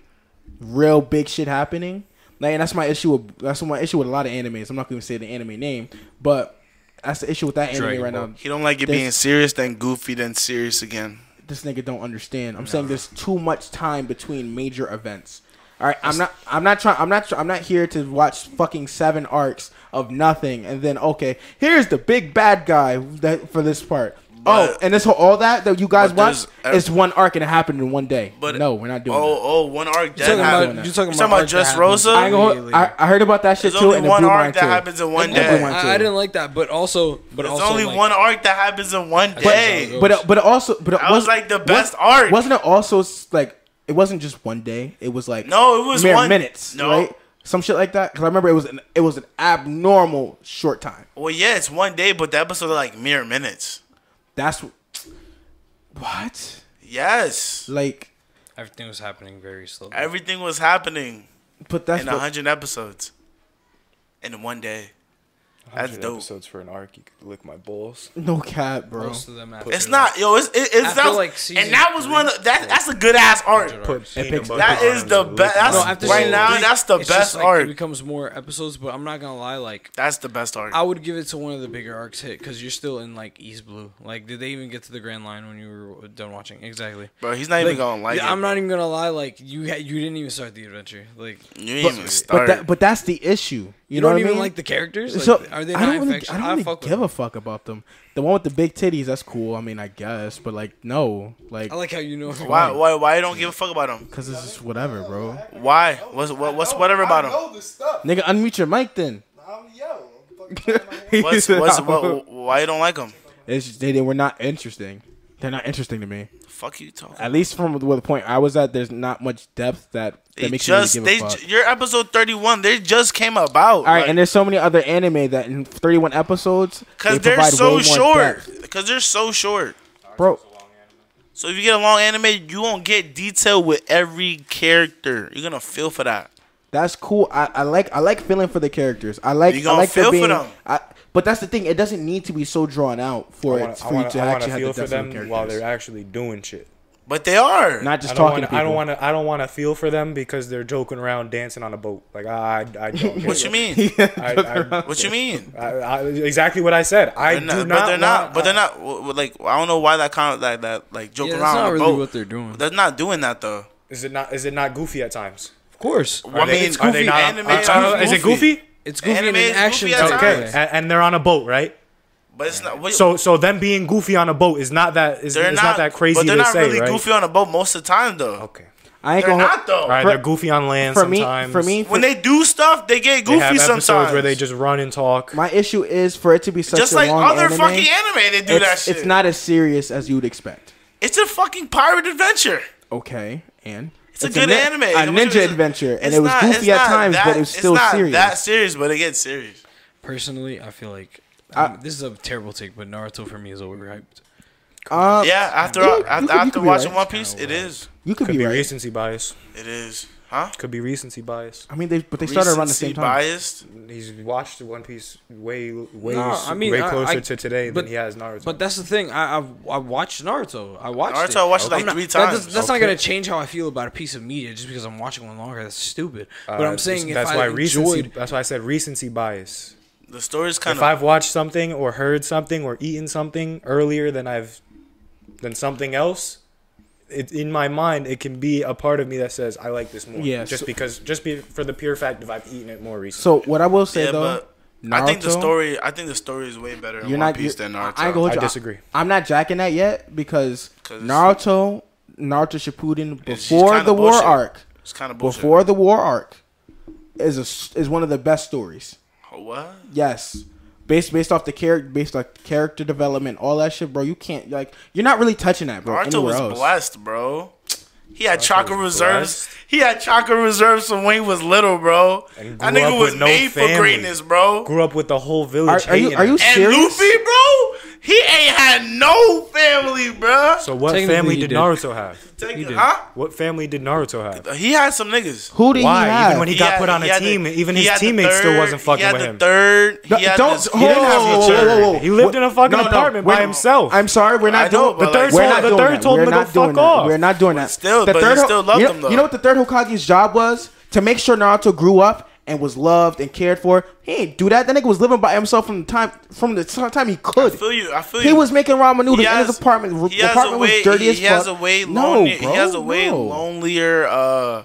[SPEAKER 1] real big shit happening. Like, and that's my issue with that's my issue with a lot of animes. I'm not going to say the anime name, but that's the issue with that anime
[SPEAKER 3] Dragon
[SPEAKER 1] right
[SPEAKER 3] Ball.
[SPEAKER 1] now.
[SPEAKER 2] he don't like it
[SPEAKER 1] This-
[SPEAKER 2] being serious, then goofy, then serious again.
[SPEAKER 1] This nigga don't understand. I'm saying there's too much time between major events. All right, I'm not. I'm not trying. I'm not. try- I'm not here to watch fucking seven arcs of nothing, and then okay, here's the big bad guy that for this part. oh,
[SPEAKER 2] But-
[SPEAKER 1] and this whole all that that you guys
[SPEAKER 2] But
[SPEAKER 1] watch
[SPEAKER 2] there's ev-
[SPEAKER 1] is one arc, and it happened in one day. But no, we're not doing.
[SPEAKER 2] Oh,
[SPEAKER 1] that.
[SPEAKER 2] oh, one arc
[SPEAKER 3] You
[SPEAKER 2] that
[SPEAKER 3] talking
[SPEAKER 2] happened.
[SPEAKER 3] about?
[SPEAKER 1] happened.
[SPEAKER 3] You
[SPEAKER 2] You talking
[SPEAKER 3] talking about
[SPEAKER 2] about
[SPEAKER 3] arc that
[SPEAKER 2] Dress
[SPEAKER 3] happened
[SPEAKER 2] Rosa?
[SPEAKER 1] I, ain't gonna-
[SPEAKER 3] immediately.
[SPEAKER 1] I, I heard about that shit
[SPEAKER 2] There's
[SPEAKER 1] too,
[SPEAKER 2] only
[SPEAKER 1] and it
[SPEAKER 2] one
[SPEAKER 1] blew my
[SPEAKER 2] arc
[SPEAKER 1] mind
[SPEAKER 2] that
[SPEAKER 1] too.
[SPEAKER 2] happens in one
[SPEAKER 1] It blew
[SPEAKER 2] day.
[SPEAKER 1] mine,
[SPEAKER 3] I-
[SPEAKER 1] too.
[SPEAKER 3] I, didn't like that, but also, but
[SPEAKER 2] There's
[SPEAKER 3] also,
[SPEAKER 2] only
[SPEAKER 3] like,
[SPEAKER 2] one arc that happens in one
[SPEAKER 3] that's
[SPEAKER 2] day.
[SPEAKER 3] how it
[SPEAKER 1] But it- but it also but it
[SPEAKER 2] That was, like, the best arc.
[SPEAKER 1] Wasn't it also s- like it wasn't just one day? It was like
[SPEAKER 2] No, it was
[SPEAKER 1] mere
[SPEAKER 2] one-
[SPEAKER 1] minutes,
[SPEAKER 2] no.
[SPEAKER 1] right? Some shit like that. Because I remember it was an it was an abnormal short time.
[SPEAKER 2] Well, yeah, it's one day, but the episode are like mere minutes.
[SPEAKER 1] That's wh- what
[SPEAKER 2] Yes,
[SPEAKER 1] like,
[SPEAKER 3] Everything was happening very slowly.
[SPEAKER 2] everything was happening
[SPEAKER 1] but that's
[SPEAKER 2] in
[SPEAKER 1] what-
[SPEAKER 2] hundred episodes in one day. That's
[SPEAKER 4] 100
[SPEAKER 2] dope.
[SPEAKER 4] Episodes for an arc, you could lick my balls.
[SPEAKER 1] no cap, bro.
[SPEAKER 3] Most of them. after
[SPEAKER 2] It's
[SPEAKER 3] that.
[SPEAKER 2] not yo. It's it,
[SPEAKER 3] I
[SPEAKER 2] it's
[SPEAKER 3] feel
[SPEAKER 2] that,
[SPEAKER 3] like
[SPEAKER 2] and
[SPEAKER 3] season
[SPEAKER 2] that was one. Of, that that's a good ass arc.
[SPEAKER 4] Put
[SPEAKER 1] It
[SPEAKER 4] peanut
[SPEAKER 1] picks-
[SPEAKER 4] butter
[SPEAKER 2] That
[SPEAKER 4] on
[SPEAKER 2] is
[SPEAKER 4] it
[SPEAKER 2] the
[SPEAKER 4] and lick
[SPEAKER 2] best.
[SPEAKER 4] my
[SPEAKER 2] That's-
[SPEAKER 4] balls.
[SPEAKER 3] after
[SPEAKER 2] right
[SPEAKER 3] season
[SPEAKER 2] now,
[SPEAKER 3] three,
[SPEAKER 2] that's the
[SPEAKER 3] it's just,
[SPEAKER 2] best
[SPEAKER 3] like,
[SPEAKER 2] arc.
[SPEAKER 3] It becomes more episodes, but I'm not gonna lie. Like
[SPEAKER 2] That's the best arc.
[SPEAKER 3] I would give it to one of the bigger arcs hit because you're still in like East Blue. Like, did they even get to the Grand Line when you were done watching? Exactly.
[SPEAKER 2] Bro, he's not even gonna like
[SPEAKER 3] yeah,
[SPEAKER 2] it,
[SPEAKER 3] I'm
[SPEAKER 2] bro.
[SPEAKER 3] not even gonna lie. Like you, ha- you didn't even start the adventure. Like you,
[SPEAKER 2] You
[SPEAKER 1] But,
[SPEAKER 2] didn't even
[SPEAKER 1] but
[SPEAKER 2] start.
[SPEAKER 1] that but that's the issue. You, know
[SPEAKER 3] don't
[SPEAKER 1] what
[SPEAKER 3] even
[SPEAKER 1] I mean?
[SPEAKER 3] like the characters. Like,
[SPEAKER 1] so
[SPEAKER 3] are they
[SPEAKER 1] I
[SPEAKER 3] not
[SPEAKER 1] don't really,
[SPEAKER 3] infectious?
[SPEAKER 1] I don't really
[SPEAKER 3] fuck with
[SPEAKER 1] give
[SPEAKER 3] them.
[SPEAKER 1] a fuck about them. The one with the big titties, that's cool. I mean, I guess, but like, no, like,
[SPEAKER 3] I like how you know.
[SPEAKER 2] why why why you don't give a fuck about him?
[SPEAKER 1] because it's just whatever, bro.
[SPEAKER 2] Why? What's what, what's whatever about him?
[SPEAKER 5] know this stuff.
[SPEAKER 1] Nigga, unmute your mic then.
[SPEAKER 5] I'm yo. I'm fucking trying my hand.
[SPEAKER 2] What's what's what, why you don't like him?
[SPEAKER 1] It's just, they, they were not interesting. They're not interesting to me.
[SPEAKER 2] Fuck you talking.
[SPEAKER 1] At least from the, the point I was at, there's not much depth that, that
[SPEAKER 2] They
[SPEAKER 1] makes
[SPEAKER 2] just
[SPEAKER 1] you really
[SPEAKER 2] they
[SPEAKER 1] give a fuck.
[SPEAKER 2] j- your episode thirty one. They just came about.
[SPEAKER 1] All right, and there's so many other anime that in 31 episodes,
[SPEAKER 2] because
[SPEAKER 1] they
[SPEAKER 2] they are
[SPEAKER 1] provide
[SPEAKER 2] so
[SPEAKER 1] way more
[SPEAKER 2] short.
[SPEAKER 1] depth.
[SPEAKER 2] Because they're so short.
[SPEAKER 1] bro.
[SPEAKER 2] So if you get a long anime, you won't get detail with every character. You're gonna feel for that.
[SPEAKER 1] That's cool. I, I like I like feeling for the characters. I like
[SPEAKER 2] You
[SPEAKER 1] I
[SPEAKER 2] gonna
[SPEAKER 1] like
[SPEAKER 2] feel for
[SPEAKER 1] being,
[SPEAKER 2] them.
[SPEAKER 1] I, but that's the thing. It doesn't need to be so drawn out for
[SPEAKER 4] I
[SPEAKER 1] it
[SPEAKER 4] want
[SPEAKER 1] for you to
[SPEAKER 4] to I want
[SPEAKER 1] actually
[SPEAKER 4] to
[SPEAKER 1] have the
[SPEAKER 4] feel
[SPEAKER 1] depth
[SPEAKER 4] for
[SPEAKER 1] of the
[SPEAKER 4] them while
[SPEAKER 1] characters.
[SPEAKER 4] they're actually doing shit.
[SPEAKER 2] But they are.
[SPEAKER 1] Not
[SPEAKER 4] I
[SPEAKER 1] just
[SPEAKER 4] don't
[SPEAKER 1] talking
[SPEAKER 4] wanna,
[SPEAKER 1] to people.
[SPEAKER 4] I don't want to. I don't want to feel for them because they're joking around, dancing on a boat. Like I, I, I don't.
[SPEAKER 2] what
[SPEAKER 4] care.
[SPEAKER 2] you mean?
[SPEAKER 4] I, I,
[SPEAKER 2] what you mean?
[SPEAKER 4] I, I, exactly what I said.
[SPEAKER 2] They're
[SPEAKER 4] I
[SPEAKER 2] not-
[SPEAKER 4] do not.
[SPEAKER 2] but they're not.
[SPEAKER 4] want-
[SPEAKER 2] but they're not. w- w- Like I don't know why that kind of like that like joke
[SPEAKER 3] Yeah, that's
[SPEAKER 2] around.
[SPEAKER 3] not
[SPEAKER 2] on a
[SPEAKER 3] really
[SPEAKER 2] boat.
[SPEAKER 3] what they're doing.
[SPEAKER 2] They're not doing that though.
[SPEAKER 4] Is it not? Is it not goofy at times?
[SPEAKER 3] Of course.
[SPEAKER 2] Well, I mean,
[SPEAKER 4] It's goofy.
[SPEAKER 2] Anime,
[SPEAKER 4] I'm sorry,
[SPEAKER 2] it's
[SPEAKER 4] is it goofy?
[SPEAKER 3] It's goofy
[SPEAKER 2] Anime
[SPEAKER 3] in an
[SPEAKER 2] is
[SPEAKER 3] action
[SPEAKER 2] goofy at
[SPEAKER 3] type
[SPEAKER 4] Okay,
[SPEAKER 2] times.
[SPEAKER 3] way.
[SPEAKER 4] and, and they're on a boat, right?
[SPEAKER 2] But it's not. What,
[SPEAKER 4] So, so them being goofy on a boat is not that is,
[SPEAKER 2] they're
[SPEAKER 4] is not, that crazy
[SPEAKER 2] But they're
[SPEAKER 4] to
[SPEAKER 2] not
[SPEAKER 4] say,
[SPEAKER 2] really
[SPEAKER 4] right?
[SPEAKER 2] goofy on a boat most of the time though.
[SPEAKER 4] Okay,
[SPEAKER 1] I ain't
[SPEAKER 2] They're
[SPEAKER 1] gonna.
[SPEAKER 2] not though.
[SPEAKER 4] all right.
[SPEAKER 1] For-
[SPEAKER 4] they're goofy on land
[SPEAKER 1] for me,
[SPEAKER 4] sometimes.
[SPEAKER 1] for me,
[SPEAKER 2] When they do stuff, they get goofy
[SPEAKER 4] they have episodes
[SPEAKER 2] sometimes.
[SPEAKER 4] where they just run and talk.
[SPEAKER 1] my issue is for it to be such
[SPEAKER 2] just
[SPEAKER 1] a
[SPEAKER 2] like
[SPEAKER 1] long
[SPEAKER 2] other
[SPEAKER 1] anime.
[SPEAKER 2] fucking anime, they do that
[SPEAKER 1] it's,
[SPEAKER 2] shit.
[SPEAKER 1] it's not as serious as you'd expect.
[SPEAKER 2] It's a fucking pirate adventure.
[SPEAKER 1] Okay, and
[SPEAKER 2] It's, a good
[SPEAKER 1] nin-
[SPEAKER 2] anime.
[SPEAKER 1] a
[SPEAKER 2] Like, I'm
[SPEAKER 1] ninja
[SPEAKER 2] sure it's-
[SPEAKER 1] adventure, and
[SPEAKER 2] it's
[SPEAKER 1] it was
[SPEAKER 2] not- it's
[SPEAKER 1] goofy at
[SPEAKER 2] not
[SPEAKER 1] times,
[SPEAKER 2] that-
[SPEAKER 1] but it was still
[SPEAKER 2] it's not
[SPEAKER 1] serious.
[SPEAKER 2] That serious, but it gets serious.
[SPEAKER 3] Personally, I feel like um, this is a terrible take, but Naruto for me is overhyped.
[SPEAKER 1] Um,
[SPEAKER 2] Yeah, after
[SPEAKER 1] you-
[SPEAKER 2] all,
[SPEAKER 1] you
[SPEAKER 2] after,
[SPEAKER 1] could- you
[SPEAKER 2] after
[SPEAKER 1] could be
[SPEAKER 2] watching
[SPEAKER 1] right.
[SPEAKER 2] One Piece, it is.
[SPEAKER 1] you could,
[SPEAKER 4] Could
[SPEAKER 1] be
[SPEAKER 4] be
[SPEAKER 1] right.
[SPEAKER 4] recency bias.
[SPEAKER 2] It is. Huh?
[SPEAKER 4] Could be recency bias.
[SPEAKER 1] I mean, they but they started around the
[SPEAKER 2] Recency
[SPEAKER 1] same time.
[SPEAKER 2] Biased.
[SPEAKER 4] He's watched One Piece way, way,
[SPEAKER 3] No,
[SPEAKER 4] s-
[SPEAKER 3] I mean,
[SPEAKER 4] way
[SPEAKER 3] I-
[SPEAKER 4] closer
[SPEAKER 3] I-
[SPEAKER 4] to today
[SPEAKER 3] but-
[SPEAKER 4] than he has Naruto.
[SPEAKER 3] But that's the thing. I I've, I watched Naruto. I watched
[SPEAKER 2] Naruto,
[SPEAKER 3] It.
[SPEAKER 2] I watched it,
[SPEAKER 3] I'm
[SPEAKER 2] like,
[SPEAKER 3] not-
[SPEAKER 2] three
[SPEAKER 3] that does-
[SPEAKER 2] times.
[SPEAKER 3] that's not
[SPEAKER 4] Okay.
[SPEAKER 3] gonna change how I feel about a piece of media just because I'm watching one longer. That's stupid. but
[SPEAKER 4] Uh,
[SPEAKER 3] I'm saying if
[SPEAKER 4] that's
[SPEAKER 3] I
[SPEAKER 4] why recency.
[SPEAKER 3] enjoyed,
[SPEAKER 4] That's why I said recency bias.
[SPEAKER 2] The story's kind
[SPEAKER 4] if
[SPEAKER 2] of.
[SPEAKER 4] I've watched something or heard something or eaten something earlier than I've than something else, it, in my mind it can be a part of me that says I like this more.
[SPEAKER 1] Yeah,
[SPEAKER 4] Just
[SPEAKER 1] so-
[SPEAKER 4] because just be for the pure fact of I've eaten it more recently.
[SPEAKER 1] So what I will say
[SPEAKER 2] Yeah,
[SPEAKER 1] though,
[SPEAKER 2] but I think the
[SPEAKER 1] Naruto-
[SPEAKER 2] story. I think the story is way better in
[SPEAKER 1] You're
[SPEAKER 2] One
[SPEAKER 1] not.
[SPEAKER 2] Piece
[SPEAKER 1] you're-
[SPEAKER 2] than Naruto.
[SPEAKER 1] I, I ain't gonna hold
[SPEAKER 4] I
[SPEAKER 1] you.
[SPEAKER 4] disagree.
[SPEAKER 1] I, am not jacking that yet because
[SPEAKER 2] 'Cause-
[SPEAKER 1] Naruto, Naruto Shippuden
[SPEAKER 2] It's- it's
[SPEAKER 1] before
[SPEAKER 2] kinda
[SPEAKER 1] the war
[SPEAKER 2] bullshit.
[SPEAKER 1] arc,
[SPEAKER 2] it's kind of bullshit.
[SPEAKER 1] before the war arc, is a s is one of the best stories.
[SPEAKER 2] what?
[SPEAKER 1] Yes. Based based off the character, based on character development, all that shit, bro. You can't like you're not really touching that, bro.
[SPEAKER 2] Naruto
[SPEAKER 1] anywhere
[SPEAKER 2] was
[SPEAKER 1] else.
[SPEAKER 2] blessed, bro. He had chakra
[SPEAKER 4] was
[SPEAKER 2] reserves. He had chakra reserves from when he was little, bro.
[SPEAKER 4] And
[SPEAKER 2] That
[SPEAKER 4] grew
[SPEAKER 2] nigga
[SPEAKER 4] up
[SPEAKER 2] was
[SPEAKER 4] with no
[SPEAKER 2] made for
[SPEAKER 4] family.
[SPEAKER 2] greatness, bro.
[SPEAKER 4] Grew up with the whole
[SPEAKER 1] Are,
[SPEAKER 4] village.
[SPEAKER 1] are you
[SPEAKER 4] hating
[SPEAKER 1] are you
[SPEAKER 4] him.
[SPEAKER 2] and
[SPEAKER 1] serious?
[SPEAKER 2] Luffy, bro, he ain't had no family, bro.
[SPEAKER 4] So what
[SPEAKER 3] Technically,
[SPEAKER 4] family
[SPEAKER 3] he
[SPEAKER 4] did
[SPEAKER 3] did.
[SPEAKER 4] Naruto have?
[SPEAKER 2] Take
[SPEAKER 3] He
[SPEAKER 2] it,
[SPEAKER 3] did.
[SPEAKER 2] huh?
[SPEAKER 4] What family did Naruto have?
[SPEAKER 2] He had some niggas.
[SPEAKER 1] Who did
[SPEAKER 4] Why?
[SPEAKER 1] he
[SPEAKER 4] Even
[SPEAKER 1] have?
[SPEAKER 4] when he got put on a
[SPEAKER 2] had
[SPEAKER 4] team, even
[SPEAKER 2] he
[SPEAKER 4] his
[SPEAKER 2] had the
[SPEAKER 4] teammates still wasn't fucking
[SPEAKER 2] he had
[SPEAKER 4] with
[SPEAKER 2] the
[SPEAKER 4] him.
[SPEAKER 2] Third,
[SPEAKER 1] No,
[SPEAKER 2] he had
[SPEAKER 1] don't-
[SPEAKER 2] this-
[SPEAKER 1] hold
[SPEAKER 2] he
[SPEAKER 1] on,
[SPEAKER 2] didn't have
[SPEAKER 1] whoa,
[SPEAKER 2] the
[SPEAKER 1] whoa,
[SPEAKER 2] third.
[SPEAKER 1] whoa, whoa, whoa.
[SPEAKER 4] He lived in a fucking
[SPEAKER 1] No, no,
[SPEAKER 4] apartment
[SPEAKER 1] we're-
[SPEAKER 4] by himself.
[SPEAKER 1] I'm sorry, we're
[SPEAKER 2] I
[SPEAKER 1] not
[SPEAKER 2] know,
[SPEAKER 1] doing.
[SPEAKER 2] but
[SPEAKER 1] The
[SPEAKER 2] like-
[SPEAKER 1] third,
[SPEAKER 2] We're
[SPEAKER 1] told,
[SPEAKER 2] not
[SPEAKER 1] the
[SPEAKER 4] doing
[SPEAKER 1] third
[SPEAKER 4] that.
[SPEAKER 1] told
[SPEAKER 4] We're
[SPEAKER 1] him to go
[SPEAKER 4] not doing
[SPEAKER 1] fuck
[SPEAKER 4] that.
[SPEAKER 1] off. We're not doing that.
[SPEAKER 2] still,
[SPEAKER 1] the
[SPEAKER 2] but he
[SPEAKER 1] third, Ho-
[SPEAKER 2] still loved
[SPEAKER 1] you know,
[SPEAKER 2] him, though.
[SPEAKER 1] You know what the third Hokage's job was? To make sure Naruto grew up and was loved and cared for. He ain't do that. That nigga was living by himself from the time from the t- time he could.
[SPEAKER 2] I feel you. I feel you.
[SPEAKER 1] He was making ramen noodles
[SPEAKER 2] He
[SPEAKER 1] in
[SPEAKER 2] has-
[SPEAKER 1] his apartment.
[SPEAKER 2] he
[SPEAKER 1] the
[SPEAKER 2] has a
[SPEAKER 1] apartment
[SPEAKER 2] way-
[SPEAKER 1] was dirty
[SPEAKER 2] he,
[SPEAKER 1] as fuck.
[SPEAKER 2] has a way
[SPEAKER 1] no,
[SPEAKER 2] lonely,
[SPEAKER 1] bro,
[SPEAKER 2] He has a way
[SPEAKER 1] no.
[SPEAKER 2] lonelier uh,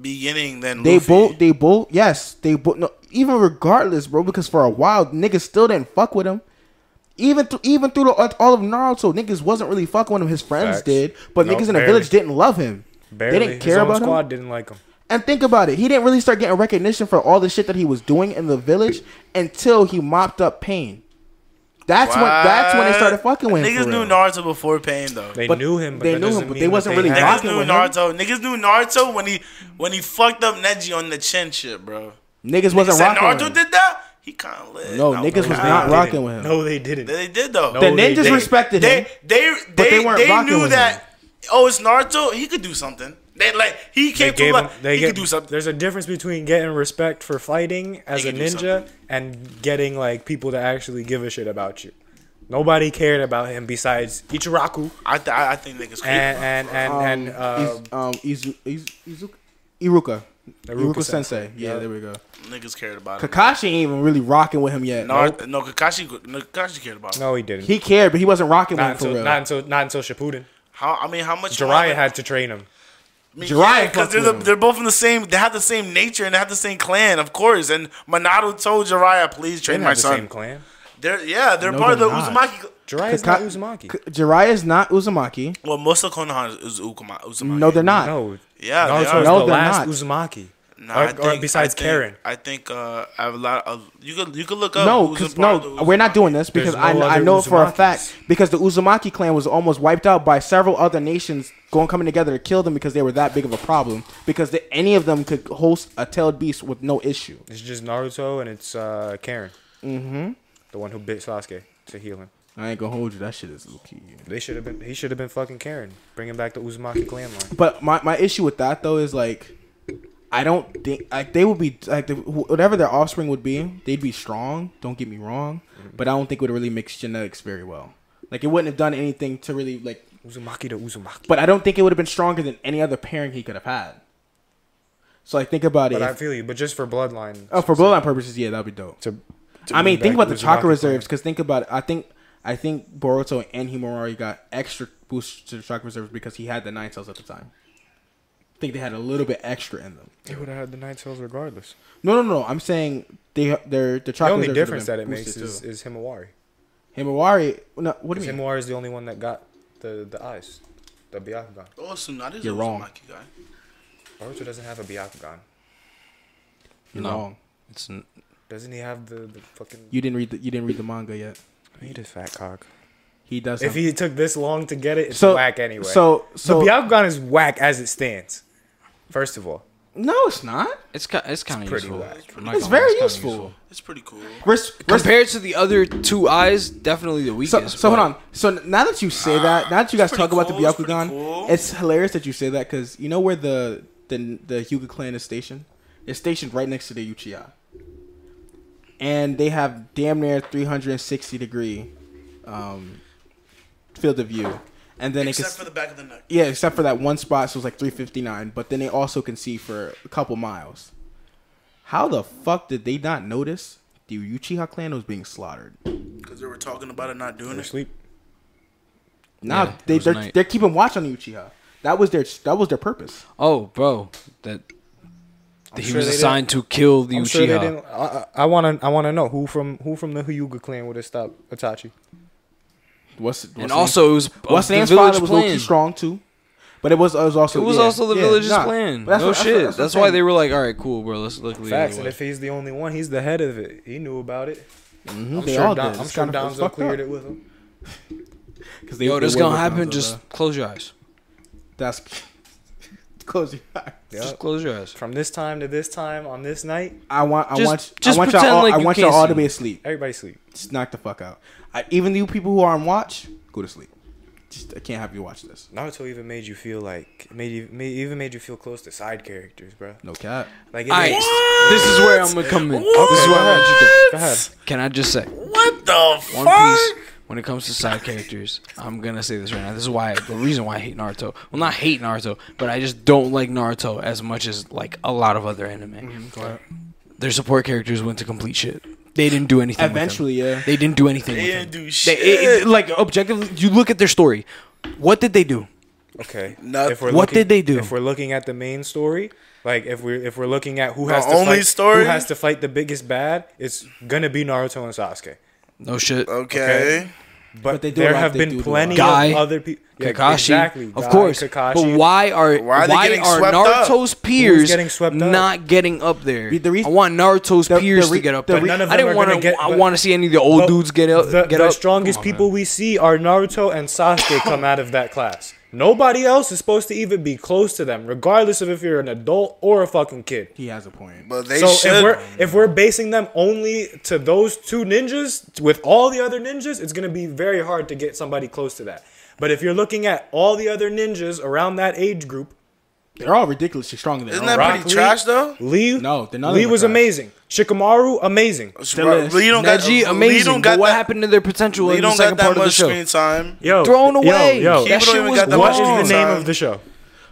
[SPEAKER 2] beginning than
[SPEAKER 1] They
[SPEAKER 2] Luffy.
[SPEAKER 1] both, they both, yes, they both. No, even regardless, bro, because for a while niggas still didn't fuck with him. Even through, even through the, uh, all of Naruto, niggas wasn't really fucking with him. His friends
[SPEAKER 4] Facts.
[SPEAKER 1] did, but
[SPEAKER 4] No,
[SPEAKER 1] niggas in the
[SPEAKER 4] barely.
[SPEAKER 1] village didn't love him.
[SPEAKER 4] Barely.
[SPEAKER 1] They didn't
[SPEAKER 4] His
[SPEAKER 1] care
[SPEAKER 4] own
[SPEAKER 1] about
[SPEAKER 4] squad
[SPEAKER 1] him.
[SPEAKER 4] didn't like him.
[SPEAKER 1] And think about it, he didn't really start getting recognition for all the shit that he was doing in the village until he mopped up pain. That's when that's when they started fucking with him.
[SPEAKER 2] Niggas
[SPEAKER 1] for
[SPEAKER 2] knew
[SPEAKER 1] real.
[SPEAKER 2] Naruto before Pain though.
[SPEAKER 4] They
[SPEAKER 1] But
[SPEAKER 4] knew him. But
[SPEAKER 1] they
[SPEAKER 4] that
[SPEAKER 1] knew him,
[SPEAKER 4] doesn't
[SPEAKER 1] but they
[SPEAKER 4] mean that
[SPEAKER 1] wasn't
[SPEAKER 4] they
[SPEAKER 1] really
[SPEAKER 4] had
[SPEAKER 2] Niggas
[SPEAKER 1] rocking
[SPEAKER 4] him.
[SPEAKER 2] knew
[SPEAKER 1] with him.
[SPEAKER 2] Naruto. Niggas knew Naruto when he when he fucked up Neji on the chin shit, bro.
[SPEAKER 1] Niggas
[SPEAKER 2] Niggas
[SPEAKER 1] wasn't
[SPEAKER 2] said
[SPEAKER 1] rocking. with
[SPEAKER 2] Naruto
[SPEAKER 1] him.
[SPEAKER 2] did that. He kind of lit.
[SPEAKER 1] No,
[SPEAKER 2] Nah,
[SPEAKER 1] niggas
[SPEAKER 2] bro.
[SPEAKER 1] was
[SPEAKER 4] Nah,
[SPEAKER 1] not
[SPEAKER 4] they
[SPEAKER 1] rocking
[SPEAKER 4] didn't.
[SPEAKER 1] with him.
[SPEAKER 4] No, they didn't.
[SPEAKER 2] They did though.
[SPEAKER 1] the
[SPEAKER 4] No, they
[SPEAKER 1] ninjas
[SPEAKER 4] didn't.
[SPEAKER 1] respected
[SPEAKER 2] they
[SPEAKER 1] him.
[SPEAKER 2] they
[SPEAKER 1] But
[SPEAKER 2] they,
[SPEAKER 1] they weren't
[SPEAKER 2] they
[SPEAKER 1] rocking
[SPEAKER 2] knew
[SPEAKER 1] with
[SPEAKER 2] that. Oh, it's Naruto. He could do something. They like he
[SPEAKER 4] They
[SPEAKER 2] came
[SPEAKER 4] gave
[SPEAKER 2] through
[SPEAKER 4] him.
[SPEAKER 2] like
[SPEAKER 4] They
[SPEAKER 2] he
[SPEAKER 4] get,
[SPEAKER 2] could do something.
[SPEAKER 4] There's a difference between getting respect for fighting as
[SPEAKER 2] They
[SPEAKER 4] a
[SPEAKER 2] could do
[SPEAKER 4] ninja
[SPEAKER 2] something.
[SPEAKER 4] and getting like people to actually give a shit about you. Nobody cared about him besides Ichiraku
[SPEAKER 2] I th- I I think niggas.
[SPEAKER 4] and and and,
[SPEAKER 1] Um,
[SPEAKER 4] and uh,
[SPEAKER 1] Iz- um, Izu, Iz- Izuka, Iruka. Iruka,
[SPEAKER 4] Iruka-sensei.
[SPEAKER 1] Sensei. Yeah,
[SPEAKER 4] Yeah.
[SPEAKER 1] there we go.
[SPEAKER 2] niggas cared about it.
[SPEAKER 1] Kakashi ain't even really rocking with him yet.
[SPEAKER 2] Nar- No, Kakashi, no, Kakashi cared about it.
[SPEAKER 4] no, he didn't.
[SPEAKER 1] He cared, but he wasn't rocking with
[SPEAKER 4] not
[SPEAKER 1] him for
[SPEAKER 4] until
[SPEAKER 1] real.
[SPEAKER 4] not until not until Shippuden.
[SPEAKER 2] How I mean, how much
[SPEAKER 4] Jiraiya had to train him.
[SPEAKER 1] Jiraiya
[SPEAKER 2] because
[SPEAKER 1] fucked
[SPEAKER 2] they're
[SPEAKER 1] with
[SPEAKER 2] the,
[SPEAKER 1] him.
[SPEAKER 2] they're both in the same. They have the same nature and they have the same clan, of course. And Minato told Jiraiya, "Please
[SPEAKER 4] They
[SPEAKER 2] train
[SPEAKER 4] didn't
[SPEAKER 2] my
[SPEAKER 4] have the
[SPEAKER 2] son."
[SPEAKER 4] same clan.
[SPEAKER 2] They're yeah, they're
[SPEAKER 1] No,
[SPEAKER 2] part
[SPEAKER 1] they're
[SPEAKER 2] of the
[SPEAKER 1] not.
[SPEAKER 2] Uzumaki.
[SPEAKER 4] Jiraiya's not
[SPEAKER 1] Kaka-
[SPEAKER 4] Uzumaki.
[SPEAKER 1] K- Jiraiya's not Uzumaki.
[SPEAKER 2] Well, most of Konoha is, is Ukuma, Uzumaki.
[SPEAKER 1] No, they're not.
[SPEAKER 4] No,
[SPEAKER 2] Yeah, they
[SPEAKER 4] Naruto
[SPEAKER 2] are.
[SPEAKER 4] is
[SPEAKER 1] No,
[SPEAKER 4] the
[SPEAKER 1] they're
[SPEAKER 4] last
[SPEAKER 1] not.
[SPEAKER 4] Uzumaki.
[SPEAKER 2] Nah,
[SPEAKER 4] Or- or besides
[SPEAKER 2] I think,
[SPEAKER 4] Karen.
[SPEAKER 2] I think uh, I have a lot of you could you could look up.
[SPEAKER 1] No,
[SPEAKER 2] who's
[SPEAKER 1] because
[SPEAKER 2] in Bardo,
[SPEAKER 1] no,
[SPEAKER 2] who's
[SPEAKER 1] we're
[SPEAKER 2] in
[SPEAKER 1] not
[SPEAKER 2] Bardo.
[SPEAKER 1] doing this because
[SPEAKER 4] no
[SPEAKER 1] I, I
[SPEAKER 4] other
[SPEAKER 1] know it for a
[SPEAKER 4] Uzumakis.
[SPEAKER 1] fact because the Uzumaki clan was almost wiped out by several other nations going coming together to kill them because they were that big of a problem because the, any of them could host a tailed beast with no issue.
[SPEAKER 4] It's just Naruto and it's uh, Karen. Mm-hmm. The one who bit Sasuke to heal him.
[SPEAKER 1] I ain't gonna hold you. That shit is low key.
[SPEAKER 4] They should have been. He should have been fucking Karen, bringing back the Uzumaki clan line.
[SPEAKER 1] But my, my issue with that though is like, I don't think like they would be like the, wh- whatever their offspring would be, they'd be strong. Don't get me wrong,
[SPEAKER 4] Mm-hmm.
[SPEAKER 1] but I don't think it would really mix genetics very well. Like it wouldn't have done anything to really like.
[SPEAKER 4] Uzumaki to Uzumaki.
[SPEAKER 1] But I don't think it would have been stronger than any other pairing he could have had. So like think about
[SPEAKER 4] But
[SPEAKER 1] it.
[SPEAKER 4] I
[SPEAKER 1] If-
[SPEAKER 4] feel you. But just for bloodline.
[SPEAKER 1] oh, for bloodline purposes, yeah, that'd be dope.
[SPEAKER 4] to, to
[SPEAKER 1] I mean,
[SPEAKER 4] bring
[SPEAKER 1] think
[SPEAKER 4] back
[SPEAKER 1] about the
[SPEAKER 4] Uzumaki
[SPEAKER 1] chakra
[SPEAKER 4] clan.
[SPEAKER 1] reserves because think about it. I think I think Boruto and Himawari got extra boosts to the chakra reserves because he had the nine cells at the time. I think they had a little bit extra in them.
[SPEAKER 4] They would have had the Nine Tails regardless.
[SPEAKER 1] No, no, no. I'm saying they their the
[SPEAKER 4] The
[SPEAKER 1] chakra
[SPEAKER 4] only
[SPEAKER 1] reserves
[SPEAKER 4] difference that
[SPEAKER 1] would've
[SPEAKER 4] it
[SPEAKER 1] been
[SPEAKER 4] makes
[SPEAKER 1] boosted,
[SPEAKER 4] is,
[SPEAKER 1] too.
[SPEAKER 4] is Himawari.
[SPEAKER 1] Himawari. No, what do
[SPEAKER 4] Because
[SPEAKER 1] you mean?
[SPEAKER 4] Himawari is the only one that got the the eyes, the Byakugan.
[SPEAKER 2] Awesome, that Oh, is
[SPEAKER 1] You're
[SPEAKER 2] a
[SPEAKER 1] wrong.
[SPEAKER 2] Uzumaki guy.
[SPEAKER 4] Naruto doesn't have a Byakugan.
[SPEAKER 1] You're
[SPEAKER 3] No.
[SPEAKER 1] wrong.
[SPEAKER 3] It's n-
[SPEAKER 4] Doesn't he have the, the fucking?
[SPEAKER 1] You didn't read the you didn't read the manga yet.
[SPEAKER 4] He just fat cock.
[SPEAKER 1] He does.
[SPEAKER 4] If
[SPEAKER 1] have-
[SPEAKER 4] he took this long to get it, it's
[SPEAKER 1] so
[SPEAKER 4] whack anyway.
[SPEAKER 1] So so
[SPEAKER 4] the Byakugan is whack as it stands. First of all,
[SPEAKER 1] no, it's not.
[SPEAKER 3] it's ki- it's kind of
[SPEAKER 4] pretty
[SPEAKER 3] useful.
[SPEAKER 4] whack.
[SPEAKER 3] I'm not
[SPEAKER 1] It's
[SPEAKER 3] gonna lie,
[SPEAKER 1] very
[SPEAKER 3] kinda
[SPEAKER 1] useful.
[SPEAKER 2] It's pretty cool.
[SPEAKER 1] Res- res-
[SPEAKER 3] Compared to the other two eyes, definitely the
[SPEAKER 1] so,
[SPEAKER 3] weakest.
[SPEAKER 1] so hold
[SPEAKER 3] but-
[SPEAKER 1] on. So now that you say that, now that you guys
[SPEAKER 2] Ah, pretty
[SPEAKER 1] talk about the
[SPEAKER 2] cool, it's pretty
[SPEAKER 1] Byakugan, it's,
[SPEAKER 2] cool.
[SPEAKER 1] hilarious that you say that because you know where the the the Hyuga clan is stationed. It's stationed right next to the Uchiha, and they have damn near 360 degree um, field of view, and then
[SPEAKER 2] Except
[SPEAKER 1] it
[SPEAKER 2] for
[SPEAKER 1] can,
[SPEAKER 2] the back of the neck.
[SPEAKER 1] yeah, except for that one spot, so it's like 359. But then they also can see for a couple miles. How the fuck did they not notice the Uchiha clan was being slaughtered?
[SPEAKER 2] Because they were talking about it not doing
[SPEAKER 4] they're
[SPEAKER 2] it.
[SPEAKER 4] asleep.
[SPEAKER 1] Nah,
[SPEAKER 3] Yeah, it
[SPEAKER 1] they
[SPEAKER 3] was
[SPEAKER 1] they're,
[SPEAKER 3] night.
[SPEAKER 1] they're keeping watch on the Uchiha. That was their that was their purpose.
[SPEAKER 3] Oh, bro, that, that he
[SPEAKER 4] sure
[SPEAKER 3] was
[SPEAKER 4] they
[SPEAKER 3] assigned to kill the
[SPEAKER 4] I'm
[SPEAKER 3] Uchiha.
[SPEAKER 4] sure they didn't. I- I want to. I want to know who from who from the Hyuga clan would have stopped Itachi.
[SPEAKER 1] What's, what's
[SPEAKER 3] and also, it was of
[SPEAKER 1] what's
[SPEAKER 3] the
[SPEAKER 1] Nam's
[SPEAKER 3] village
[SPEAKER 1] father was
[SPEAKER 3] plan.
[SPEAKER 1] low-key strong too, but it was it was also
[SPEAKER 3] It was
[SPEAKER 1] yeah,
[SPEAKER 3] also the
[SPEAKER 1] yeah,
[SPEAKER 3] village's
[SPEAKER 1] nah.
[SPEAKER 3] plan.
[SPEAKER 1] But that's
[SPEAKER 3] no
[SPEAKER 1] what- that's what-
[SPEAKER 3] shit. That's,
[SPEAKER 1] that's what I'm
[SPEAKER 3] why
[SPEAKER 1] saying.
[SPEAKER 3] they were like, "All right, cool, bro. Let's look at the
[SPEAKER 4] Facts,
[SPEAKER 3] other
[SPEAKER 4] and
[SPEAKER 3] way."
[SPEAKER 4] if he's the only one, he's the head of it. He knew about it. I'm
[SPEAKER 1] They
[SPEAKER 4] sure,
[SPEAKER 1] all
[SPEAKER 4] Don,
[SPEAKER 1] did.
[SPEAKER 4] I'm
[SPEAKER 1] It's
[SPEAKER 4] sure
[SPEAKER 1] kinda- it's
[SPEAKER 4] Donzo
[SPEAKER 1] fucked
[SPEAKER 4] cleared
[SPEAKER 1] up.
[SPEAKER 4] it with him.
[SPEAKER 1] 'Cause they-
[SPEAKER 3] Yo,
[SPEAKER 1] they
[SPEAKER 3] this
[SPEAKER 1] were
[SPEAKER 3] gonna
[SPEAKER 1] with
[SPEAKER 3] happen.
[SPEAKER 1] Gonzo,
[SPEAKER 3] Just
[SPEAKER 1] uh,
[SPEAKER 3] close your eyes.
[SPEAKER 1] that's close your eyes.
[SPEAKER 4] Yep.
[SPEAKER 3] Just close your eyes.
[SPEAKER 4] From this time to this time on this night,
[SPEAKER 1] I want I
[SPEAKER 3] Just-
[SPEAKER 1] want
[SPEAKER 3] just
[SPEAKER 1] I want y'all
[SPEAKER 3] pretend
[SPEAKER 1] all,
[SPEAKER 3] like
[SPEAKER 1] I
[SPEAKER 3] you
[SPEAKER 1] want
[SPEAKER 3] can't
[SPEAKER 1] y'all all to
[SPEAKER 3] see.
[SPEAKER 1] be asleep.
[SPEAKER 4] everybody sleep.
[SPEAKER 1] Just knock the fuck out. I, even you people who are on watch, go to sleep. Just I can't have you watch this.
[SPEAKER 4] Naruto even made you feel like made you made, even made you feel close to side characters, bro.
[SPEAKER 1] No cap.
[SPEAKER 4] Like it
[SPEAKER 3] All right,
[SPEAKER 4] made-
[SPEAKER 3] this is where I'm gonna come in. This is
[SPEAKER 4] go
[SPEAKER 3] where I'm gonna
[SPEAKER 4] ahead.
[SPEAKER 3] interject.
[SPEAKER 4] Go ahead.
[SPEAKER 3] Can I just say?
[SPEAKER 2] What the
[SPEAKER 3] One
[SPEAKER 2] fuck?
[SPEAKER 3] Piece, when it comes to side characters, I'm gonna say this right now. This is why the reason why I hate Naruto. Well, not hate Naruto, but I just don't like Naruto as much as like a lot of other anime. Their support characters went to complete shit. They didn't do anything. with them.
[SPEAKER 1] Eventually, yeah.
[SPEAKER 3] They didn't do anything. They
[SPEAKER 2] didn't do
[SPEAKER 3] They, it- it- like objectively, you look at their story. What did they do?
[SPEAKER 4] Okay.
[SPEAKER 2] Nothing.
[SPEAKER 4] we're
[SPEAKER 3] What did they do?
[SPEAKER 4] If we're looking at the main story, like if we're if we're looking at who
[SPEAKER 2] The
[SPEAKER 4] has to
[SPEAKER 2] only
[SPEAKER 4] fight,
[SPEAKER 2] story?
[SPEAKER 4] who has to fight the biggest bad, it's gonna be Naruto and Sasuke.
[SPEAKER 3] No shit.
[SPEAKER 2] Okay.
[SPEAKER 4] But,
[SPEAKER 1] But they do a
[SPEAKER 4] there
[SPEAKER 1] lot-
[SPEAKER 4] have
[SPEAKER 1] they do
[SPEAKER 4] been
[SPEAKER 1] do a
[SPEAKER 4] plenty
[SPEAKER 1] lot.
[SPEAKER 3] Guy,
[SPEAKER 4] of other people.
[SPEAKER 3] Kakashi, of course. But why are
[SPEAKER 2] Why
[SPEAKER 3] why
[SPEAKER 2] are
[SPEAKER 3] are,
[SPEAKER 2] they getting swept up?
[SPEAKER 3] Naruto's peers
[SPEAKER 4] getting swept up?
[SPEAKER 3] not getting up there?
[SPEAKER 1] The reason-
[SPEAKER 3] I want Naruto's
[SPEAKER 1] the- the
[SPEAKER 3] peers
[SPEAKER 1] re-
[SPEAKER 3] to get up
[SPEAKER 1] the
[SPEAKER 3] there.
[SPEAKER 1] re-
[SPEAKER 4] None of
[SPEAKER 3] I
[SPEAKER 4] them
[SPEAKER 3] didn't
[SPEAKER 4] are
[SPEAKER 3] want
[SPEAKER 4] gonna
[SPEAKER 3] to.
[SPEAKER 4] get-
[SPEAKER 3] I
[SPEAKER 4] but-
[SPEAKER 3] want to see any of the old
[SPEAKER 4] But
[SPEAKER 3] dudes get up.
[SPEAKER 4] The,
[SPEAKER 3] get
[SPEAKER 4] the
[SPEAKER 3] up.
[SPEAKER 4] strongest
[SPEAKER 3] Come on,
[SPEAKER 4] people
[SPEAKER 3] man.
[SPEAKER 4] we see are Naruto and Sasuke come out of that class. Nobody else is supposed to even be close to them, regardless of if you're an adult or a fucking kid.
[SPEAKER 1] He has a point.
[SPEAKER 2] But they
[SPEAKER 4] so if
[SPEAKER 2] should.
[SPEAKER 4] we're if we're basing them only to those two ninjas with all the other ninjas, it's gonna be very hard to get somebody close to that. But if you're looking at all the other ninjas around that age group,
[SPEAKER 1] They're all ridiculously strong. in their
[SPEAKER 2] Isn't
[SPEAKER 1] own
[SPEAKER 2] that
[SPEAKER 1] right.
[SPEAKER 2] pretty trash though?
[SPEAKER 4] Lee
[SPEAKER 1] No, they're not
[SPEAKER 4] Lee
[SPEAKER 1] even
[SPEAKER 4] was
[SPEAKER 1] trash.
[SPEAKER 4] amazing. Shikamaru amazing.
[SPEAKER 2] Bro,
[SPEAKER 1] is.
[SPEAKER 2] Lee don't got- Lee
[SPEAKER 3] Neji,
[SPEAKER 2] don't
[SPEAKER 3] amazing.
[SPEAKER 2] got
[SPEAKER 3] but what
[SPEAKER 2] that-
[SPEAKER 3] happened to their potential
[SPEAKER 2] Lee
[SPEAKER 3] in the
[SPEAKER 2] don't got
[SPEAKER 3] second part
[SPEAKER 2] that
[SPEAKER 3] of the
[SPEAKER 2] much
[SPEAKER 3] show?
[SPEAKER 2] screen time.
[SPEAKER 4] Yo,
[SPEAKER 3] Thrown
[SPEAKER 4] yo,
[SPEAKER 3] away. that
[SPEAKER 4] Yo,
[SPEAKER 2] People don't
[SPEAKER 3] shit
[SPEAKER 2] even
[SPEAKER 3] was
[SPEAKER 2] got that much
[SPEAKER 4] what is
[SPEAKER 3] wrong.
[SPEAKER 4] the
[SPEAKER 2] screen
[SPEAKER 4] name
[SPEAKER 2] time.
[SPEAKER 4] of the show?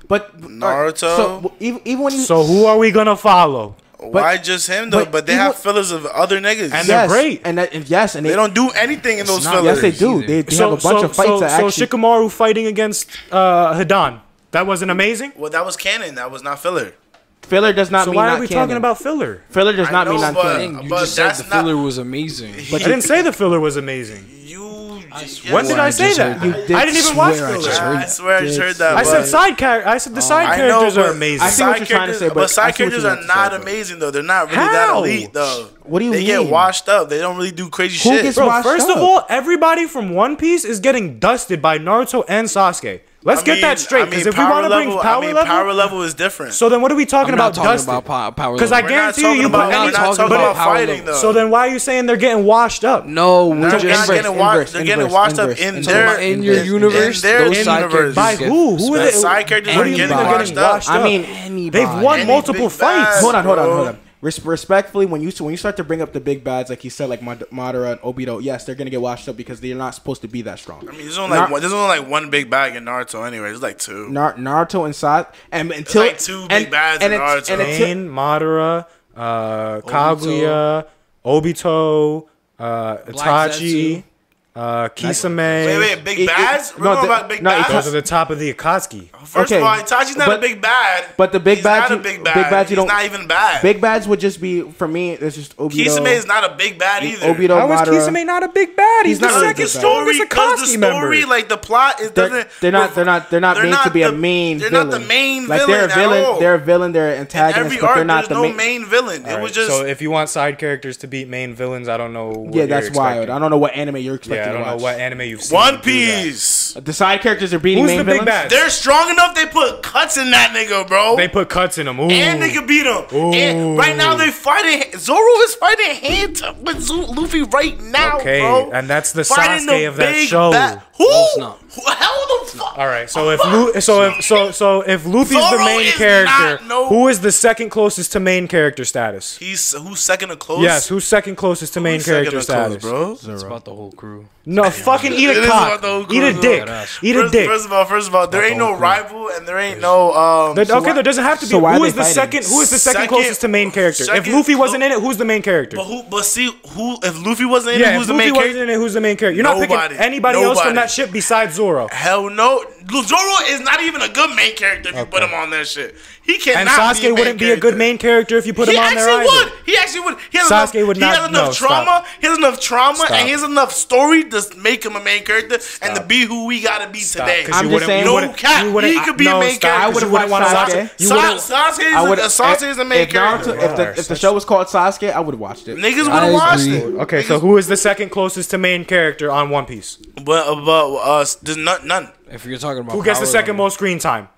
[SPEAKER 1] But alright, so,
[SPEAKER 2] Naruto.
[SPEAKER 1] well, even even when you
[SPEAKER 4] So who are we gonna follow?
[SPEAKER 2] Why just him though?
[SPEAKER 1] but
[SPEAKER 2] But, they
[SPEAKER 1] even-
[SPEAKER 2] have fillers of other niggas.
[SPEAKER 1] yes,
[SPEAKER 4] And they're great.
[SPEAKER 1] and, that, and yes, and they,
[SPEAKER 2] they don't do anything in those
[SPEAKER 3] not-
[SPEAKER 1] Yes,
[SPEAKER 2] fillers.
[SPEAKER 1] they do.
[SPEAKER 3] either.
[SPEAKER 1] They, they have a bunch
[SPEAKER 4] so,
[SPEAKER 1] of fights.
[SPEAKER 4] so,
[SPEAKER 1] that actually,
[SPEAKER 4] so Shikamaru fighting against uh, Hidan. That wasn't amazing.
[SPEAKER 2] Well, that was canon. That was not filler.
[SPEAKER 1] filler does not
[SPEAKER 4] So
[SPEAKER 1] mean
[SPEAKER 4] why
[SPEAKER 1] not
[SPEAKER 4] are we
[SPEAKER 1] canon.
[SPEAKER 4] talking about filler?
[SPEAKER 1] filler does
[SPEAKER 2] I
[SPEAKER 1] not
[SPEAKER 2] know,
[SPEAKER 1] mean
[SPEAKER 2] but-
[SPEAKER 1] not canon.
[SPEAKER 3] Dang, you
[SPEAKER 2] But
[SPEAKER 3] just said
[SPEAKER 2] that's
[SPEAKER 3] the
[SPEAKER 2] not-
[SPEAKER 3] filler was amazing.
[SPEAKER 4] I didn't say the filler was amazing.
[SPEAKER 2] You Yes.
[SPEAKER 4] When did
[SPEAKER 3] Well,
[SPEAKER 4] I,
[SPEAKER 3] I
[SPEAKER 4] say
[SPEAKER 3] just
[SPEAKER 4] that?
[SPEAKER 3] heard that. You
[SPEAKER 4] I
[SPEAKER 1] did
[SPEAKER 4] didn't even watch
[SPEAKER 3] swear I
[SPEAKER 4] Thriller.
[SPEAKER 3] just
[SPEAKER 4] I,
[SPEAKER 3] heard
[SPEAKER 2] I swear I just heard that.
[SPEAKER 4] said
[SPEAKER 2] but-
[SPEAKER 4] side character. I said the side
[SPEAKER 2] I know,
[SPEAKER 4] characters are
[SPEAKER 2] but-
[SPEAKER 4] amazing.
[SPEAKER 1] I see what you're trying to say, but, I
[SPEAKER 2] side
[SPEAKER 1] see what you
[SPEAKER 2] characters
[SPEAKER 1] meant
[SPEAKER 2] are
[SPEAKER 1] to
[SPEAKER 2] not
[SPEAKER 1] say, but-
[SPEAKER 2] amazing though. They're not really that
[SPEAKER 4] How?
[SPEAKER 2] elite though.
[SPEAKER 1] What do you
[SPEAKER 2] They get
[SPEAKER 1] mean?
[SPEAKER 2] washed up. They don't really do crazy
[SPEAKER 1] Who
[SPEAKER 2] shit.
[SPEAKER 1] gets
[SPEAKER 4] Bro,
[SPEAKER 1] washed
[SPEAKER 4] first of
[SPEAKER 1] up.
[SPEAKER 4] all, everybody from One Piece is getting dusted by Naruto and Sasuke. Let's
[SPEAKER 2] I
[SPEAKER 4] get
[SPEAKER 2] mean-
[SPEAKER 4] that straight.
[SPEAKER 2] I mean,
[SPEAKER 4] Because if we
[SPEAKER 2] power
[SPEAKER 4] want to bring
[SPEAKER 2] level-
[SPEAKER 4] power
[SPEAKER 2] I mean,
[SPEAKER 4] level,
[SPEAKER 2] power level is different.
[SPEAKER 4] so then what are we talking
[SPEAKER 3] I'm
[SPEAKER 4] about?
[SPEAKER 3] not talking
[SPEAKER 4] dusted?
[SPEAKER 3] about power, power
[SPEAKER 4] Because I
[SPEAKER 3] level.
[SPEAKER 2] We're not
[SPEAKER 4] guarantee you,
[SPEAKER 2] talking
[SPEAKER 4] you
[SPEAKER 2] about-
[SPEAKER 4] put
[SPEAKER 2] we're
[SPEAKER 4] any.
[SPEAKER 3] not talking
[SPEAKER 4] but
[SPEAKER 3] about
[SPEAKER 4] it-
[SPEAKER 3] power
[SPEAKER 2] fighting
[SPEAKER 3] level.
[SPEAKER 2] though.
[SPEAKER 4] So then why are you saying they're getting washed up?
[SPEAKER 3] no, we're
[SPEAKER 2] They're
[SPEAKER 3] just
[SPEAKER 2] not getting
[SPEAKER 1] inverse,
[SPEAKER 2] washed. They're getting
[SPEAKER 1] inverse,
[SPEAKER 2] washed up
[SPEAKER 1] inverse,
[SPEAKER 2] in
[SPEAKER 1] inverse.
[SPEAKER 2] their
[SPEAKER 3] in your
[SPEAKER 1] in-
[SPEAKER 3] universe.
[SPEAKER 2] in their
[SPEAKER 3] those side
[SPEAKER 2] universe.
[SPEAKER 3] characters
[SPEAKER 4] By
[SPEAKER 3] get
[SPEAKER 4] who? Who are
[SPEAKER 2] The
[SPEAKER 4] they?
[SPEAKER 2] side characters
[SPEAKER 4] what
[SPEAKER 2] are
[SPEAKER 4] do you mean
[SPEAKER 2] getting
[SPEAKER 4] they're
[SPEAKER 2] washed
[SPEAKER 4] getting
[SPEAKER 2] up.
[SPEAKER 4] washed
[SPEAKER 1] I
[SPEAKER 4] up?
[SPEAKER 1] mean,
[SPEAKER 3] anybody.
[SPEAKER 4] they've won
[SPEAKER 2] Any
[SPEAKER 4] multiple
[SPEAKER 2] big bad.
[SPEAKER 4] fights.
[SPEAKER 1] hold on, hold on,
[SPEAKER 2] bro.
[SPEAKER 1] hold on. Res- respectfully, when you when you start to bring up the big bads like you said, like Mad- Madara and Obito, yes, they're gonna get washed up because they're not supposed to be that strong.
[SPEAKER 2] I mean, there's only like
[SPEAKER 1] Nar-
[SPEAKER 2] one, there's only like one big bag in Naruto anyway. It's like two.
[SPEAKER 1] Nar- Naruto and Sasuke, and until
[SPEAKER 2] like two big
[SPEAKER 1] and,
[SPEAKER 2] bads
[SPEAKER 1] and
[SPEAKER 2] in
[SPEAKER 1] it's-
[SPEAKER 2] Naruto.
[SPEAKER 1] and it's-
[SPEAKER 4] Pain, Madara, uh, Kaguya, Obito, uh,
[SPEAKER 3] Black
[SPEAKER 4] Itachi,
[SPEAKER 3] Zetsu.
[SPEAKER 4] uh, Kisame.
[SPEAKER 2] Wait, wait, big
[SPEAKER 1] It- it-
[SPEAKER 2] bads? We're
[SPEAKER 1] no,
[SPEAKER 2] going
[SPEAKER 1] the-
[SPEAKER 2] about big
[SPEAKER 4] no,
[SPEAKER 2] bads.
[SPEAKER 4] those are the top of the Akatsuki.
[SPEAKER 2] First
[SPEAKER 1] okay,
[SPEAKER 2] of all, Itachi's not a
[SPEAKER 1] but-
[SPEAKER 2] big bad.
[SPEAKER 1] but the big
[SPEAKER 2] He's
[SPEAKER 1] bads
[SPEAKER 2] not
[SPEAKER 1] you-
[SPEAKER 2] a big
[SPEAKER 1] big
[SPEAKER 2] bad.
[SPEAKER 1] bads you
[SPEAKER 2] He's
[SPEAKER 1] don't-
[SPEAKER 2] not even bad.
[SPEAKER 1] big bads would just be for me. It's just Obito.
[SPEAKER 2] Kisame is not a big bad either.
[SPEAKER 1] Obito,
[SPEAKER 4] How is
[SPEAKER 1] Madara.
[SPEAKER 4] Kisame not a big bad?
[SPEAKER 1] He's
[SPEAKER 4] He's, the
[SPEAKER 1] not really a
[SPEAKER 4] second
[SPEAKER 1] big bad.
[SPEAKER 4] strongest
[SPEAKER 2] because the
[SPEAKER 4] Akatsuki
[SPEAKER 2] story,
[SPEAKER 4] member.
[SPEAKER 2] like the plot, it
[SPEAKER 1] They're,
[SPEAKER 2] doesn't.
[SPEAKER 1] they're not. They're not. They're not
[SPEAKER 2] they're
[SPEAKER 1] made to
[SPEAKER 2] not
[SPEAKER 1] be a
[SPEAKER 2] the-
[SPEAKER 1] main.
[SPEAKER 2] they're not
[SPEAKER 1] villain.
[SPEAKER 2] the main
[SPEAKER 1] Like they're a
[SPEAKER 2] villain at
[SPEAKER 1] villain.
[SPEAKER 2] all.
[SPEAKER 1] They're a villain. They're an antagonist,
[SPEAKER 2] Every
[SPEAKER 1] but they're
[SPEAKER 2] arc,
[SPEAKER 1] not
[SPEAKER 2] there's
[SPEAKER 1] the
[SPEAKER 2] no
[SPEAKER 1] main.
[SPEAKER 2] main villain. It was just.
[SPEAKER 4] so if you want side characters to beat main villains, I don't know. What
[SPEAKER 1] yeah,
[SPEAKER 4] you're
[SPEAKER 1] that's wild.
[SPEAKER 4] expecting.
[SPEAKER 1] I don't know what anime you're expecting.
[SPEAKER 4] yeah, I don't
[SPEAKER 1] to
[SPEAKER 4] know
[SPEAKER 1] watch.
[SPEAKER 4] what anime you've seen.
[SPEAKER 2] One
[SPEAKER 4] do that.
[SPEAKER 2] Piece.
[SPEAKER 1] The side characters are beating
[SPEAKER 4] Who's
[SPEAKER 1] main
[SPEAKER 4] the big
[SPEAKER 1] villains?
[SPEAKER 4] bad?
[SPEAKER 2] They're strong enough. They put cuts in that nigga, bro.
[SPEAKER 4] They put cuts in them. Ooh.
[SPEAKER 2] and they can beat him.
[SPEAKER 4] Ooh.
[SPEAKER 2] And right now they fighting. Zoro is fighting hand to with Zu- Luffy right now,
[SPEAKER 4] Okay,
[SPEAKER 2] bro.
[SPEAKER 4] and that's the
[SPEAKER 2] Fighting
[SPEAKER 4] Sasuke of that
[SPEAKER 2] big
[SPEAKER 4] show.
[SPEAKER 2] Ba- Who?
[SPEAKER 3] it's not.
[SPEAKER 2] Who- How the fuck?
[SPEAKER 4] All right. So if Lu- so if so so if Luffy's the
[SPEAKER 2] Zoro
[SPEAKER 4] main
[SPEAKER 2] is
[SPEAKER 4] character,
[SPEAKER 2] not no-
[SPEAKER 4] who is the second closest to main character status?
[SPEAKER 2] He's who's second to close.
[SPEAKER 4] Yes, who's second closest to main
[SPEAKER 2] Who's second
[SPEAKER 4] character
[SPEAKER 2] to close,
[SPEAKER 4] status?
[SPEAKER 2] bro?
[SPEAKER 3] It's about the whole crew.
[SPEAKER 4] No, fucking eat
[SPEAKER 2] It
[SPEAKER 4] a
[SPEAKER 2] is
[SPEAKER 4] cock,
[SPEAKER 2] about the whole crew,
[SPEAKER 4] eat a
[SPEAKER 2] though.
[SPEAKER 4] dick, eat a
[SPEAKER 2] First,
[SPEAKER 4] dick.
[SPEAKER 2] first of all, first of all, there ain't no
[SPEAKER 3] whole
[SPEAKER 2] rival and there ain't no um.
[SPEAKER 4] There- okay, there doesn't have to be.
[SPEAKER 1] so why
[SPEAKER 4] who
[SPEAKER 1] are
[SPEAKER 4] is
[SPEAKER 1] they
[SPEAKER 4] the
[SPEAKER 1] fighting?
[SPEAKER 4] second? Who is the second,
[SPEAKER 2] Second-
[SPEAKER 4] closest to main character? If
[SPEAKER 2] second
[SPEAKER 4] Luffy
[SPEAKER 2] clo-
[SPEAKER 4] wasn't in it, who's the main character?
[SPEAKER 2] but who? But see, who? If Luffy wasn't in,
[SPEAKER 4] yeah,
[SPEAKER 2] it,
[SPEAKER 4] if
[SPEAKER 2] who's the
[SPEAKER 4] Luffy
[SPEAKER 2] main
[SPEAKER 4] wasn't
[SPEAKER 2] character?
[SPEAKER 4] in it, who's the main character? You're not
[SPEAKER 2] Nobody.
[SPEAKER 4] picking anybody else from
[SPEAKER 2] Nobody.
[SPEAKER 4] that shit besides Zoro.
[SPEAKER 2] Hell no. Lu- Zoro is not even a good main character if you put him on that shit. He cannot.
[SPEAKER 4] And
[SPEAKER 2] be a
[SPEAKER 4] Sasuke
[SPEAKER 2] main
[SPEAKER 4] wouldn't be a
[SPEAKER 2] character.
[SPEAKER 4] good main character if you put
[SPEAKER 2] He
[SPEAKER 4] him on
[SPEAKER 2] actually
[SPEAKER 4] there either.
[SPEAKER 2] would. He actually would. He has
[SPEAKER 4] Sasuke
[SPEAKER 2] enough,
[SPEAKER 4] would
[SPEAKER 2] he has
[SPEAKER 4] not-
[SPEAKER 2] enough
[SPEAKER 4] no, stop.
[SPEAKER 2] trauma. He has enough trauma,
[SPEAKER 4] Stop.
[SPEAKER 2] and he has enough story to s- make him a main character and to be who we gotta be today.
[SPEAKER 4] 'cause
[SPEAKER 1] I'm just
[SPEAKER 4] you wouldn't-
[SPEAKER 1] saying-
[SPEAKER 4] you
[SPEAKER 1] No
[SPEAKER 4] wouldn't-
[SPEAKER 2] cap,
[SPEAKER 4] you wouldn't-
[SPEAKER 2] he could be
[SPEAKER 4] no,
[SPEAKER 2] main
[SPEAKER 4] stop,
[SPEAKER 2] character.
[SPEAKER 4] I wouldn't
[SPEAKER 1] You wouldn't
[SPEAKER 4] want
[SPEAKER 1] want
[SPEAKER 4] Sasuke.
[SPEAKER 1] Sasuke.
[SPEAKER 4] You
[SPEAKER 2] Sa-
[SPEAKER 4] wouldn't.
[SPEAKER 2] Sasuke is,
[SPEAKER 1] I would.
[SPEAKER 2] a, Sasuke is the main
[SPEAKER 1] if Naruto-
[SPEAKER 2] character.
[SPEAKER 1] if, the, if the show was called Sasuke, I would have watched it.
[SPEAKER 2] Niggas would
[SPEAKER 3] I
[SPEAKER 2] have watched
[SPEAKER 3] agree.
[SPEAKER 2] it.
[SPEAKER 4] Okay, so who is the second closest to main character on One Piece?
[SPEAKER 2] But about us, there's not, none.
[SPEAKER 3] If you're talking about
[SPEAKER 4] Who gets the
[SPEAKER 3] power
[SPEAKER 4] second
[SPEAKER 3] level,
[SPEAKER 4] most screen time?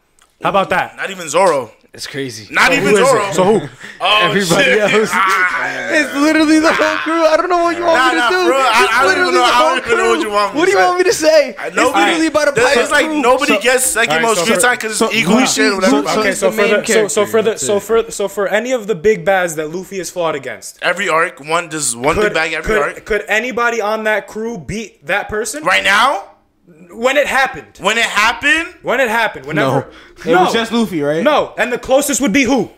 [SPEAKER 4] How about that?
[SPEAKER 2] Not even Zoro.
[SPEAKER 3] It's crazy.
[SPEAKER 2] Not
[SPEAKER 4] Who
[SPEAKER 2] even
[SPEAKER 4] is
[SPEAKER 2] Zoro.
[SPEAKER 4] it? So who?
[SPEAKER 2] oh,
[SPEAKER 3] Everybody
[SPEAKER 2] shit.
[SPEAKER 3] else.
[SPEAKER 2] Ah.
[SPEAKER 3] It's literally the whole crew. I don't know what you want
[SPEAKER 2] Nah,
[SPEAKER 3] me to
[SPEAKER 2] nah,
[SPEAKER 3] do.
[SPEAKER 2] bro, I- I
[SPEAKER 3] it's
[SPEAKER 2] don't even
[SPEAKER 3] literally
[SPEAKER 2] know-
[SPEAKER 3] the
[SPEAKER 2] I don't
[SPEAKER 3] whole
[SPEAKER 2] even know
[SPEAKER 3] crew.
[SPEAKER 2] what you want me
[SPEAKER 3] What
[SPEAKER 2] to
[SPEAKER 3] do you
[SPEAKER 2] say.
[SPEAKER 3] want me to say?
[SPEAKER 2] I-
[SPEAKER 3] It's
[SPEAKER 2] Nobody,
[SPEAKER 3] literally about a
[SPEAKER 2] there's-
[SPEAKER 3] pirate
[SPEAKER 2] It's like
[SPEAKER 3] crew.
[SPEAKER 2] nobody
[SPEAKER 1] So-
[SPEAKER 2] gets second
[SPEAKER 4] Alright,
[SPEAKER 2] most
[SPEAKER 4] so
[SPEAKER 2] screen
[SPEAKER 4] for-
[SPEAKER 2] time because
[SPEAKER 1] so
[SPEAKER 2] it's equally
[SPEAKER 1] who-
[SPEAKER 2] shared with
[SPEAKER 1] so-
[SPEAKER 2] everybody.
[SPEAKER 1] so-
[SPEAKER 4] Okay,
[SPEAKER 1] who's
[SPEAKER 4] so
[SPEAKER 1] the
[SPEAKER 4] for
[SPEAKER 1] main
[SPEAKER 4] the so, so
[SPEAKER 1] character?
[SPEAKER 4] for the
[SPEAKER 1] That's
[SPEAKER 4] so
[SPEAKER 1] it.
[SPEAKER 4] for so for any of the big bads that Luffy is flawed against,
[SPEAKER 2] Every arc, one does one big
[SPEAKER 4] could,
[SPEAKER 2] bag every
[SPEAKER 4] could,
[SPEAKER 2] arc.
[SPEAKER 4] could anybody on that crew beat that person?
[SPEAKER 2] Right now,
[SPEAKER 4] When it happened.
[SPEAKER 2] when it happened,
[SPEAKER 4] When it happened.
[SPEAKER 1] No,
[SPEAKER 4] Whenever.
[SPEAKER 1] it was just Luffy, right?
[SPEAKER 4] No, and the closest would be who?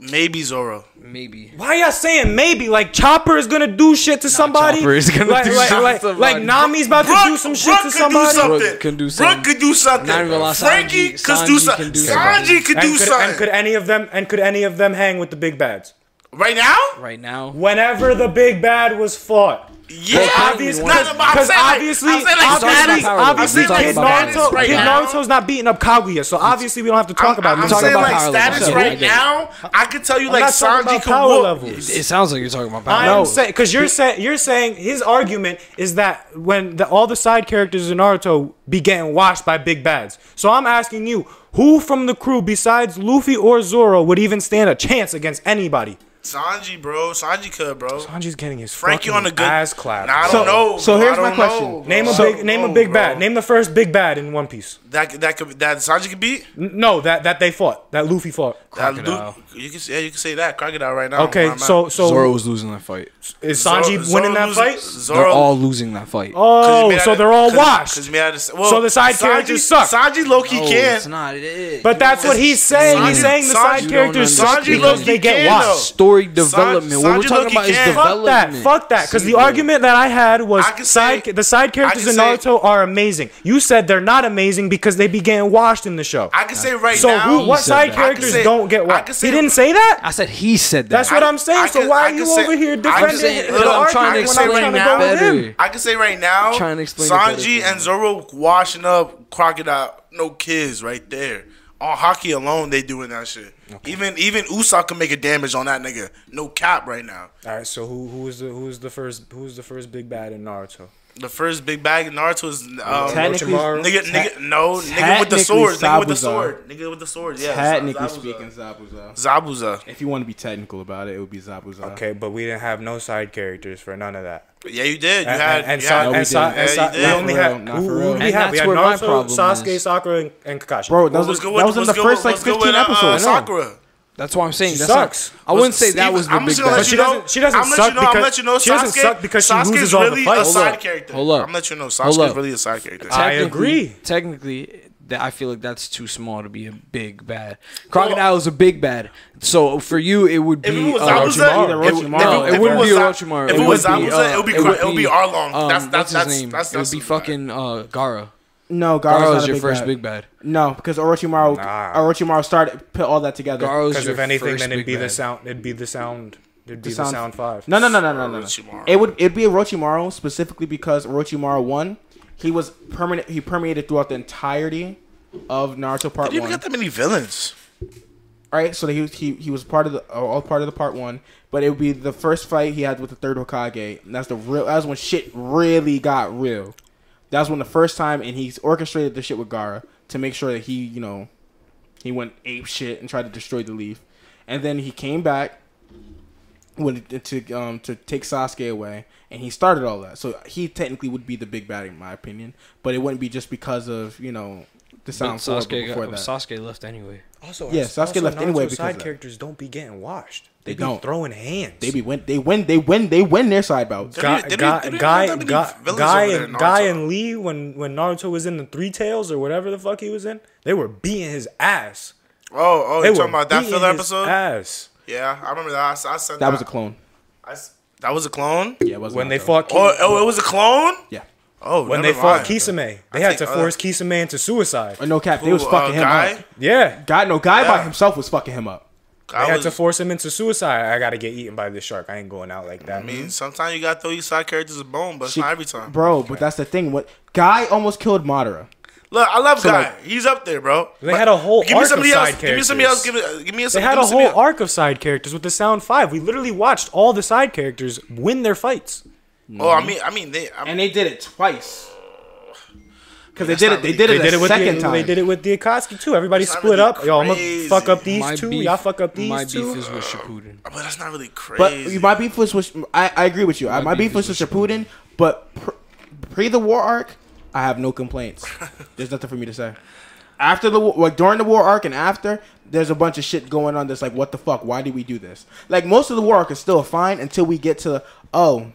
[SPEAKER 2] maybe Zoro.
[SPEAKER 3] Maybe.
[SPEAKER 4] Why y'all saying maybe? Like Chopper is gonna do shit to somebody.
[SPEAKER 3] Chopper is gonna
[SPEAKER 4] like,
[SPEAKER 3] do
[SPEAKER 4] like,
[SPEAKER 3] shit to
[SPEAKER 4] like,
[SPEAKER 3] somebody.
[SPEAKER 4] Like Nami's about to do some shit
[SPEAKER 2] Brooke
[SPEAKER 4] to
[SPEAKER 2] could
[SPEAKER 4] somebody.
[SPEAKER 2] Do something.
[SPEAKER 3] Brooke can do
[SPEAKER 2] Brooke
[SPEAKER 3] something.
[SPEAKER 2] could do something.
[SPEAKER 3] Not even gonna lie, Sanji-
[SPEAKER 2] Frankie could do
[SPEAKER 3] Sanji
[SPEAKER 2] something.
[SPEAKER 3] can do something.
[SPEAKER 2] Sanji could
[SPEAKER 4] and
[SPEAKER 2] do
[SPEAKER 4] could,
[SPEAKER 2] something.
[SPEAKER 4] And could any of them and could any of them hang with the big bads?
[SPEAKER 2] right now?
[SPEAKER 3] Right now,
[SPEAKER 4] Whenever the big bad was fought.
[SPEAKER 2] Yeah,
[SPEAKER 4] Obviously, because obviously, obviously, obviously,
[SPEAKER 3] I'm saying
[SPEAKER 4] Kid
[SPEAKER 3] like
[SPEAKER 4] Naruto,
[SPEAKER 3] status right
[SPEAKER 4] Kid
[SPEAKER 3] now.
[SPEAKER 4] Naruto's not beating up Kaguya, so obviously we don't have to talk about
[SPEAKER 2] I'm,
[SPEAKER 4] him.
[SPEAKER 2] I'm
[SPEAKER 4] Talk
[SPEAKER 2] saying
[SPEAKER 4] about
[SPEAKER 2] like
[SPEAKER 3] power level.
[SPEAKER 2] status
[SPEAKER 3] So, I
[SPEAKER 2] right
[SPEAKER 3] get it.
[SPEAKER 2] now. I could tell you
[SPEAKER 4] I'm
[SPEAKER 2] like
[SPEAKER 4] not talking
[SPEAKER 2] Sanji
[SPEAKER 4] about
[SPEAKER 2] could
[SPEAKER 4] power
[SPEAKER 2] whoop.
[SPEAKER 4] levels.
[SPEAKER 3] it sounds like you're talking about power.
[SPEAKER 4] I'm
[SPEAKER 1] No.
[SPEAKER 4] saying because you're saying you're saying his argument is that when the, all the side characters in Naruto be getting washed by big bads. So I'm asking you, who from the crew besides Luffy or Zoro would even stand a chance against anybody?
[SPEAKER 2] Sanji, bro. Sanji could, bro.
[SPEAKER 4] Sanji's getting his
[SPEAKER 2] Frankie
[SPEAKER 4] fucking
[SPEAKER 2] on a good
[SPEAKER 4] ass clapped.
[SPEAKER 2] Nah, I don't
[SPEAKER 1] So-
[SPEAKER 2] know.
[SPEAKER 1] so
[SPEAKER 2] bro. I
[SPEAKER 1] here's my
[SPEAKER 2] don't know,
[SPEAKER 1] question.
[SPEAKER 2] bro.
[SPEAKER 4] Name a
[SPEAKER 2] I don't
[SPEAKER 4] big, name a
[SPEAKER 2] know,
[SPEAKER 4] big
[SPEAKER 2] bro.
[SPEAKER 4] bad. Name the first big bad in One Piece.
[SPEAKER 2] that that could that Sanji could beat.
[SPEAKER 4] N- No, that that they fought, that Luffy fought.
[SPEAKER 2] That
[SPEAKER 3] Crocodile.
[SPEAKER 2] Luke- you can yeah, you can say that crocodile right now.
[SPEAKER 4] Okay,
[SPEAKER 2] Why not?
[SPEAKER 4] so so
[SPEAKER 3] Zoro was losing that fight.
[SPEAKER 4] is Sanji
[SPEAKER 2] Zoro-
[SPEAKER 4] winning that
[SPEAKER 2] Zoro
[SPEAKER 4] fight?
[SPEAKER 2] loses-
[SPEAKER 3] They're
[SPEAKER 2] Zoro
[SPEAKER 3] all losing that fight.
[SPEAKER 4] oh, so they're all washed. So the side
[SPEAKER 2] character
[SPEAKER 4] characters suck.
[SPEAKER 2] sucks. Sanji Loki
[SPEAKER 3] No, it's
[SPEAKER 2] can.
[SPEAKER 3] not. It is.
[SPEAKER 4] But that's what he's saying. he's
[SPEAKER 2] Sanji-
[SPEAKER 4] saying the
[SPEAKER 2] Sanji-
[SPEAKER 4] side
[SPEAKER 2] you
[SPEAKER 4] characters
[SPEAKER 3] don't
[SPEAKER 4] suck
[SPEAKER 3] understand.
[SPEAKER 4] because they
[SPEAKER 2] Sanji
[SPEAKER 4] get
[SPEAKER 2] low-key can,
[SPEAKER 4] washed.
[SPEAKER 2] though.
[SPEAKER 3] story development. what we're
[SPEAKER 2] Sanji
[SPEAKER 3] talking
[SPEAKER 2] Loki
[SPEAKER 3] about is
[SPEAKER 2] can't-
[SPEAKER 4] Fuck
[SPEAKER 3] development.
[SPEAKER 4] that. Fuck that. Because the
[SPEAKER 3] See,
[SPEAKER 4] argument that I had was
[SPEAKER 2] I can
[SPEAKER 4] side,
[SPEAKER 2] say-
[SPEAKER 4] the side characters
[SPEAKER 2] I
[SPEAKER 4] in
[SPEAKER 2] can say-
[SPEAKER 4] Naruto are amazing. You said they're not amazing because they began washed in the show.
[SPEAKER 2] I can say right
[SPEAKER 4] so
[SPEAKER 2] now.
[SPEAKER 4] who, what
[SPEAKER 3] said
[SPEAKER 4] side
[SPEAKER 3] that.
[SPEAKER 4] characters
[SPEAKER 2] I can say-
[SPEAKER 4] don't get
[SPEAKER 2] I
[SPEAKER 4] what?
[SPEAKER 2] can say-
[SPEAKER 4] He didn't say that?
[SPEAKER 3] I said he said that.
[SPEAKER 4] That's what
[SPEAKER 2] I-
[SPEAKER 4] I'm saying.
[SPEAKER 2] I
[SPEAKER 4] so
[SPEAKER 2] can-
[SPEAKER 4] why
[SPEAKER 2] I
[SPEAKER 4] are
[SPEAKER 2] can
[SPEAKER 4] you
[SPEAKER 2] say-
[SPEAKER 4] over here
[SPEAKER 2] I'm
[SPEAKER 4] defending
[SPEAKER 2] just saying,
[SPEAKER 4] the
[SPEAKER 2] look, I'm
[SPEAKER 4] argument
[SPEAKER 2] trying to
[SPEAKER 4] when I'm
[SPEAKER 2] explain
[SPEAKER 4] trying
[SPEAKER 2] right
[SPEAKER 4] to go
[SPEAKER 2] now.
[SPEAKER 4] with him?
[SPEAKER 2] I can say right now,
[SPEAKER 3] Trying to explain it better
[SPEAKER 2] Sanji
[SPEAKER 3] for
[SPEAKER 2] and Zoro washing up crocodile, no kids right there. On hockey alone, they doing that shit. Even even Usopp can make a damage on that nigga. No cap right now.
[SPEAKER 4] All right. So who who was the who's the first who's the first big bad in Naruto?
[SPEAKER 2] The first big bag in Naruto is um,
[SPEAKER 1] Technically-
[SPEAKER 2] nigga, nigga, no, nigga with the
[SPEAKER 1] technically
[SPEAKER 2] sword, nigga with the
[SPEAKER 1] Zabuza.
[SPEAKER 2] sword, nigga with the sword. Yeah,
[SPEAKER 1] Technically
[SPEAKER 2] Zabuza.
[SPEAKER 1] speaking, Zabuza.
[SPEAKER 2] Zabuza.
[SPEAKER 1] If you want to be technical about it, it would be Zabuza.
[SPEAKER 4] Okay, but we didn't have no side characters for none of that.
[SPEAKER 2] Yeah, you did. You
[SPEAKER 4] And-
[SPEAKER 2] had
[SPEAKER 4] and- and
[SPEAKER 2] you
[SPEAKER 4] Sa-
[SPEAKER 2] had-
[SPEAKER 1] No, we
[SPEAKER 4] and Sa-
[SPEAKER 1] didn't.
[SPEAKER 4] and Sa-
[SPEAKER 2] Yeah, you
[SPEAKER 4] we
[SPEAKER 2] did.
[SPEAKER 1] Not
[SPEAKER 4] only
[SPEAKER 1] for
[SPEAKER 4] had
[SPEAKER 1] real, not
[SPEAKER 4] who
[SPEAKER 1] for
[SPEAKER 4] who
[SPEAKER 1] real.
[SPEAKER 4] we
[SPEAKER 1] And
[SPEAKER 4] had?
[SPEAKER 3] that's
[SPEAKER 4] We had
[SPEAKER 3] where my
[SPEAKER 4] Naruto,
[SPEAKER 3] problem
[SPEAKER 4] Sasuke,
[SPEAKER 3] is.
[SPEAKER 4] Sakura, and, and Kakashi.
[SPEAKER 1] Bro, that was,
[SPEAKER 2] What's
[SPEAKER 1] that
[SPEAKER 2] good with-
[SPEAKER 1] was in
[SPEAKER 2] what's
[SPEAKER 1] the
[SPEAKER 2] good
[SPEAKER 1] first
[SPEAKER 2] with-
[SPEAKER 1] like
[SPEAKER 2] what's good
[SPEAKER 1] 15
[SPEAKER 2] with, uh,
[SPEAKER 1] episodes.
[SPEAKER 2] Sakura.
[SPEAKER 3] That's why I'm saying.
[SPEAKER 4] She
[SPEAKER 3] That's not-
[SPEAKER 4] sucks.
[SPEAKER 3] I wouldn't say that
[SPEAKER 2] Even-
[SPEAKER 3] was the
[SPEAKER 2] I'm
[SPEAKER 3] big
[SPEAKER 2] just gonna
[SPEAKER 3] bad.
[SPEAKER 2] let you know.
[SPEAKER 4] doesn't- she doesn't
[SPEAKER 2] I'm gonna
[SPEAKER 4] suck
[SPEAKER 2] let you know. I'm
[SPEAKER 4] because-
[SPEAKER 2] gonna let you know.
[SPEAKER 4] she doesn't
[SPEAKER 2] Sasuke-
[SPEAKER 4] suck because she
[SPEAKER 2] Sasuke's
[SPEAKER 4] loses all the
[SPEAKER 2] really
[SPEAKER 4] fights.
[SPEAKER 2] a
[SPEAKER 4] Hold
[SPEAKER 2] side
[SPEAKER 3] up,
[SPEAKER 2] character.
[SPEAKER 3] hold up.
[SPEAKER 2] I'm let you know.
[SPEAKER 3] Hold
[SPEAKER 2] Sasuke's
[SPEAKER 3] up.
[SPEAKER 2] really a side character.
[SPEAKER 4] I
[SPEAKER 3] Technically-
[SPEAKER 4] agree.
[SPEAKER 3] Technically, that I feel like that's too small to be a big bad. Crocodile is a big bad. So for you, it would be
[SPEAKER 2] If it was
[SPEAKER 3] uh,
[SPEAKER 2] Zabuza,
[SPEAKER 1] Orochimaru.
[SPEAKER 2] if-
[SPEAKER 1] Orochimaru.
[SPEAKER 2] if-
[SPEAKER 3] No,
[SPEAKER 2] if
[SPEAKER 3] it wouldn't
[SPEAKER 2] was
[SPEAKER 3] be
[SPEAKER 2] Za-
[SPEAKER 3] Orochimaru.
[SPEAKER 2] If it was
[SPEAKER 3] would be,
[SPEAKER 2] Zabuza, it would be cr- it would be Arlong.
[SPEAKER 3] um,
[SPEAKER 2] That's that's
[SPEAKER 3] what's his
[SPEAKER 2] that's
[SPEAKER 3] name?
[SPEAKER 2] that's
[SPEAKER 3] It would be
[SPEAKER 2] that's-
[SPEAKER 3] fucking uh, Gara.
[SPEAKER 1] No,
[SPEAKER 3] Gara
[SPEAKER 1] Garo's
[SPEAKER 3] was
[SPEAKER 1] not a
[SPEAKER 3] your
[SPEAKER 1] big
[SPEAKER 3] first
[SPEAKER 1] bad.
[SPEAKER 3] big bad.
[SPEAKER 1] No, because Orochimaru,
[SPEAKER 4] Nah.
[SPEAKER 1] Orochimaru started put all that together.
[SPEAKER 3] Gara was
[SPEAKER 4] Because
[SPEAKER 3] your
[SPEAKER 4] if anything,
[SPEAKER 3] first
[SPEAKER 4] then it'd
[SPEAKER 3] big
[SPEAKER 4] be the
[SPEAKER 3] bad.
[SPEAKER 4] sound. It'd be the sound. It'd be the sound, five.
[SPEAKER 1] No, no, no, no, no, no. no.
[SPEAKER 2] Orochimaru.
[SPEAKER 1] It would it'd be Orochimaru specifically because Orochimaru one, he was permanent. He permeated throughout the entirety of Naruto Part
[SPEAKER 2] You
[SPEAKER 1] One.
[SPEAKER 2] even got that many villains.
[SPEAKER 1] All right, so he was he, he was part of the uh, all part of the Part One, but it would be the first fight he had with the third Hokage. And that's the real. That's when shit really got real. That's when the first time, and he's orchestrated the shit with Gara to make sure that he you know he went ape shit and tried to destroy the leaf, and then he came back when to um to take Sasuke away, and he started all that. So he technically would be the big bad in my opinion, but it wouldn't be just because of you know the
[SPEAKER 3] But
[SPEAKER 1] sound four, but
[SPEAKER 3] Sasuke,
[SPEAKER 1] before
[SPEAKER 3] got,
[SPEAKER 1] that.
[SPEAKER 3] Sasuke left anyway.
[SPEAKER 4] Also,
[SPEAKER 1] Yeah, Sasuke
[SPEAKER 4] also
[SPEAKER 1] left anyway
[SPEAKER 4] Naruto's
[SPEAKER 1] because of
[SPEAKER 4] side
[SPEAKER 1] that.
[SPEAKER 4] characters don't be getting washed. They,
[SPEAKER 1] They
[SPEAKER 4] be
[SPEAKER 1] don't.
[SPEAKER 4] throwing hands.
[SPEAKER 1] They be win. They win. They win. They win their side bouts.
[SPEAKER 2] They don't
[SPEAKER 4] guy,
[SPEAKER 2] even- they don't
[SPEAKER 4] guy,
[SPEAKER 2] even- they don't
[SPEAKER 4] guy,
[SPEAKER 2] even have any villains
[SPEAKER 4] guy, guy,
[SPEAKER 2] over there in
[SPEAKER 4] and, guy
[SPEAKER 2] Naruto.
[SPEAKER 4] and Lee when when Naruto was in the Three Tails or whatever the fuck he was in, they were beating his ass.
[SPEAKER 2] Oh, oh,
[SPEAKER 4] They
[SPEAKER 2] you
[SPEAKER 4] were
[SPEAKER 2] talking about that
[SPEAKER 4] beating
[SPEAKER 2] filler
[SPEAKER 4] his
[SPEAKER 2] episode?
[SPEAKER 4] Ass.
[SPEAKER 2] Yeah, I remember that. I, I said
[SPEAKER 1] That was a clone.
[SPEAKER 2] I s- that was a clone.
[SPEAKER 1] Yeah, it was
[SPEAKER 4] When
[SPEAKER 1] Naruto.
[SPEAKER 4] they fought, Ki-
[SPEAKER 2] Oh, oh, it was a clone.
[SPEAKER 1] Yeah.
[SPEAKER 2] Oh,
[SPEAKER 4] when they
[SPEAKER 2] never
[SPEAKER 4] fought
[SPEAKER 2] mind.
[SPEAKER 4] Kisame, they
[SPEAKER 2] I
[SPEAKER 4] had
[SPEAKER 2] think
[SPEAKER 4] to
[SPEAKER 2] other-
[SPEAKER 4] force Kisame into suicide.
[SPEAKER 1] Or Oh, no cap. They
[SPEAKER 2] Who,
[SPEAKER 1] was fucking
[SPEAKER 2] uh,
[SPEAKER 1] him
[SPEAKER 2] guy?
[SPEAKER 1] up.
[SPEAKER 4] Yeah,
[SPEAKER 1] God, no guy by
[SPEAKER 2] Yeah.
[SPEAKER 1] himself was fucking him up.
[SPEAKER 2] I
[SPEAKER 4] they had to
[SPEAKER 2] was-
[SPEAKER 4] force him into suicide. I gotta get eaten by this shark. I ain't going out like that.
[SPEAKER 2] I mean, sometimes you gotta throw your side characters a bone, but it's
[SPEAKER 1] She-
[SPEAKER 2] not every time.
[SPEAKER 1] bro. But that's the thing. What guy almost killed Madara.
[SPEAKER 2] Look, I love Guy.
[SPEAKER 1] like-
[SPEAKER 2] He's up there, bro.
[SPEAKER 4] They had a whole
[SPEAKER 2] Give me
[SPEAKER 4] arc
[SPEAKER 2] somebody
[SPEAKER 4] of
[SPEAKER 2] else.
[SPEAKER 4] side
[SPEAKER 2] Give me somebody else.
[SPEAKER 4] characters.
[SPEAKER 2] Give me. uh, Give me a.
[SPEAKER 4] They had a whole arc of side characters with the Sound Five. We literally watched all the side characters win their fights.
[SPEAKER 2] Oh, I mean, I mean, they. I mean,
[SPEAKER 1] And they did it twice. Because they
[SPEAKER 2] That's
[SPEAKER 1] did
[SPEAKER 2] not
[SPEAKER 1] it. They
[SPEAKER 2] really-
[SPEAKER 1] did
[SPEAKER 4] They
[SPEAKER 1] it
[SPEAKER 4] did
[SPEAKER 1] a
[SPEAKER 4] it with
[SPEAKER 1] second
[SPEAKER 4] the,
[SPEAKER 1] time.
[SPEAKER 4] They did it with the Akatsuki too. Everybody
[SPEAKER 2] That's not
[SPEAKER 4] split
[SPEAKER 2] really
[SPEAKER 4] up. Y'all, I'm gonna
[SPEAKER 2] crazy.
[SPEAKER 4] fuck up these
[SPEAKER 3] My
[SPEAKER 4] two.
[SPEAKER 3] beef-
[SPEAKER 4] Y'all fuck up these
[SPEAKER 3] My
[SPEAKER 4] two.
[SPEAKER 3] beef is with Shippuden.
[SPEAKER 2] but that's not really
[SPEAKER 1] But
[SPEAKER 2] crazy.
[SPEAKER 1] my beef was with. I, I agree with you. My, beef, was with Shippuden. But pre, pre the war arc, I have no complaints. there's nothing for me to say. After the war, like during the war arc and after, there's a bunch of shit going on. That's like, what the fuck? Why did we do this? Like most of the war arc is still fine until we get to oh,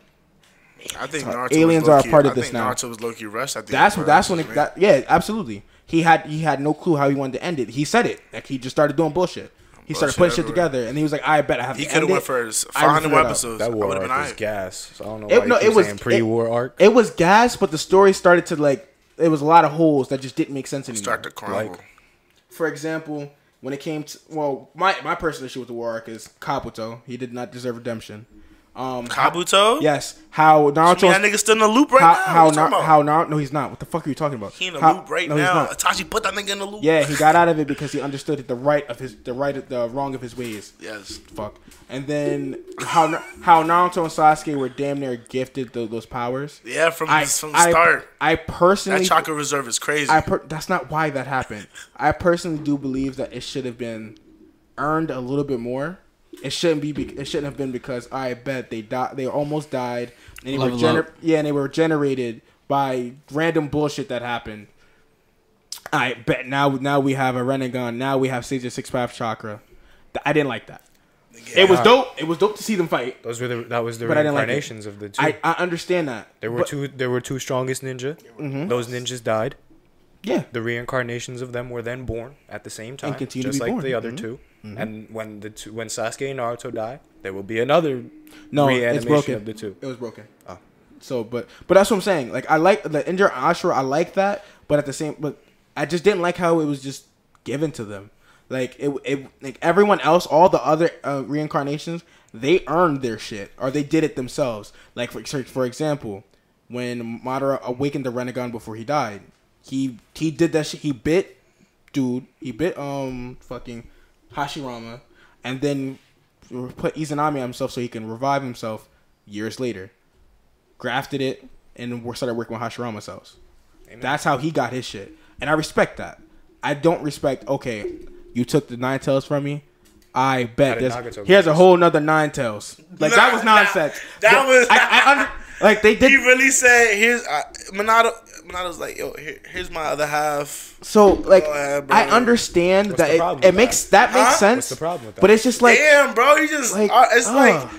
[SPEAKER 2] I think Naruto
[SPEAKER 1] aliens
[SPEAKER 2] was
[SPEAKER 1] are a
[SPEAKER 2] low-key-
[SPEAKER 1] part of
[SPEAKER 2] I
[SPEAKER 1] this
[SPEAKER 2] think
[SPEAKER 1] now.
[SPEAKER 2] Naruto was Loki rushed. I think
[SPEAKER 1] that's
[SPEAKER 2] it was
[SPEAKER 1] that's when it.
[SPEAKER 2] man.
[SPEAKER 1] That, yeah, absolutely. He had he had no clue how he wanted to end it. He said it. Like he just started doing bullshit. He started
[SPEAKER 2] Bullshit
[SPEAKER 1] putting shit
[SPEAKER 2] everywhere.
[SPEAKER 1] together, and he was like, "I bet I have
[SPEAKER 2] he
[SPEAKER 1] to."
[SPEAKER 2] could have
[SPEAKER 1] end
[SPEAKER 2] went
[SPEAKER 1] it.
[SPEAKER 2] for his
[SPEAKER 1] I
[SPEAKER 2] final
[SPEAKER 1] fought it out.
[SPEAKER 2] episodes. I
[SPEAKER 4] That war
[SPEAKER 2] would have been
[SPEAKER 4] arc was
[SPEAKER 2] alright.
[SPEAKER 4] gas. So I don't know why
[SPEAKER 1] It, no, it was it-
[SPEAKER 4] pre-war arc.
[SPEAKER 1] It was gas, but the story started to like it was a lot of holes that just didn't make sense anymore.
[SPEAKER 2] Start the carnival.
[SPEAKER 4] Like-
[SPEAKER 1] For example, when it came to well, my my personal issue with the war arc is Kabuto. He did not deserve redemption. Um,
[SPEAKER 2] Kabuto.
[SPEAKER 1] yes, how Naruto.
[SPEAKER 2] I mean, that nigga still in the loop right
[SPEAKER 1] how
[SPEAKER 2] now.
[SPEAKER 1] how
[SPEAKER 2] What you
[SPEAKER 1] Nar-
[SPEAKER 2] talking about?
[SPEAKER 1] how Naruto? No, he's not. What the fuck are you talking about?
[SPEAKER 2] He in the
[SPEAKER 1] How-
[SPEAKER 2] loop right
[SPEAKER 1] no, he's
[SPEAKER 2] now.
[SPEAKER 1] not.
[SPEAKER 2] Itachi put that nigga in the loop.
[SPEAKER 1] Yeah, he got out of it because he understood that the right of his, the right, of the wrong of his ways.
[SPEAKER 2] Yes.
[SPEAKER 1] Fuck. And then how Na- how Naruto and Sasuke were damn near gifted tho- those powers.
[SPEAKER 2] Yeah, from
[SPEAKER 1] I,
[SPEAKER 2] from the start.
[SPEAKER 1] I, I personally,
[SPEAKER 2] That chakra reserve is crazy.
[SPEAKER 1] I per- that's not why that happened. I personally do believe that it should have been earned a little bit more. It shouldn't be. be- It shouldn't have been because I bet they died. They almost died, and they were
[SPEAKER 3] Level
[SPEAKER 1] gener-
[SPEAKER 3] up.
[SPEAKER 1] yeah, and they were generated by random bullshit that happened. I bet now. Now we have a Renegon. Now we have Sage of Six Path Chakra. Th- I didn't like that.
[SPEAKER 2] Yeah.
[SPEAKER 1] It was dope. It was dope to see them fight,
[SPEAKER 4] Those were the that was the
[SPEAKER 1] but I didn't like it.
[SPEAKER 4] reincarnations of the two.
[SPEAKER 1] I, I understand that.
[SPEAKER 4] there were
[SPEAKER 1] But-
[SPEAKER 4] two. There were two strongest ninja. Those ninjas died.
[SPEAKER 1] Yeah.
[SPEAKER 4] The reincarnations of them were then born at the same time,
[SPEAKER 1] continue to
[SPEAKER 4] just
[SPEAKER 1] be
[SPEAKER 4] like
[SPEAKER 1] born.
[SPEAKER 4] the other
[SPEAKER 1] Mhm.
[SPEAKER 4] two. And when the two, when Sasuke and Naruto die, there will be another
[SPEAKER 1] No, it's
[SPEAKER 4] reanimation
[SPEAKER 1] broken.
[SPEAKER 4] of the two.
[SPEAKER 1] It
[SPEAKER 4] Oh.
[SPEAKER 1] was broken. So, but but that's what I'm saying. Like I like the Inder Ashura. I like that, but at the same, but I just didn't like how it was just given to them. Like it, it like everyone else, all the other uh, reincarnations, they earned their shit or they did it themselves. Like for for example, when Madara awakened the Renegon before he died, he he did that shit. He bit dude. He bit um fucking Hashirama, and then put Izanami on himself so he can revive himself years later grafted it, and we started working with Hashirama cells. That's how he got his shit, and I respect that. I don't respect. Okay, you took the nine tails from me. I bet
[SPEAKER 4] did
[SPEAKER 1] this.
[SPEAKER 4] Nagato get
[SPEAKER 1] Here's a
[SPEAKER 4] this?
[SPEAKER 1] whole nother nine tails. Like that
[SPEAKER 2] Nah,
[SPEAKER 1] was nonsense.
[SPEAKER 2] nah, that was-
[SPEAKER 1] I, I under, like they
[SPEAKER 2] He
[SPEAKER 1] did.
[SPEAKER 2] really said, "Here's uh, Monado." Monado's like, "Yo, here, here's my other half."
[SPEAKER 1] So like
[SPEAKER 2] Oh, yeah, bro.
[SPEAKER 1] I understand
[SPEAKER 4] the
[SPEAKER 1] that
[SPEAKER 4] problem
[SPEAKER 1] it, it
[SPEAKER 4] with
[SPEAKER 1] makes that,
[SPEAKER 2] Huh?
[SPEAKER 1] makes
[SPEAKER 2] What's
[SPEAKER 1] sense.
[SPEAKER 4] the problem with that?
[SPEAKER 1] But it's just like
[SPEAKER 2] damn, bro, you just
[SPEAKER 1] like,
[SPEAKER 2] uh, it's
[SPEAKER 1] uh.
[SPEAKER 2] like,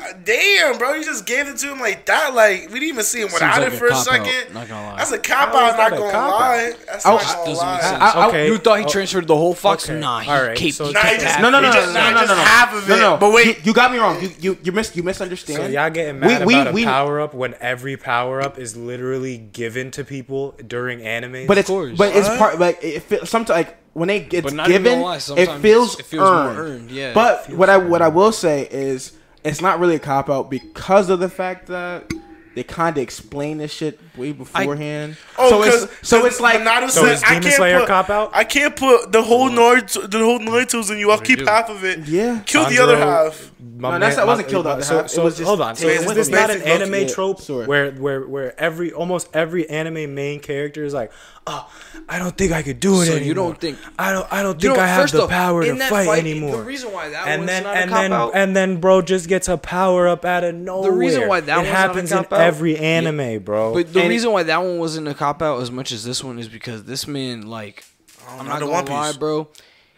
[SPEAKER 2] uh, damn, bro, you just gave it to him like that. Like we didn't even see him without
[SPEAKER 3] like
[SPEAKER 2] it
[SPEAKER 3] a
[SPEAKER 2] for a
[SPEAKER 3] cop-out,
[SPEAKER 2] second.
[SPEAKER 3] not gonna lie. Oh,
[SPEAKER 2] That's a cop
[SPEAKER 4] How is
[SPEAKER 2] out. Not
[SPEAKER 4] that a
[SPEAKER 2] gonna
[SPEAKER 4] cop-out?
[SPEAKER 2] lie. That's
[SPEAKER 1] I-
[SPEAKER 2] not
[SPEAKER 1] I-
[SPEAKER 2] gonna
[SPEAKER 3] Doesn't make
[SPEAKER 2] lie.
[SPEAKER 3] sense.
[SPEAKER 1] I- I-
[SPEAKER 3] okay. You thought he
[SPEAKER 4] oh,
[SPEAKER 3] transferred the whole fox?
[SPEAKER 4] okay.
[SPEAKER 3] Nah, he
[SPEAKER 4] All right,
[SPEAKER 3] caped.
[SPEAKER 4] so
[SPEAKER 3] he
[SPEAKER 4] Nah, he
[SPEAKER 3] caped
[SPEAKER 2] just-
[SPEAKER 3] half.
[SPEAKER 1] No, no, no,
[SPEAKER 2] He
[SPEAKER 1] no,
[SPEAKER 2] just-
[SPEAKER 1] no, no,
[SPEAKER 2] not
[SPEAKER 1] no,
[SPEAKER 2] just
[SPEAKER 1] no, no.
[SPEAKER 2] half of
[SPEAKER 1] no,
[SPEAKER 2] it,
[SPEAKER 1] no.
[SPEAKER 2] but wait.
[SPEAKER 1] you, you got me wrong. You, you, you mis, you misunderstand.
[SPEAKER 4] So y'all getting mad about a power up when every power up is literally given to people during anime?
[SPEAKER 1] But it's
[SPEAKER 3] course.
[SPEAKER 1] but it's
[SPEAKER 2] What?
[SPEAKER 1] part like it feel, sometimes like when it gets
[SPEAKER 3] But not even
[SPEAKER 1] given,
[SPEAKER 3] gonna lie,
[SPEAKER 1] it
[SPEAKER 3] sometimes
[SPEAKER 1] feels,
[SPEAKER 3] it feels more
[SPEAKER 1] earned.
[SPEAKER 3] earned, yeah, it
[SPEAKER 1] but
[SPEAKER 3] feels
[SPEAKER 1] what I what I will say is it's not really a cop out because of the fact that they kind of explain this shit way beforehand.
[SPEAKER 2] Oh,
[SPEAKER 1] so it's
[SPEAKER 2] 'cause-
[SPEAKER 1] so
[SPEAKER 2] 'cause
[SPEAKER 1] it's like
[SPEAKER 2] Monado
[SPEAKER 4] So
[SPEAKER 2] said,
[SPEAKER 4] is
[SPEAKER 2] I
[SPEAKER 4] Demon
[SPEAKER 2] can't
[SPEAKER 4] Slayer
[SPEAKER 2] put,
[SPEAKER 4] cop out?
[SPEAKER 2] I can't put the whole Naruto, the whole Naruto's in you. I'll keep
[SPEAKER 3] do.
[SPEAKER 2] half of it.
[SPEAKER 1] Yeah.
[SPEAKER 2] kill the other
[SPEAKER 4] Tanjiro-
[SPEAKER 2] half.
[SPEAKER 4] My
[SPEAKER 1] No, that's- that wasn't killed out the
[SPEAKER 4] so,
[SPEAKER 1] half. It
[SPEAKER 4] so
[SPEAKER 1] was just
[SPEAKER 4] hold on. So
[SPEAKER 1] taken
[SPEAKER 4] is
[SPEAKER 1] with
[SPEAKER 4] this
[SPEAKER 1] it.
[SPEAKER 4] not an
[SPEAKER 1] Basic look,
[SPEAKER 4] anime
[SPEAKER 1] yeah,
[SPEAKER 4] trope
[SPEAKER 1] sure.
[SPEAKER 4] where where where every almost every anime main character is like, oh, I don't think I could do it
[SPEAKER 3] So you
[SPEAKER 4] anymore.
[SPEAKER 3] don't think-
[SPEAKER 4] I don't I don't
[SPEAKER 3] You
[SPEAKER 4] think
[SPEAKER 3] know,
[SPEAKER 4] I have
[SPEAKER 3] first
[SPEAKER 4] the
[SPEAKER 3] off,
[SPEAKER 4] power to
[SPEAKER 3] in that
[SPEAKER 4] fight,
[SPEAKER 3] fight, the
[SPEAKER 4] anymore.
[SPEAKER 3] reason why that
[SPEAKER 4] and
[SPEAKER 3] one's
[SPEAKER 4] then
[SPEAKER 3] not a
[SPEAKER 4] and then
[SPEAKER 3] cop-out-
[SPEAKER 4] and then bro just gets a power up out of nowhere.
[SPEAKER 3] reason why that
[SPEAKER 4] it
[SPEAKER 3] one's not a
[SPEAKER 4] happens in
[SPEAKER 3] cop-out-
[SPEAKER 4] every anime, bro.
[SPEAKER 3] But the
[SPEAKER 1] And-
[SPEAKER 3] reason why that one wasn't a cop out as much as this one is because this man, like, I'm
[SPEAKER 2] not
[SPEAKER 3] not
[SPEAKER 2] the
[SPEAKER 3] gonna
[SPEAKER 2] One
[SPEAKER 3] lie,
[SPEAKER 2] Piece.
[SPEAKER 3] bro,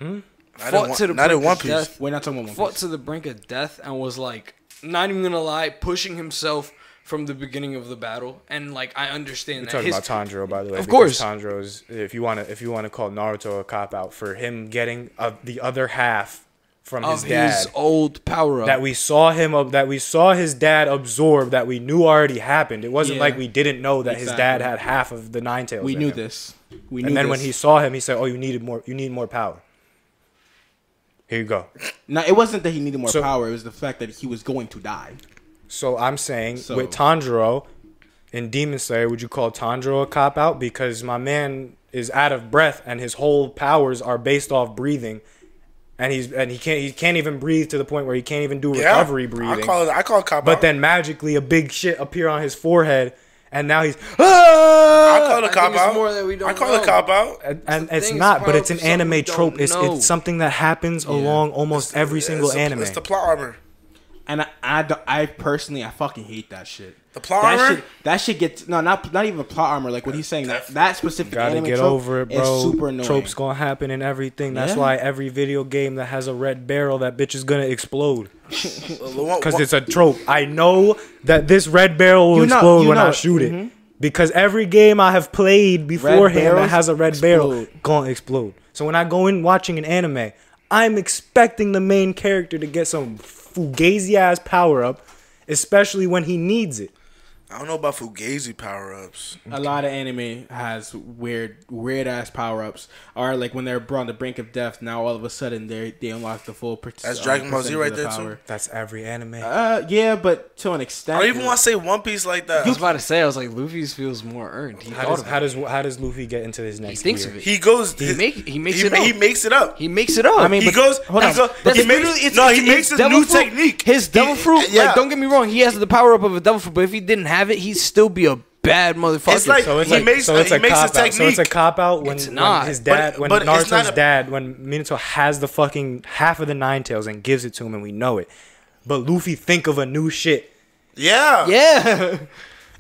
[SPEAKER 2] Not
[SPEAKER 3] fought
[SPEAKER 2] in
[SPEAKER 3] to
[SPEAKER 2] one-
[SPEAKER 3] the
[SPEAKER 2] not in
[SPEAKER 3] brink
[SPEAKER 2] One
[SPEAKER 3] of
[SPEAKER 2] Piece.
[SPEAKER 3] death.
[SPEAKER 1] we're not talking about one
[SPEAKER 3] fought
[SPEAKER 1] piece.
[SPEAKER 3] to the brink of death and was like, not even gonna lie, pushing himself from the beginning of the battle. And like, I understand
[SPEAKER 4] We're
[SPEAKER 3] that.
[SPEAKER 4] talking
[SPEAKER 3] His,
[SPEAKER 4] about Tanjiro, by the way.
[SPEAKER 3] Of
[SPEAKER 4] because
[SPEAKER 3] course.
[SPEAKER 4] Tanjiro's. If you want to, if you want to call Naruto a cop out for him getting uh, the other half from
[SPEAKER 3] of
[SPEAKER 4] his
[SPEAKER 3] his,
[SPEAKER 4] dad,
[SPEAKER 3] old power up.
[SPEAKER 4] that we saw him ab- that we saw his dad absorb that we knew already happened. It wasn't
[SPEAKER 1] Yeah.
[SPEAKER 4] like we didn't know that his dad
[SPEAKER 1] Exactly.
[SPEAKER 4] had half of the nine tails.
[SPEAKER 1] We
[SPEAKER 4] in
[SPEAKER 1] knew
[SPEAKER 4] him.
[SPEAKER 1] this. We knew
[SPEAKER 4] And then
[SPEAKER 1] this.
[SPEAKER 4] when he saw him, he said, "Oh, you needed more. You need more power. Here you go."
[SPEAKER 1] now it wasn't that he needed more
[SPEAKER 4] So-
[SPEAKER 1] power. It was the fact that he was going to die.
[SPEAKER 4] So I'm saying
[SPEAKER 1] So-
[SPEAKER 4] with Tanjiro in Demon Slayer, would you call Tanjiro a cop out because my man is out of breath and his whole powers are based off breathing, and he's and he can't he can't even breathe to the point where he can't even do
[SPEAKER 2] Yeah.
[SPEAKER 4] recovery breathing.
[SPEAKER 2] I call it. I call it cop
[SPEAKER 4] But
[SPEAKER 2] out.
[SPEAKER 4] then magically a big shit appear on his forehead, and now he's
[SPEAKER 2] I call
[SPEAKER 4] ah!
[SPEAKER 2] it
[SPEAKER 3] I
[SPEAKER 2] a
[SPEAKER 3] think
[SPEAKER 2] cop
[SPEAKER 3] it's
[SPEAKER 2] out.
[SPEAKER 3] more that we don't
[SPEAKER 2] I call it
[SPEAKER 3] know.
[SPEAKER 2] a cop out.
[SPEAKER 4] and, and
[SPEAKER 3] the
[SPEAKER 4] it's
[SPEAKER 3] thing,
[SPEAKER 4] not,
[SPEAKER 3] it's
[SPEAKER 4] but it's an
[SPEAKER 3] probably
[SPEAKER 4] anime
[SPEAKER 3] something we
[SPEAKER 4] trope.
[SPEAKER 3] don't
[SPEAKER 4] It's
[SPEAKER 3] know.
[SPEAKER 4] it's something that happens along almost every single
[SPEAKER 2] it's the-
[SPEAKER 4] anime.
[SPEAKER 2] It's the plot armor.
[SPEAKER 1] And I, I, don't- I personally, I fucking hate that shit.
[SPEAKER 2] The plot
[SPEAKER 1] that
[SPEAKER 2] armor?
[SPEAKER 1] Shit, that shit gets no, not not even plot armor. Like what he's saying, that that specific
[SPEAKER 4] Gotta
[SPEAKER 1] anime
[SPEAKER 4] get
[SPEAKER 1] trope
[SPEAKER 4] over it,
[SPEAKER 1] is
[SPEAKER 4] bro.
[SPEAKER 1] super annoying.
[SPEAKER 4] Trope's gonna happen in everything. That's
[SPEAKER 1] Yeah.
[SPEAKER 4] why every video game that has a red barrel, that bitch is gonna explode. Because
[SPEAKER 2] Because
[SPEAKER 4] it's a trope. I know that this red barrel will
[SPEAKER 1] You know-
[SPEAKER 4] explode
[SPEAKER 1] you
[SPEAKER 4] when
[SPEAKER 1] know mm-hmm.
[SPEAKER 4] I
[SPEAKER 1] it.
[SPEAKER 4] shoot it. Because every game I have played beforehand that
[SPEAKER 1] barrels
[SPEAKER 4] has a red barrel,
[SPEAKER 1] explode.
[SPEAKER 4] gonna explode. So when I go in watching an anime, I'm expecting the main character to get some fugazi ass power up, especially when he needs it.
[SPEAKER 2] I don't know about Fugazi power ups.
[SPEAKER 1] A lot of anime has weird, weird ass power ups. Or like when they're brought on the brink of death, now all of a sudden they they unlock the full. Per- uh,
[SPEAKER 2] That's Dragon Ball Z
[SPEAKER 1] percentage
[SPEAKER 2] right
[SPEAKER 1] of
[SPEAKER 2] there,
[SPEAKER 1] the
[SPEAKER 2] too.
[SPEAKER 4] That's every anime.
[SPEAKER 1] Uh, yeah, but to an extent.
[SPEAKER 2] I don't even want to say One Piece like that.
[SPEAKER 3] I was about to say, I was like, Luffy's feels more earned. He
[SPEAKER 4] how,
[SPEAKER 3] thought
[SPEAKER 4] does,
[SPEAKER 3] of
[SPEAKER 4] how
[SPEAKER 3] it.
[SPEAKER 4] does how does Luffy get into his
[SPEAKER 3] He
[SPEAKER 4] next
[SPEAKER 3] thinks
[SPEAKER 4] gear?
[SPEAKER 3] of it. He,
[SPEAKER 2] he goes.
[SPEAKER 3] he,
[SPEAKER 2] his-
[SPEAKER 3] make, he makes
[SPEAKER 2] he,
[SPEAKER 3] it
[SPEAKER 2] ma-
[SPEAKER 3] up.
[SPEAKER 2] He makes it up.
[SPEAKER 3] He makes it up.
[SPEAKER 1] I mean,
[SPEAKER 2] he
[SPEAKER 1] but-
[SPEAKER 2] goes.
[SPEAKER 1] hold
[SPEAKER 2] he
[SPEAKER 1] on.
[SPEAKER 2] go-
[SPEAKER 1] That's
[SPEAKER 2] he
[SPEAKER 1] literally-
[SPEAKER 2] makes,
[SPEAKER 3] it's-
[SPEAKER 2] no, he
[SPEAKER 3] it's
[SPEAKER 2] makes a
[SPEAKER 3] devil
[SPEAKER 2] new
[SPEAKER 3] fruit.
[SPEAKER 2] technique.
[SPEAKER 3] His
[SPEAKER 2] He-
[SPEAKER 3] devil fruit,
[SPEAKER 2] yeah.
[SPEAKER 3] like, don't get me wrong, he has the power up of a devil fruit, but if he didn't have it, he'd still be a bad motherfucker.
[SPEAKER 2] It's like-
[SPEAKER 4] So it's
[SPEAKER 2] He
[SPEAKER 4] like
[SPEAKER 2] makes-
[SPEAKER 4] so it's
[SPEAKER 2] he
[SPEAKER 4] a
[SPEAKER 2] makes a
[SPEAKER 4] cop out. So it's a
[SPEAKER 2] technique.
[SPEAKER 4] cop out when,
[SPEAKER 3] It's
[SPEAKER 4] when
[SPEAKER 3] not.
[SPEAKER 4] his dad,
[SPEAKER 2] But-
[SPEAKER 4] when
[SPEAKER 2] but it's
[SPEAKER 4] Naruto's
[SPEAKER 2] not a-
[SPEAKER 4] dad, when Minato has the fucking half of the nine tails and gives it to him, and we know it. But Luffy think of a new shit.
[SPEAKER 2] yeah.
[SPEAKER 3] yeah.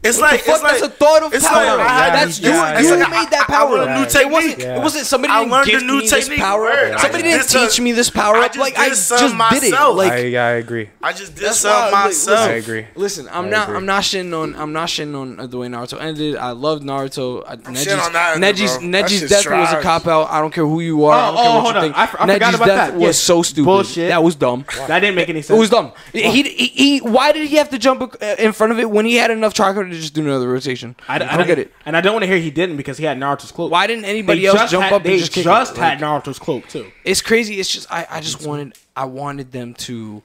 [SPEAKER 2] It's like
[SPEAKER 3] fuck?
[SPEAKER 2] it's like
[SPEAKER 3] That's a thought of
[SPEAKER 2] it's
[SPEAKER 3] power.
[SPEAKER 2] Like, I had
[SPEAKER 4] That's
[SPEAKER 2] these
[SPEAKER 4] you-
[SPEAKER 2] guys.
[SPEAKER 4] you
[SPEAKER 2] It's like, I-
[SPEAKER 3] made that
[SPEAKER 2] I- I want
[SPEAKER 4] power.
[SPEAKER 2] a new
[SPEAKER 4] Right.
[SPEAKER 3] It wasn't.
[SPEAKER 2] technique.
[SPEAKER 4] Yeah.
[SPEAKER 3] It wasn't somebody
[SPEAKER 2] I
[SPEAKER 3] didn't
[SPEAKER 2] learned a
[SPEAKER 3] gift
[SPEAKER 2] new
[SPEAKER 3] me this
[SPEAKER 2] technique.
[SPEAKER 3] power.
[SPEAKER 2] Word. I
[SPEAKER 3] Somebody didn't
[SPEAKER 2] just did
[SPEAKER 3] teach
[SPEAKER 2] some-
[SPEAKER 3] me this power
[SPEAKER 2] I
[SPEAKER 3] up.
[SPEAKER 2] just
[SPEAKER 3] Like
[SPEAKER 2] did
[SPEAKER 3] I just
[SPEAKER 2] some
[SPEAKER 3] did it.
[SPEAKER 2] myself.
[SPEAKER 3] Like
[SPEAKER 4] I, I agree.
[SPEAKER 2] I just did
[SPEAKER 3] That's
[SPEAKER 2] some
[SPEAKER 3] why, like,
[SPEAKER 2] myself.
[SPEAKER 4] I agree.
[SPEAKER 3] Listen, I'm
[SPEAKER 4] I
[SPEAKER 3] not.
[SPEAKER 4] agree.
[SPEAKER 3] I'm not shitting on. I'm not shitting on the way Naruto ended. I love Naruto. I, Neji's,
[SPEAKER 2] shitting on that,
[SPEAKER 3] Neji's,
[SPEAKER 2] bro. That
[SPEAKER 3] Neji's
[SPEAKER 2] shit's
[SPEAKER 3] death was a
[SPEAKER 2] trash.
[SPEAKER 3] cop out. I don't care who you are. I
[SPEAKER 1] Oh,
[SPEAKER 3] don't care
[SPEAKER 1] oh,
[SPEAKER 3] what
[SPEAKER 1] hold
[SPEAKER 3] you
[SPEAKER 1] on.
[SPEAKER 3] think.
[SPEAKER 1] I f- I
[SPEAKER 3] Neji's
[SPEAKER 1] forgot about
[SPEAKER 3] death
[SPEAKER 1] that.
[SPEAKER 3] was
[SPEAKER 1] Yes.
[SPEAKER 3] so stupid.
[SPEAKER 1] Bullshit.
[SPEAKER 3] That was dumb.
[SPEAKER 1] That didn't make any sense.
[SPEAKER 3] It was dumb. He, he, he, why did he have to jump ac- uh, in front of it when he had enough chakra to just do another rotation?
[SPEAKER 1] I, I,
[SPEAKER 3] don't get it.
[SPEAKER 1] And I don't want to hear he didn't because he had Naruto's cloak.
[SPEAKER 3] Why didn't
[SPEAKER 1] They
[SPEAKER 3] anybody else
[SPEAKER 1] just
[SPEAKER 3] jump
[SPEAKER 1] had-
[SPEAKER 3] up
[SPEAKER 1] They
[SPEAKER 3] and just kick
[SPEAKER 1] just
[SPEAKER 3] it? Like,
[SPEAKER 1] had Naruto's cloak too.
[SPEAKER 3] it's crazy. It's just I, I just wanted I wanted them to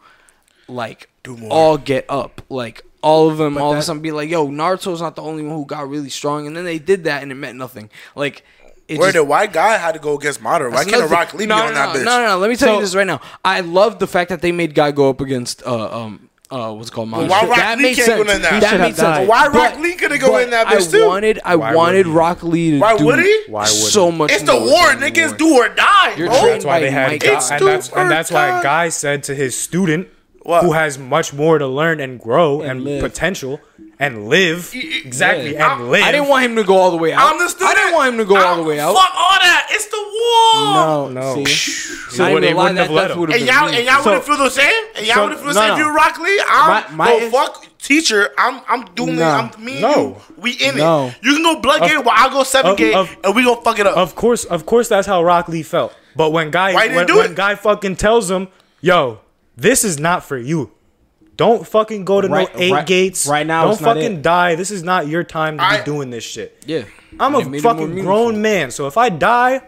[SPEAKER 3] like all get up. Like all of them all of a
[SPEAKER 1] that-
[SPEAKER 3] sudden be like, yo, Naruto's not the only one who got really strong and then they did that and it meant nothing. Like it
[SPEAKER 2] Where
[SPEAKER 3] just-
[SPEAKER 2] the white guy had to go against modern. Why
[SPEAKER 3] that's
[SPEAKER 2] can't a
[SPEAKER 3] another
[SPEAKER 2] rock
[SPEAKER 3] thing.
[SPEAKER 2] leave
[SPEAKER 3] no,
[SPEAKER 2] me
[SPEAKER 3] no,
[SPEAKER 2] on
[SPEAKER 3] no,
[SPEAKER 2] that bitch?
[SPEAKER 3] No, no, no. Let me tell
[SPEAKER 1] So-
[SPEAKER 3] you this right now. I love the fact that they made Guy go up against uh um uh what's it called Madara.
[SPEAKER 2] why Rock
[SPEAKER 3] that
[SPEAKER 2] Lee
[SPEAKER 3] makes
[SPEAKER 2] can't go
[SPEAKER 3] sense.
[SPEAKER 2] in that? He
[SPEAKER 3] That
[SPEAKER 1] should
[SPEAKER 3] makes
[SPEAKER 1] have
[SPEAKER 3] sense.
[SPEAKER 1] died.
[SPEAKER 2] Why Rock
[SPEAKER 3] But-
[SPEAKER 2] Lee could've go
[SPEAKER 3] but
[SPEAKER 2] in that bitch
[SPEAKER 3] I
[SPEAKER 2] too?
[SPEAKER 3] wanted I
[SPEAKER 4] Why
[SPEAKER 3] wanted
[SPEAKER 4] would he?
[SPEAKER 3] Rock Lee to
[SPEAKER 2] Why
[SPEAKER 3] do
[SPEAKER 2] would he?
[SPEAKER 4] Why would
[SPEAKER 3] so much
[SPEAKER 2] It's the
[SPEAKER 3] more
[SPEAKER 2] war,
[SPEAKER 3] than he
[SPEAKER 2] niggas.
[SPEAKER 3] would.
[SPEAKER 2] Do or die,
[SPEAKER 3] You're
[SPEAKER 2] bro.
[SPEAKER 3] trash.
[SPEAKER 4] That's why they had
[SPEAKER 3] Mike
[SPEAKER 4] Guy,
[SPEAKER 2] It's
[SPEAKER 4] and that's
[SPEAKER 2] stupid,
[SPEAKER 4] and that's why
[SPEAKER 2] God.
[SPEAKER 4] Guy said to his student,
[SPEAKER 2] What?
[SPEAKER 4] who has much more to learn and grow and,
[SPEAKER 1] live.
[SPEAKER 4] potential and live exactly
[SPEAKER 1] Yeah.
[SPEAKER 4] and live.
[SPEAKER 3] I didn't want him to go all the way out.
[SPEAKER 2] I'm the student.
[SPEAKER 3] I didn't want him to go
[SPEAKER 2] I'm-
[SPEAKER 3] all the way out.
[SPEAKER 2] Fuck all that. It's the war.
[SPEAKER 1] No,
[SPEAKER 4] no.
[SPEAKER 3] Oh,
[SPEAKER 1] See,
[SPEAKER 4] So
[SPEAKER 3] I ain't
[SPEAKER 4] what, they
[SPEAKER 3] gonna lie,
[SPEAKER 4] wouldn't have
[SPEAKER 3] that
[SPEAKER 4] let
[SPEAKER 3] death
[SPEAKER 4] him.
[SPEAKER 3] would've
[SPEAKER 2] And
[SPEAKER 3] been
[SPEAKER 2] y'all,
[SPEAKER 3] mean.
[SPEAKER 2] and y'all
[SPEAKER 1] So-
[SPEAKER 2] wouldn't feel the same. And y'all
[SPEAKER 1] so-
[SPEAKER 2] wouldn't feel the
[SPEAKER 1] no,
[SPEAKER 2] same if
[SPEAKER 1] no.
[SPEAKER 2] you Rock Lee. I'm,
[SPEAKER 1] My- my
[SPEAKER 2] bro,
[SPEAKER 1] is-
[SPEAKER 2] fuck teacher. I'm, I'm doing.
[SPEAKER 1] No.
[SPEAKER 2] I'm me. And
[SPEAKER 4] No.
[SPEAKER 2] you. We in
[SPEAKER 1] No.
[SPEAKER 2] it. You can go blood
[SPEAKER 4] Of-
[SPEAKER 2] game while I go seven
[SPEAKER 4] of-
[SPEAKER 2] game,
[SPEAKER 4] of-
[SPEAKER 2] and we gonna fuck it up.
[SPEAKER 4] Of course, of course, that's how Rock Lee felt. But when guy,
[SPEAKER 2] Why didn't
[SPEAKER 4] when,
[SPEAKER 2] he do
[SPEAKER 4] when
[SPEAKER 2] it?
[SPEAKER 4] guy fucking tells him, "Yo, this is not for you. Don't fucking go to
[SPEAKER 1] Right-
[SPEAKER 4] no eight
[SPEAKER 1] right-
[SPEAKER 4] gates.
[SPEAKER 1] right now
[SPEAKER 4] don't
[SPEAKER 1] it's not
[SPEAKER 4] fucking
[SPEAKER 1] it.
[SPEAKER 4] die. This is not your time to
[SPEAKER 2] I-
[SPEAKER 4] be doing this shit.
[SPEAKER 3] Yeah.
[SPEAKER 4] I'm
[SPEAKER 3] It made
[SPEAKER 4] a
[SPEAKER 3] it more
[SPEAKER 4] fucking
[SPEAKER 3] meaningful.
[SPEAKER 4] grown man. So if I die,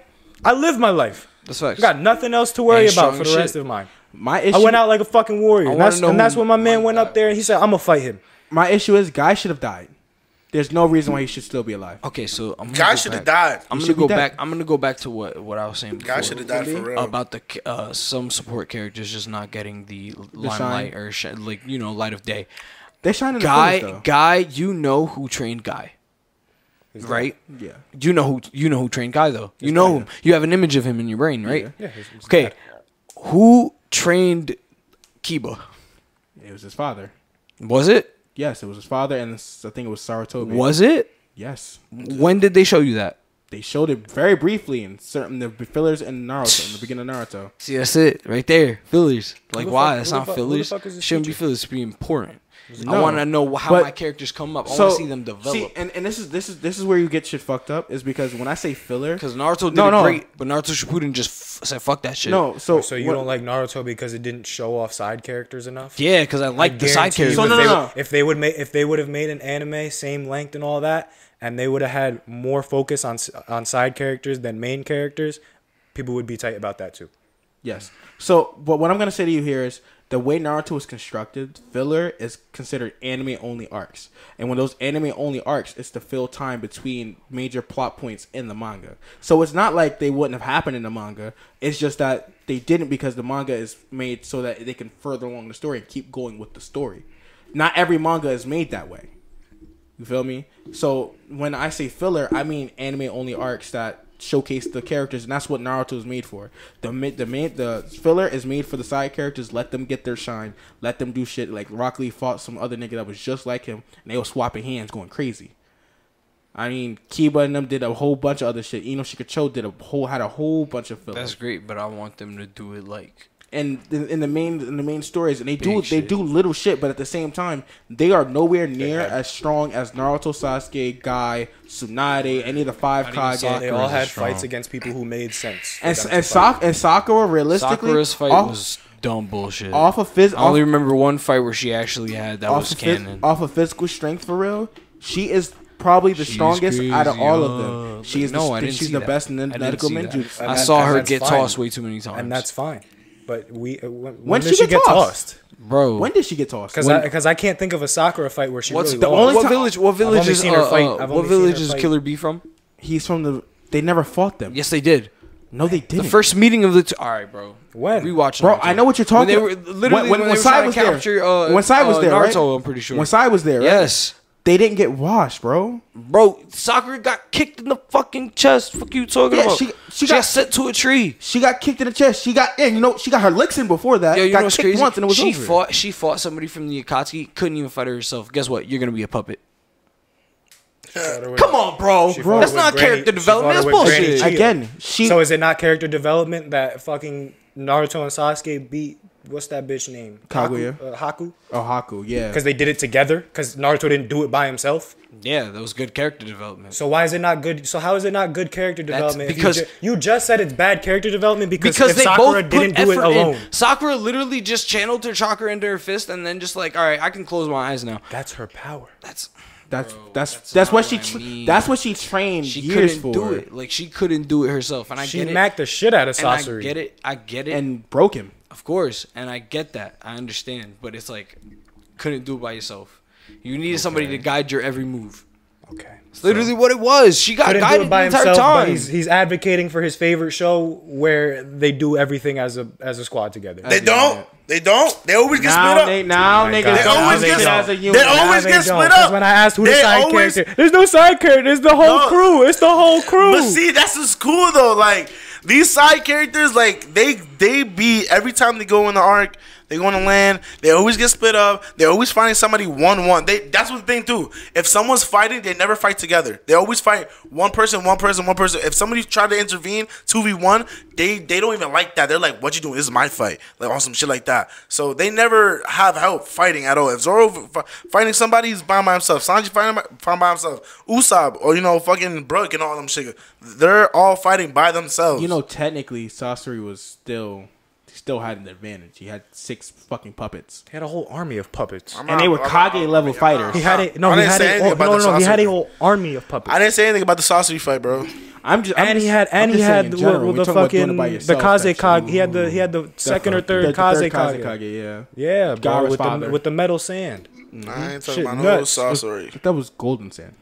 [SPEAKER 4] I live my life.
[SPEAKER 3] That's facts.
[SPEAKER 4] I got nothing else to worry
[SPEAKER 3] Ain't
[SPEAKER 4] about
[SPEAKER 3] strong
[SPEAKER 4] for the
[SPEAKER 3] as shit.
[SPEAKER 4] rest of mine.
[SPEAKER 1] my issue.
[SPEAKER 4] I went out like a fucking warrior. And
[SPEAKER 3] wanna
[SPEAKER 4] that's,
[SPEAKER 3] know
[SPEAKER 4] and that's
[SPEAKER 3] who
[SPEAKER 4] when my man
[SPEAKER 3] won
[SPEAKER 4] went
[SPEAKER 3] that.
[SPEAKER 4] up there and he said, "I'm gonna fight him."
[SPEAKER 1] My issue is Guy should have died. There's no reason why he should still be alive.
[SPEAKER 3] Okay, so I'm gonna
[SPEAKER 2] Guy
[SPEAKER 3] go
[SPEAKER 2] should have
[SPEAKER 3] back.
[SPEAKER 2] died.
[SPEAKER 3] I'm
[SPEAKER 1] should
[SPEAKER 3] gonna
[SPEAKER 1] be
[SPEAKER 3] go
[SPEAKER 1] dead.
[SPEAKER 3] back. I'm gonna go back to what what I was saying. Before.
[SPEAKER 2] Guy should have died for real.
[SPEAKER 3] about the ca- uh, some support characters just not getting the limelight or sh- like you know light of day.
[SPEAKER 1] They shine in the
[SPEAKER 3] Guy,
[SPEAKER 1] corners, though.
[SPEAKER 3] guy, you know who trained guy, right?
[SPEAKER 1] Yeah.
[SPEAKER 3] You know who you know who trained guy though. You know him. You have an image of him in your brain, right?
[SPEAKER 4] Yeah, his- his
[SPEAKER 3] okay,
[SPEAKER 4] dad.
[SPEAKER 3] who trained Kiba?
[SPEAKER 1] It was his father.
[SPEAKER 3] Was it?
[SPEAKER 1] Yes, it was his father, and s- I think it was Sarutobi.
[SPEAKER 3] Was it?
[SPEAKER 1] Yes,
[SPEAKER 3] When did they show you that?
[SPEAKER 1] they showed it very briefly in certain the fillers in Naruto in the beginning of Naruto.
[SPEAKER 3] See, that's it right there. Fillers. Like,
[SPEAKER 4] the
[SPEAKER 3] why?
[SPEAKER 4] fuck-
[SPEAKER 3] That's
[SPEAKER 4] who the
[SPEAKER 3] not
[SPEAKER 4] fuck- who the
[SPEAKER 3] fillers.
[SPEAKER 4] fuck is this
[SPEAKER 3] Shouldn't be
[SPEAKER 4] teacher?
[SPEAKER 3] fillers. It should be important. I
[SPEAKER 1] No.
[SPEAKER 3] want to know how
[SPEAKER 1] But-
[SPEAKER 3] my characters come up. I
[SPEAKER 1] So
[SPEAKER 3] want to see them
[SPEAKER 1] See,
[SPEAKER 3] develop.
[SPEAKER 1] and, and this is this is this is where you get shit fucked up is because when I say filler,
[SPEAKER 3] Because Naruto did
[SPEAKER 1] No,
[SPEAKER 3] it
[SPEAKER 1] no.
[SPEAKER 3] great, but Naruto Shippuden just f- said, "Fuck that shit."
[SPEAKER 1] no, so
[SPEAKER 4] So you
[SPEAKER 1] what-
[SPEAKER 4] don't like Naruto because it didn't show off side characters enough?
[SPEAKER 3] Yeah, because I like the side
[SPEAKER 4] guarantee
[SPEAKER 3] characters.
[SPEAKER 4] you
[SPEAKER 1] So
[SPEAKER 4] if
[SPEAKER 1] no,
[SPEAKER 4] they
[SPEAKER 1] no,
[SPEAKER 4] would-
[SPEAKER 1] no.
[SPEAKER 4] If they would make, if they would have made an anime same length and all that, and they would have had more focus on s- on side characters than main characters, people would be tight about that too.
[SPEAKER 1] Yes. So, but what I'm gonna say to you here is the way Naruto is constructed, filler is considered anime only arcs, and when those anime only arcs, it's to fill time between major plot points in the manga. So it's not like they wouldn't have happened in the manga. It's just that they didn't because the manga is made so that they can further along the story and keep going with the story. Not every manga is made that way. You feel me? So when I say filler, I mean anime only arcs that showcase the characters, and that's what Naruto is made for. The mid, the main, the filler is made for the side characters. Let them get their shine. Let them do shit. Like Rock Lee fought some other nigga that was just like him, and they were swapping hands, going crazy. I mean, Kiba and them did a whole bunch of other shit. Ino Shikacho did a whole had a whole bunch of filler,
[SPEAKER 3] That's great, but I want them to do it like
[SPEAKER 1] and in, in the main in the main stories, and they do
[SPEAKER 3] Big
[SPEAKER 1] they
[SPEAKER 3] shit.
[SPEAKER 1] do little shit, but at the same time, they are nowhere near as strong as Naruto, Sasuke, Guy, Tsunade, any of the five Kage.
[SPEAKER 3] Sakura.
[SPEAKER 4] They
[SPEAKER 1] And
[SPEAKER 4] all
[SPEAKER 3] Sakura's
[SPEAKER 4] had
[SPEAKER 3] strong.
[SPEAKER 4] fights against people who made sense. for
[SPEAKER 1] and
[SPEAKER 4] them to
[SPEAKER 1] and,
[SPEAKER 4] fight.
[SPEAKER 1] Sak- and Sakura realistically
[SPEAKER 3] Sakura's fight
[SPEAKER 1] off,
[SPEAKER 3] was dumb bullshit.
[SPEAKER 1] off of phys-
[SPEAKER 3] I only
[SPEAKER 1] off,
[SPEAKER 3] remember one fight where she actually had that
[SPEAKER 1] off,
[SPEAKER 3] was
[SPEAKER 1] of phys-
[SPEAKER 3] canon.
[SPEAKER 1] off of physical strength for real. She is probably the
[SPEAKER 3] She's
[SPEAKER 1] strongest out of
[SPEAKER 3] crazy,
[SPEAKER 1] all
[SPEAKER 3] uh,
[SPEAKER 1] of them. She is
[SPEAKER 3] no,
[SPEAKER 1] the,
[SPEAKER 3] I didn't
[SPEAKER 1] she's
[SPEAKER 3] see
[SPEAKER 1] the
[SPEAKER 3] that.
[SPEAKER 1] best in
[SPEAKER 3] I
[SPEAKER 1] the
[SPEAKER 3] didn't
[SPEAKER 1] medical
[SPEAKER 3] see that.
[SPEAKER 1] ninjutsu.
[SPEAKER 3] I
[SPEAKER 4] And
[SPEAKER 3] saw
[SPEAKER 4] that-
[SPEAKER 3] her
[SPEAKER 4] that's
[SPEAKER 3] get
[SPEAKER 4] fine.
[SPEAKER 3] tossed way too many times.
[SPEAKER 4] and that's fine. But we uh, when, when
[SPEAKER 1] When
[SPEAKER 4] did
[SPEAKER 1] she
[SPEAKER 4] she
[SPEAKER 1] get
[SPEAKER 4] get
[SPEAKER 1] tossed?
[SPEAKER 4] tossed?
[SPEAKER 3] bro.
[SPEAKER 1] When did she get tossed?
[SPEAKER 4] Because
[SPEAKER 1] When-
[SPEAKER 4] because I, can't think of a Sakura fight where she
[SPEAKER 3] What's
[SPEAKER 4] really
[SPEAKER 3] the
[SPEAKER 4] lost.
[SPEAKER 3] only what
[SPEAKER 1] time-
[SPEAKER 3] village? What
[SPEAKER 4] I've only
[SPEAKER 3] village is
[SPEAKER 4] seen her
[SPEAKER 3] uh,
[SPEAKER 4] fight-
[SPEAKER 3] uh,
[SPEAKER 4] I've
[SPEAKER 3] what
[SPEAKER 4] only seen her
[SPEAKER 3] village is
[SPEAKER 4] fight-
[SPEAKER 3] Killer B from?
[SPEAKER 1] he's from the. They never fought them.
[SPEAKER 3] Yes, they did.
[SPEAKER 1] No, they didn't.
[SPEAKER 3] The first meeting of the two. All right, bro.
[SPEAKER 4] When?
[SPEAKER 3] rewatch,
[SPEAKER 1] Bro,
[SPEAKER 3] Naruto.
[SPEAKER 1] I know what you're talking
[SPEAKER 3] When they were literally when,
[SPEAKER 1] when,
[SPEAKER 3] they were
[SPEAKER 1] Sai
[SPEAKER 3] trying to
[SPEAKER 1] was there.
[SPEAKER 3] capture, uh,
[SPEAKER 1] when Sai was
[SPEAKER 3] uh,
[SPEAKER 1] there, right?
[SPEAKER 3] Naruto, I'm pretty sure.
[SPEAKER 1] When Sai was there, right?
[SPEAKER 3] Yes.
[SPEAKER 1] They didn't get washed, bro.
[SPEAKER 3] Bro, Sakura got kicked in the fucking chest. Fuck you talking
[SPEAKER 1] Yeah,
[SPEAKER 3] about?
[SPEAKER 1] she-
[SPEAKER 3] She,
[SPEAKER 1] she
[SPEAKER 3] got,
[SPEAKER 1] got-
[SPEAKER 3] sent to a tree.
[SPEAKER 1] She got kicked in the chest. She got in. You know, she got her licks in before that.
[SPEAKER 3] Yo, you
[SPEAKER 1] got
[SPEAKER 3] know what's
[SPEAKER 1] kicked
[SPEAKER 3] crazy?
[SPEAKER 1] once and it was
[SPEAKER 3] she
[SPEAKER 1] over.
[SPEAKER 3] fought. She fought somebody from the Akatsuki. Couldn't even fight herself. Guess what? You're gonna be a puppet.
[SPEAKER 4] Come
[SPEAKER 3] Come on, bro.
[SPEAKER 4] fought
[SPEAKER 3] That's
[SPEAKER 4] with
[SPEAKER 3] not
[SPEAKER 4] Granny-
[SPEAKER 3] character
[SPEAKER 4] she
[SPEAKER 3] development.
[SPEAKER 4] fought
[SPEAKER 3] That's
[SPEAKER 4] with Granny
[SPEAKER 3] bullshit.
[SPEAKER 4] Chi.
[SPEAKER 1] Again, she.
[SPEAKER 4] So is it not character development that fucking Naruto and Sasuke beat? What's that bitch name?
[SPEAKER 1] Kaguya.
[SPEAKER 4] Haku. Uh, Haku.
[SPEAKER 1] oh, Haku, yeah.
[SPEAKER 4] Because they did it together. Because Naruto didn't do it by himself.
[SPEAKER 3] Yeah, that was good character development.
[SPEAKER 4] So why is it not good? So how is it not good character development? if you
[SPEAKER 3] because-
[SPEAKER 4] ju- you, just said it's bad character development because,
[SPEAKER 3] Because
[SPEAKER 4] if
[SPEAKER 3] they
[SPEAKER 4] Sakura
[SPEAKER 3] both
[SPEAKER 4] didn't
[SPEAKER 3] put
[SPEAKER 4] do it
[SPEAKER 3] effort
[SPEAKER 4] alone.
[SPEAKER 3] in. Sakura literally just channeled her chakra into her fist and then just like, all right, I can close my eyes now.
[SPEAKER 4] That's her power.
[SPEAKER 3] That's
[SPEAKER 1] that's
[SPEAKER 3] Bro,
[SPEAKER 1] that's
[SPEAKER 3] that's
[SPEAKER 1] that's, what
[SPEAKER 3] not
[SPEAKER 1] she
[SPEAKER 3] what I
[SPEAKER 1] tra-
[SPEAKER 3] mean.
[SPEAKER 1] that's what she trained
[SPEAKER 3] she
[SPEAKER 1] years
[SPEAKER 3] couldn't
[SPEAKER 1] for
[SPEAKER 3] do it. Like she couldn't do it herself, and I
[SPEAKER 4] She
[SPEAKER 3] get it.
[SPEAKER 4] macked the shit out of
[SPEAKER 3] and I
[SPEAKER 4] Sasori.
[SPEAKER 3] get it. I get it.
[SPEAKER 1] and broke him.
[SPEAKER 3] Of course, and I get that. I understand, but it's like couldn't do it by yourself. You needed somebody to guide your every move.
[SPEAKER 4] Okay.
[SPEAKER 3] It's literally what it was. She got
[SPEAKER 4] Couldn't do it
[SPEAKER 3] guided
[SPEAKER 4] by
[SPEAKER 3] the entire
[SPEAKER 4] himself, but
[SPEAKER 3] time.
[SPEAKER 4] he's, he's advocating for his favorite show where they do everything as a as a squad together. Oh
[SPEAKER 2] They don't. They don't. They always get
[SPEAKER 1] Now,
[SPEAKER 2] split
[SPEAKER 1] they,
[SPEAKER 2] up.
[SPEAKER 1] now
[SPEAKER 4] my
[SPEAKER 1] niggas
[SPEAKER 4] God.
[SPEAKER 2] They
[SPEAKER 1] don't
[SPEAKER 2] always
[SPEAKER 1] do
[SPEAKER 2] get
[SPEAKER 1] shit as a
[SPEAKER 2] split
[SPEAKER 1] unit.
[SPEAKER 2] They always
[SPEAKER 4] They
[SPEAKER 2] get
[SPEAKER 4] don't,
[SPEAKER 2] split
[SPEAKER 4] 'cause
[SPEAKER 2] up.
[SPEAKER 4] When I asked who the
[SPEAKER 2] They
[SPEAKER 4] side
[SPEAKER 2] always-
[SPEAKER 4] character, there's no side character. It's the whole
[SPEAKER 2] No.
[SPEAKER 4] crew. It's the whole crew.
[SPEAKER 2] But see, that's what's cool though. Like these side characters, like they they be every time they go in the arc, they go on the land. They always get split up. They always finding somebody one one. They that's what the thing too. If someone's fighting, they never fight together. They always fight one person, one person, one person. If somebody try to intervene two v one, they they don't even like that. They're like, "What you doing? This is my fight." Like on some shit like that. So they never have help fighting at all. If Zoro f- fighting somebody, he's by himself. Sanji fighting by, fighting by himself. Usopp or you know fucking Brook and all them shit. They're all fighting by themselves.
[SPEAKER 1] You know, technically, Sasori was still still had an advantage. He had six fucking puppets,
[SPEAKER 4] He had a whole army of puppets.
[SPEAKER 2] I'm
[SPEAKER 1] and they
[SPEAKER 2] out,
[SPEAKER 1] were
[SPEAKER 2] I'm out,
[SPEAKER 1] Kage level
[SPEAKER 2] I'm out.
[SPEAKER 4] He
[SPEAKER 1] fighters.
[SPEAKER 4] had it. No,
[SPEAKER 2] I
[SPEAKER 4] he
[SPEAKER 2] didn't
[SPEAKER 4] had
[SPEAKER 2] say
[SPEAKER 4] it.
[SPEAKER 2] anything
[SPEAKER 4] Oh,
[SPEAKER 2] about
[SPEAKER 4] no,
[SPEAKER 2] the
[SPEAKER 4] no, no. He had a
[SPEAKER 2] sausage.
[SPEAKER 4] whole army of puppets.
[SPEAKER 2] I didn't say anything about the sausage fight, bro.
[SPEAKER 1] I'm just, I'm
[SPEAKER 4] and
[SPEAKER 1] just-
[SPEAKER 4] he had
[SPEAKER 1] I'm
[SPEAKER 4] and he
[SPEAKER 1] just saying
[SPEAKER 4] had
[SPEAKER 1] in
[SPEAKER 4] the,
[SPEAKER 1] general,
[SPEAKER 4] the,
[SPEAKER 1] we're talking about doing
[SPEAKER 4] fucking
[SPEAKER 1] it by
[SPEAKER 4] the
[SPEAKER 1] yourself,
[SPEAKER 4] Kaze
[SPEAKER 1] actually.
[SPEAKER 4] Kage. He had the he had the second or
[SPEAKER 1] The-
[SPEAKER 4] third
[SPEAKER 1] the
[SPEAKER 4] Kaze
[SPEAKER 1] Kaze
[SPEAKER 4] Kage.
[SPEAKER 1] yeah.
[SPEAKER 4] Yeah, bro,
[SPEAKER 1] Gaara's
[SPEAKER 4] with the,
[SPEAKER 1] father.
[SPEAKER 4] with the metal sand.
[SPEAKER 2] I ain't talking
[SPEAKER 4] Shit,
[SPEAKER 2] about no
[SPEAKER 4] nuts.
[SPEAKER 2] sorcery.
[SPEAKER 1] That was Golden Sand.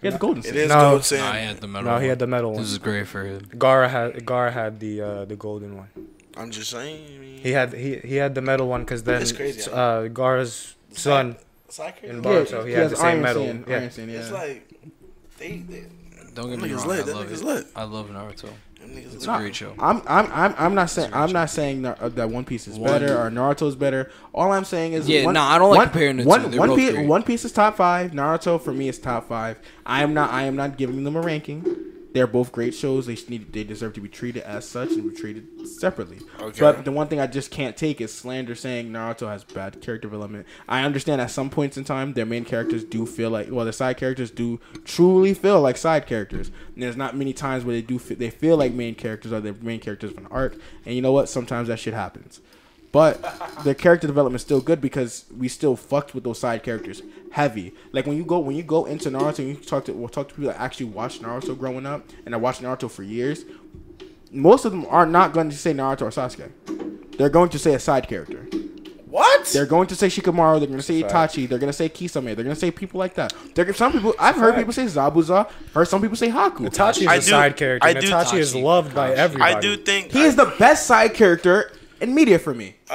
[SPEAKER 1] Yeah, the Golden
[SPEAKER 2] It
[SPEAKER 1] Sand.
[SPEAKER 2] is
[SPEAKER 4] No.
[SPEAKER 2] gold sand.
[SPEAKER 3] I had the metal.
[SPEAKER 4] No, he
[SPEAKER 3] one.
[SPEAKER 4] had the metal one.
[SPEAKER 3] This is great for him.
[SPEAKER 4] Gara had Gara had the uh, the golden one.
[SPEAKER 2] I'm just saying.
[SPEAKER 4] He had he he had the metal one because then
[SPEAKER 2] That's crazy.
[SPEAKER 4] uh, Gara's son.
[SPEAKER 2] Soccer.
[SPEAKER 4] In Boruto, he had the same
[SPEAKER 1] Iron
[SPEAKER 4] metal.
[SPEAKER 1] Sand,
[SPEAKER 4] Yeah.
[SPEAKER 1] Iron Sand,
[SPEAKER 2] It's
[SPEAKER 1] oh, yeah.
[SPEAKER 2] like they. they
[SPEAKER 3] Don't get me
[SPEAKER 2] Nigga's
[SPEAKER 3] wrong.
[SPEAKER 2] lit.
[SPEAKER 3] I
[SPEAKER 2] That
[SPEAKER 3] love
[SPEAKER 2] nigga's
[SPEAKER 3] it.
[SPEAKER 2] lit.
[SPEAKER 3] I love Naruto.
[SPEAKER 2] them niggas
[SPEAKER 3] It's
[SPEAKER 2] look-
[SPEAKER 3] a great show.
[SPEAKER 1] I'm I'm I'm I'm not saying I'm not saying Nar- uh, that One Piece is better or Naruto's better. All I'm saying is
[SPEAKER 3] Yeah,
[SPEAKER 1] one,
[SPEAKER 3] nah, I don't like
[SPEAKER 1] one,
[SPEAKER 3] comparing the two.
[SPEAKER 1] one,
[SPEAKER 3] They're
[SPEAKER 1] one
[SPEAKER 3] both
[SPEAKER 1] Piece.
[SPEAKER 3] great.
[SPEAKER 1] One Piece is top five. Naruto for me is top five. I am not I am not giving them a ranking. They're both great shows. They sh- need they deserve to be treated as such and be treated separately.
[SPEAKER 2] Okay.
[SPEAKER 1] But the one thing I just can't take is slander saying Naruto has bad character development. I understand at some points in time their main characters do feel like well the side characters do truly feel like side characters. And there's not many times where they do fe- they feel like main characters or they're main characters of an arc. And you know what? Sometimes that shit happens. But the character development's still good because we still fucked with those side characters heavy. Like when you go when you go into Naruto and you talk to well, talk to people that actually watched Naruto growing up and I watched Naruto for years, most of them are not going to say Naruto or Sasuke. They're going to say a side character.
[SPEAKER 2] What?
[SPEAKER 1] They're going to say Shikamaru. They're going to say Itachi. They're going to say Kisame. They're going to say people like that. They're, some people I've heard people say Zabuza. Heard some people say Haku.
[SPEAKER 4] Itachi is
[SPEAKER 2] I
[SPEAKER 4] a
[SPEAKER 2] do-
[SPEAKER 4] side character.
[SPEAKER 2] I
[SPEAKER 4] and
[SPEAKER 2] do-
[SPEAKER 4] Itachi is loved
[SPEAKER 1] Oh,
[SPEAKER 4] by everybody.
[SPEAKER 2] I do think
[SPEAKER 1] He is the best side character in media for me.
[SPEAKER 2] Uh,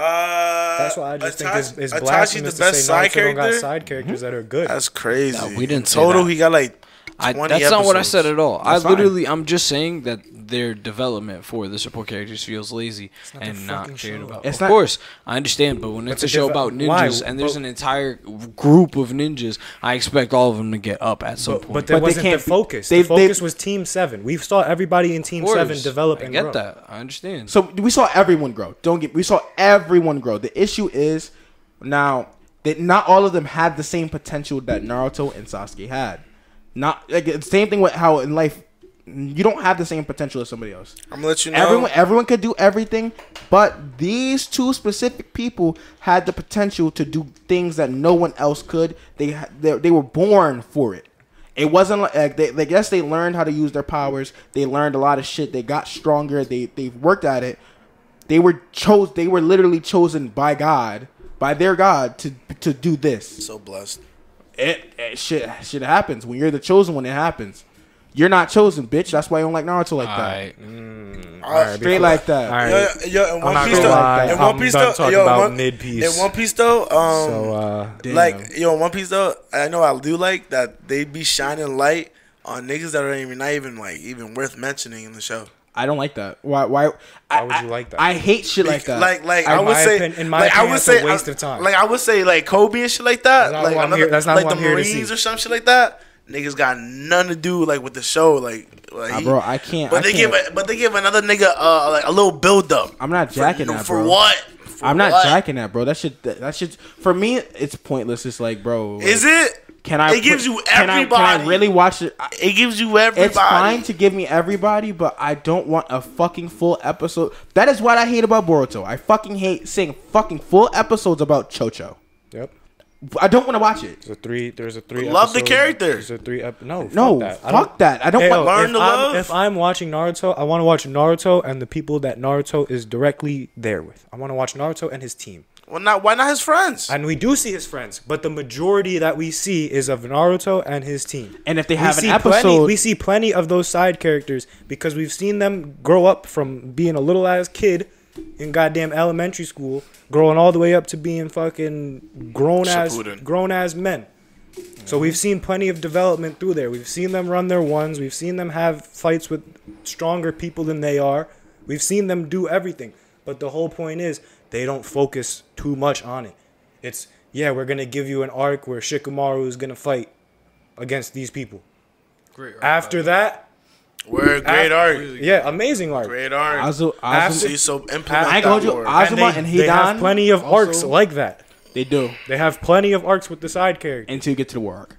[SPEAKER 4] That's why I just
[SPEAKER 2] Itachi-
[SPEAKER 4] think it's, it's
[SPEAKER 2] Itachi
[SPEAKER 4] blasphemous
[SPEAKER 2] the best
[SPEAKER 4] to say Naruto
[SPEAKER 2] side
[SPEAKER 4] don't
[SPEAKER 2] character.
[SPEAKER 4] got side
[SPEAKER 1] Hmm?
[SPEAKER 4] characters that are good.
[SPEAKER 2] That's crazy.
[SPEAKER 3] No, we didn't
[SPEAKER 2] In
[SPEAKER 3] say
[SPEAKER 2] total.
[SPEAKER 3] that.
[SPEAKER 2] He got like
[SPEAKER 3] I,
[SPEAKER 2] twenty.
[SPEAKER 3] that's not what I said
[SPEAKER 2] episodes.
[SPEAKER 3] at all.
[SPEAKER 1] That's
[SPEAKER 3] I
[SPEAKER 1] fine.
[SPEAKER 3] literally, I'm just saying that their development for the support characters feels lazy and not cared about.
[SPEAKER 1] It's
[SPEAKER 3] of
[SPEAKER 1] not-
[SPEAKER 3] course, I understand, but when it's
[SPEAKER 4] the
[SPEAKER 3] a show
[SPEAKER 4] deve-
[SPEAKER 3] about ninjas
[SPEAKER 4] why?
[SPEAKER 3] and there's
[SPEAKER 4] But-
[SPEAKER 3] an entire group of ninjas, I expect all of them to get up at some
[SPEAKER 4] But,
[SPEAKER 3] point.
[SPEAKER 4] but there
[SPEAKER 1] But they
[SPEAKER 4] wasn't the
[SPEAKER 1] can't be-
[SPEAKER 4] focus.
[SPEAKER 1] they-
[SPEAKER 4] the focus
[SPEAKER 1] they-
[SPEAKER 4] was Team Seven. We saw everybody in Team
[SPEAKER 3] Of course,
[SPEAKER 4] Seven develop
[SPEAKER 3] I
[SPEAKER 4] and
[SPEAKER 3] get
[SPEAKER 4] grow.
[SPEAKER 3] that. I understand.
[SPEAKER 1] So we saw everyone grow. Don't get. We saw everyone grow. The issue is now that not all of them had the same potential that Naruto and Sasuke had. Not like it's the same thing with how in life you don't have the same potential as somebody else.
[SPEAKER 2] I'm gonna let you know.
[SPEAKER 1] Everyone, everyone could do everything, but these two specific people had the potential to do things that no one else could. They ha- they, they were born for it. It wasn't like- like they, like yes, they learned how to use their powers. They learned a lot of shit. They got stronger. They they worked at it. They were chose. They were literally chosen by God, by their God, to to do this
[SPEAKER 2] so blessed.
[SPEAKER 1] it, it shit shit happens when you're the chosen one. It happens. You're not chosen, bitch. That's why you don't like Naruto like that.
[SPEAKER 3] all right.
[SPEAKER 2] Alright,
[SPEAKER 1] Straight like that.
[SPEAKER 4] All
[SPEAKER 2] Yo,
[SPEAKER 4] right.
[SPEAKER 2] yo, in
[SPEAKER 4] I'm
[SPEAKER 2] One
[SPEAKER 4] not
[SPEAKER 2] Piece
[SPEAKER 4] gonna
[SPEAKER 2] though,
[SPEAKER 4] lie,
[SPEAKER 2] in One
[SPEAKER 4] I'm
[SPEAKER 2] Piece
[SPEAKER 4] done
[SPEAKER 2] though,
[SPEAKER 4] talking
[SPEAKER 2] yo, in
[SPEAKER 4] about
[SPEAKER 2] one,
[SPEAKER 4] mid-piece.
[SPEAKER 2] In One Piece though, um,
[SPEAKER 4] So uh,
[SPEAKER 2] like yo, in One Piece though, I know I do like that they be shining light on niggas that are even not even like even worth mentioning in the show.
[SPEAKER 1] I don't like that. Why? Why? I,
[SPEAKER 4] Why would you like that?
[SPEAKER 1] I, I hate shit like that.
[SPEAKER 2] Like, like
[SPEAKER 1] I,
[SPEAKER 2] I, would
[SPEAKER 4] my
[SPEAKER 2] say,
[SPEAKER 4] opin- in my
[SPEAKER 2] like, I
[SPEAKER 4] opinion,
[SPEAKER 2] would
[SPEAKER 4] it's
[SPEAKER 2] say,
[SPEAKER 4] a waste
[SPEAKER 2] I-
[SPEAKER 4] of time.
[SPEAKER 2] Like I would say, like Kobe and shit like that.
[SPEAKER 4] That's not
[SPEAKER 2] like
[SPEAKER 4] who I'm here- that's not
[SPEAKER 2] like
[SPEAKER 4] who
[SPEAKER 2] the
[SPEAKER 4] I'm here to
[SPEAKER 2] Marines
[SPEAKER 4] see.
[SPEAKER 2] or some shit like that. Niggas got nothing to do like with the show, like, like
[SPEAKER 1] Nah,
[SPEAKER 2] he-
[SPEAKER 1] bro, I can't.
[SPEAKER 2] But
[SPEAKER 1] I
[SPEAKER 2] they
[SPEAKER 1] can't.
[SPEAKER 2] give, a, but they give another nigga uh, like a little build up.
[SPEAKER 1] I'm not jacking
[SPEAKER 2] for,
[SPEAKER 1] that,
[SPEAKER 2] for
[SPEAKER 1] bro.
[SPEAKER 2] what? For
[SPEAKER 1] I'm not
[SPEAKER 2] what?
[SPEAKER 1] jacking that, bro. That shit. That, that shit. For me, it's pointless. It's like, bro, like,
[SPEAKER 2] Is it?
[SPEAKER 1] Can I?
[SPEAKER 2] It gives you
[SPEAKER 1] can I- Can I,
[SPEAKER 2] everybody.
[SPEAKER 1] really watch it? I-
[SPEAKER 2] It gives you everybody.
[SPEAKER 1] It's fine to give me everybody, but I don't want a fucking full episode. That is what I hate about Boruto. I fucking hate seeing fucking full episodes about Chocho.
[SPEAKER 4] Yep.
[SPEAKER 1] I don't want to watch it.
[SPEAKER 4] There's a three. There's a three.
[SPEAKER 2] Love the
[SPEAKER 4] episode-
[SPEAKER 2] character.
[SPEAKER 4] There's a three. Ep- no.
[SPEAKER 1] No,
[SPEAKER 4] Fuck that.
[SPEAKER 1] fuck
[SPEAKER 4] I don't-
[SPEAKER 1] that. I don't
[SPEAKER 4] Hey, yo,
[SPEAKER 1] want.
[SPEAKER 2] learn
[SPEAKER 4] if
[SPEAKER 2] to
[SPEAKER 4] I'm-
[SPEAKER 2] love.
[SPEAKER 4] If I'm watching Naruto, I want to watch Naruto and the people that Naruto is directly there with. I want to watch Naruto and his team.
[SPEAKER 2] Well, not why not his friends?
[SPEAKER 4] And we do see his friends, but the majority that we see is of Naruto and his team.
[SPEAKER 1] And if they
[SPEAKER 4] We
[SPEAKER 1] have an
[SPEAKER 4] see
[SPEAKER 1] episode,
[SPEAKER 4] plenty, we see plenty of those side characters because we've seen them grow up from being a little ass kid in goddamn elementary school, growing all the way up to being fucking grown ass
[SPEAKER 2] Shippuden.
[SPEAKER 4] grown ass men. So we've seen plenty of development through there. We've seen them run their ones. We've seen them have fights with stronger people than they are. We've seen them do everything. But the whole point is they don't focus too much on it. It's yeah, we're gonna give you an arc where Shikamaru is gonna fight against these people.
[SPEAKER 3] Great arc,
[SPEAKER 4] After that,
[SPEAKER 2] We're a great
[SPEAKER 4] Ah,
[SPEAKER 2] art.
[SPEAKER 4] yeah, amazing arc.
[SPEAKER 2] Great art.
[SPEAKER 1] Azu,
[SPEAKER 4] After-
[SPEAKER 2] so
[SPEAKER 1] Azu,
[SPEAKER 2] you so implement
[SPEAKER 1] I ain't
[SPEAKER 2] that
[SPEAKER 1] gonna hold you-
[SPEAKER 2] word.
[SPEAKER 1] I-
[SPEAKER 4] And
[SPEAKER 1] Azuma
[SPEAKER 4] they,
[SPEAKER 1] and
[SPEAKER 4] they have
[SPEAKER 1] Hidan
[SPEAKER 4] plenty of arcs
[SPEAKER 1] also-
[SPEAKER 4] like that.
[SPEAKER 1] they do
[SPEAKER 4] They have plenty of arcs with the side character.
[SPEAKER 1] until you get to the war arc.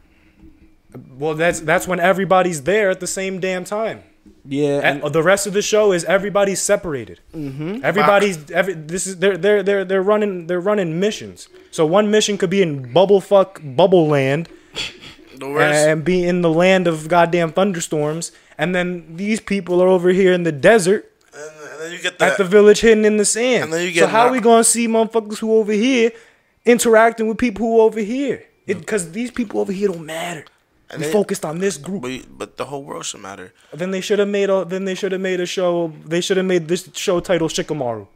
[SPEAKER 4] Well, that's that's when everybody's there at the same damn time.
[SPEAKER 1] Yeah,
[SPEAKER 4] And
[SPEAKER 1] and-
[SPEAKER 4] the rest of the show is everybody's separated. Mm-hmm. Everybody's every, this is they're they're they're they're running they're running missions. So one mission could be in bubble fuck bubble land
[SPEAKER 2] the worst.
[SPEAKER 4] and be in the land of goddamn thunderstorms, and then these people are over here in the desert
[SPEAKER 2] And, and then you get
[SPEAKER 4] at the
[SPEAKER 2] that.
[SPEAKER 4] village hidden in the sand.
[SPEAKER 2] And then you
[SPEAKER 4] so
[SPEAKER 2] get
[SPEAKER 4] how
[SPEAKER 2] knocked-
[SPEAKER 4] we gonna see motherfuckers who over here interacting with people who over here? Because these people over here don't matter.
[SPEAKER 2] And
[SPEAKER 4] We
[SPEAKER 2] they-
[SPEAKER 4] focused on this group.
[SPEAKER 2] But, you- but the whole world should matter.
[SPEAKER 4] Then they should have made a. Then they should have made a show. They should have made this show title Shikamaru,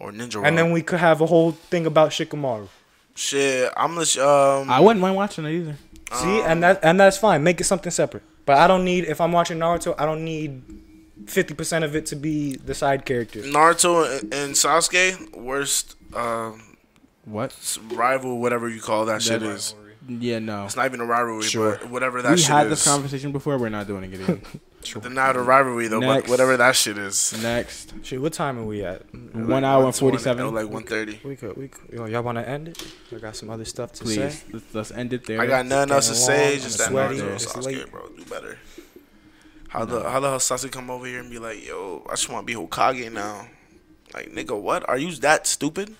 [SPEAKER 2] Or Ninja
[SPEAKER 4] and then we could have a whole thing about Shikamaru.
[SPEAKER 2] Shit, I'm gonna. sh- Um,
[SPEAKER 1] I wouldn't mind watching it either.
[SPEAKER 4] See, and that and that's fine. Make it something separate. But I don't need if I'm watching Naruto, I don't need fifty percent of it to be the side characters.
[SPEAKER 2] Naruto and, and Sasuke, worst um,
[SPEAKER 1] What?
[SPEAKER 2] rival, whatever you call that shit is.
[SPEAKER 1] Yeah, no.
[SPEAKER 2] It's not even a rivalry,
[SPEAKER 4] Sure.
[SPEAKER 2] but whatever that
[SPEAKER 1] We
[SPEAKER 2] shit
[SPEAKER 1] had
[SPEAKER 2] is.
[SPEAKER 1] this conversation before. We're not doing it again.
[SPEAKER 2] They're not a rivalry though,
[SPEAKER 1] Next.
[SPEAKER 2] but whatever that shit is.
[SPEAKER 1] Next,
[SPEAKER 4] Shit, what time are we at?
[SPEAKER 1] one hour and
[SPEAKER 2] One-
[SPEAKER 1] forty-seven.
[SPEAKER 2] Like one thirty.
[SPEAKER 4] We could we could, yo, y'all want to end it? I got some other stuff to say.
[SPEAKER 1] Please, let's, let's end it there.
[SPEAKER 2] I got nothing else to
[SPEAKER 4] getting
[SPEAKER 2] say.
[SPEAKER 4] long,
[SPEAKER 2] Just
[SPEAKER 4] I'm
[SPEAKER 2] that
[SPEAKER 4] sweaty,
[SPEAKER 2] Naruto and
[SPEAKER 4] it's
[SPEAKER 2] Sasuke,
[SPEAKER 4] late.
[SPEAKER 2] bro, do better. How the how the hell Sasuke come over here and be like, yo, I just want to be Hokage now. Like nigga, what? Are you that stupid?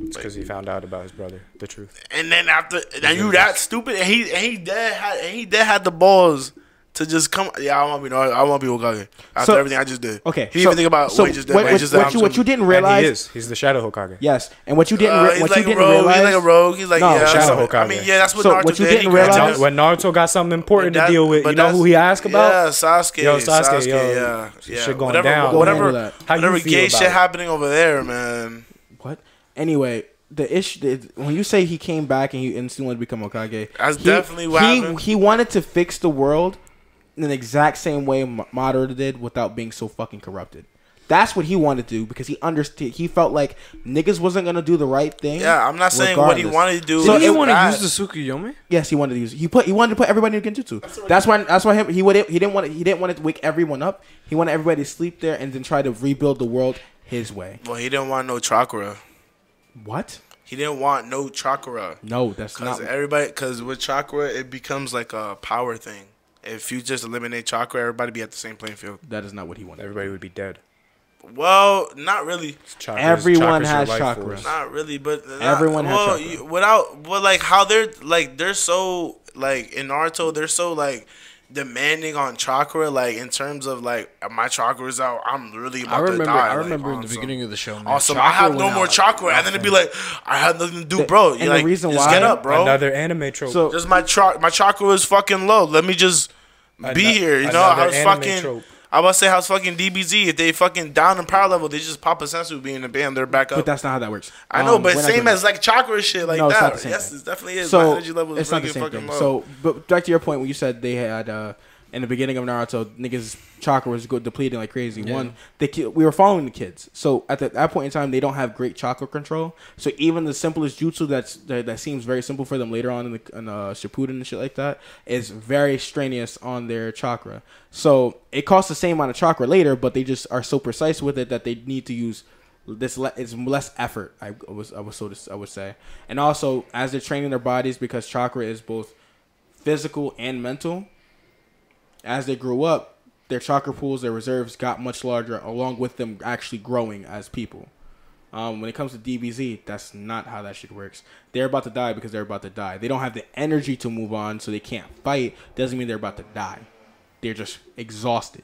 [SPEAKER 4] It's because he found out about his brother. The truth.
[SPEAKER 2] And then after, and you that stupid, and he and he dead had and he dead had the balls to just come. Yeah, I want to be Naruto. I want to be Hokage after
[SPEAKER 1] So-
[SPEAKER 2] everything I just did.
[SPEAKER 1] Okay.
[SPEAKER 2] He didn't even think about what he just did.
[SPEAKER 1] What,
[SPEAKER 2] what he
[SPEAKER 1] what-
[SPEAKER 2] just
[SPEAKER 1] what
[SPEAKER 2] did.
[SPEAKER 1] you,
[SPEAKER 2] I'm
[SPEAKER 1] what you
[SPEAKER 2] stupid.
[SPEAKER 1] didn't
[SPEAKER 4] And
[SPEAKER 1] realize.
[SPEAKER 4] he is. He's the Shadow Hokage.
[SPEAKER 1] Yes, and what you didn't.
[SPEAKER 2] Uh,
[SPEAKER 1] re-
[SPEAKER 2] he's
[SPEAKER 1] what
[SPEAKER 2] like
[SPEAKER 1] you
[SPEAKER 2] a
[SPEAKER 1] didn't
[SPEAKER 2] rogue.
[SPEAKER 1] realize.
[SPEAKER 2] He's like a rogue. He's like,
[SPEAKER 1] No,
[SPEAKER 2] yeah,
[SPEAKER 1] shout
[SPEAKER 2] that's
[SPEAKER 4] out
[SPEAKER 2] what- I
[SPEAKER 4] Hokage.
[SPEAKER 2] mean, yeah, that's what
[SPEAKER 1] So
[SPEAKER 2] Naruto
[SPEAKER 1] what you
[SPEAKER 2] did.
[SPEAKER 1] didn't
[SPEAKER 2] He grabbed
[SPEAKER 1] realize-
[SPEAKER 2] it.
[SPEAKER 4] When Naruto got something important
[SPEAKER 2] That-
[SPEAKER 4] to deal with,
[SPEAKER 2] but
[SPEAKER 4] you know who
[SPEAKER 2] that's-
[SPEAKER 4] he asked about?
[SPEAKER 2] Yeah, Sasuke.
[SPEAKER 4] Yo, Sasuke,
[SPEAKER 2] Sasuke,
[SPEAKER 4] yo,
[SPEAKER 2] yeah, yeah.
[SPEAKER 4] shit going
[SPEAKER 2] whatever,
[SPEAKER 4] down.
[SPEAKER 1] Go
[SPEAKER 2] Whatever,
[SPEAKER 1] handle that.
[SPEAKER 4] How you
[SPEAKER 2] whatever
[SPEAKER 4] feel
[SPEAKER 2] gay
[SPEAKER 4] about
[SPEAKER 2] shit
[SPEAKER 4] it?
[SPEAKER 2] happening over there, man.
[SPEAKER 1] What? Anyway, the issue the- when you say he came back and he instantly wanted to become Okage.
[SPEAKER 2] That's
[SPEAKER 1] he,
[SPEAKER 2] definitely what
[SPEAKER 1] he,
[SPEAKER 2] happened.
[SPEAKER 1] he wanted to fix the world in the exact same way M- Madara did without being so fucking corrupted. That's what he wanted to do because he understood. He felt like niggas wasn't gonna do the right thing.
[SPEAKER 2] Yeah, I'm not saying what he
[SPEAKER 1] regardless.
[SPEAKER 2] wanted to do.
[SPEAKER 1] So
[SPEAKER 3] Didn't he
[SPEAKER 1] it-
[SPEAKER 3] want to
[SPEAKER 2] that-
[SPEAKER 3] use the Tsukuyomi?
[SPEAKER 1] Yes, he wanted to use. He put. He wanted to put everybody in Genjutsu. That's why. That's why him. He would. He didn't want. He didn't want to wake everyone up. He wanted everybody to sleep there and then try to rebuild the world his way.
[SPEAKER 2] Well, he didn't want no chakra.
[SPEAKER 1] What?
[SPEAKER 2] He didn't want no chakra.
[SPEAKER 1] No, that's
[SPEAKER 2] Cause
[SPEAKER 1] not.
[SPEAKER 2] everybody, cause with chakra, it becomes like a power thing. If you just eliminate chakra, everybody be at the same playing field.
[SPEAKER 1] That is not what he wanted.
[SPEAKER 4] Everybody would be dead.
[SPEAKER 2] Well, not really,
[SPEAKER 4] Chakras-
[SPEAKER 1] Everyone
[SPEAKER 4] chakras are
[SPEAKER 1] has
[SPEAKER 4] life
[SPEAKER 1] chakra.
[SPEAKER 4] force.
[SPEAKER 2] not really, but not-
[SPEAKER 1] Everyone has
[SPEAKER 2] well,
[SPEAKER 1] chakra.
[SPEAKER 2] you- without, well, like how they're like they're so like in Naruto, they're so like demanding on chakra, like in terms of like my chakra's out, I'm really about
[SPEAKER 3] I remember.
[SPEAKER 2] to die.
[SPEAKER 3] I
[SPEAKER 2] like,
[SPEAKER 3] remember in
[SPEAKER 2] on
[SPEAKER 3] the
[SPEAKER 2] some-
[SPEAKER 3] beginning of the show. Man,
[SPEAKER 2] Awesome.
[SPEAKER 3] chakra
[SPEAKER 2] I have
[SPEAKER 3] went
[SPEAKER 2] no
[SPEAKER 3] out
[SPEAKER 2] more
[SPEAKER 3] like
[SPEAKER 2] chakra, and then it'd be like, I have nothing to do, bro.
[SPEAKER 1] and
[SPEAKER 2] You're
[SPEAKER 1] the
[SPEAKER 2] like,
[SPEAKER 1] reason
[SPEAKER 2] just
[SPEAKER 1] why-
[SPEAKER 2] get up, bro.
[SPEAKER 4] Another anime trope.
[SPEAKER 1] So
[SPEAKER 2] Just my char- my chakra is fucking low. Let me just be
[SPEAKER 4] Ano-
[SPEAKER 2] here. You know,
[SPEAKER 4] another
[SPEAKER 2] I was
[SPEAKER 4] anime
[SPEAKER 2] fucking.
[SPEAKER 4] trope.
[SPEAKER 2] I was say how's fucking DBZ. If they fucking down in power level, they just pop a sensu being a band. They're back up.
[SPEAKER 1] But that's not how that works.
[SPEAKER 2] I know,
[SPEAKER 1] Um,
[SPEAKER 2] but
[SPEAKER 1] we're not
[SPEAKER 2] same
[SPEAKER 1] doing
[SPEAKER 2] as like chakra shit like
[SPEAKER 1] No, it's
[SPEAKER 2] that.
[SPEAKER 1] not the same
[SPEAKER 2] yes,
[SPEAKER 1] thing.
[SPEAKER 2] it definitely
[SPEAKER 1] that.
[SPEAKER 2] is.
[SPEAKER 1] so
[SPEAKER 2] my energy level is
[SPEAKER 1] it's not the
[SPEAKER 2] really
[SPEAKER 1] same
[SPEAKER 2] fucking
[SPEAKER 1] thing.
[SPEAKER 2] low.
[SPEAKER 1] So, but back to your point when you said they had uh, in the beginning of Naruto, niggas chakra was go- depleting like crazy.
[SPEAKER 3] Yeah.
[SPEAKER 1] One, the ki- we were following the kids, so at the, that point in time, they don't have great chakra control. So even the simplest jutsu that's that, that seems very simple for them later on in the in, uh, Shippuden and shit like that is very strenuous on their chakra. So it costs the same amount of chakra later, but they just are so precise with it that they need to use this le- it's less effort. I was I was so to, I would say, and also as they're training their bodies because chakra is both physical and mental. As they grew up, their chakra pools, their reserves got much larger, along with them actually growing as people. Um, when it comes to DBZ, that's not how that shit works. They're about to die because they're about to die. They don't have the energy to move on, so they can't fight. Doesn't mean they're about to die. They're just exhausted.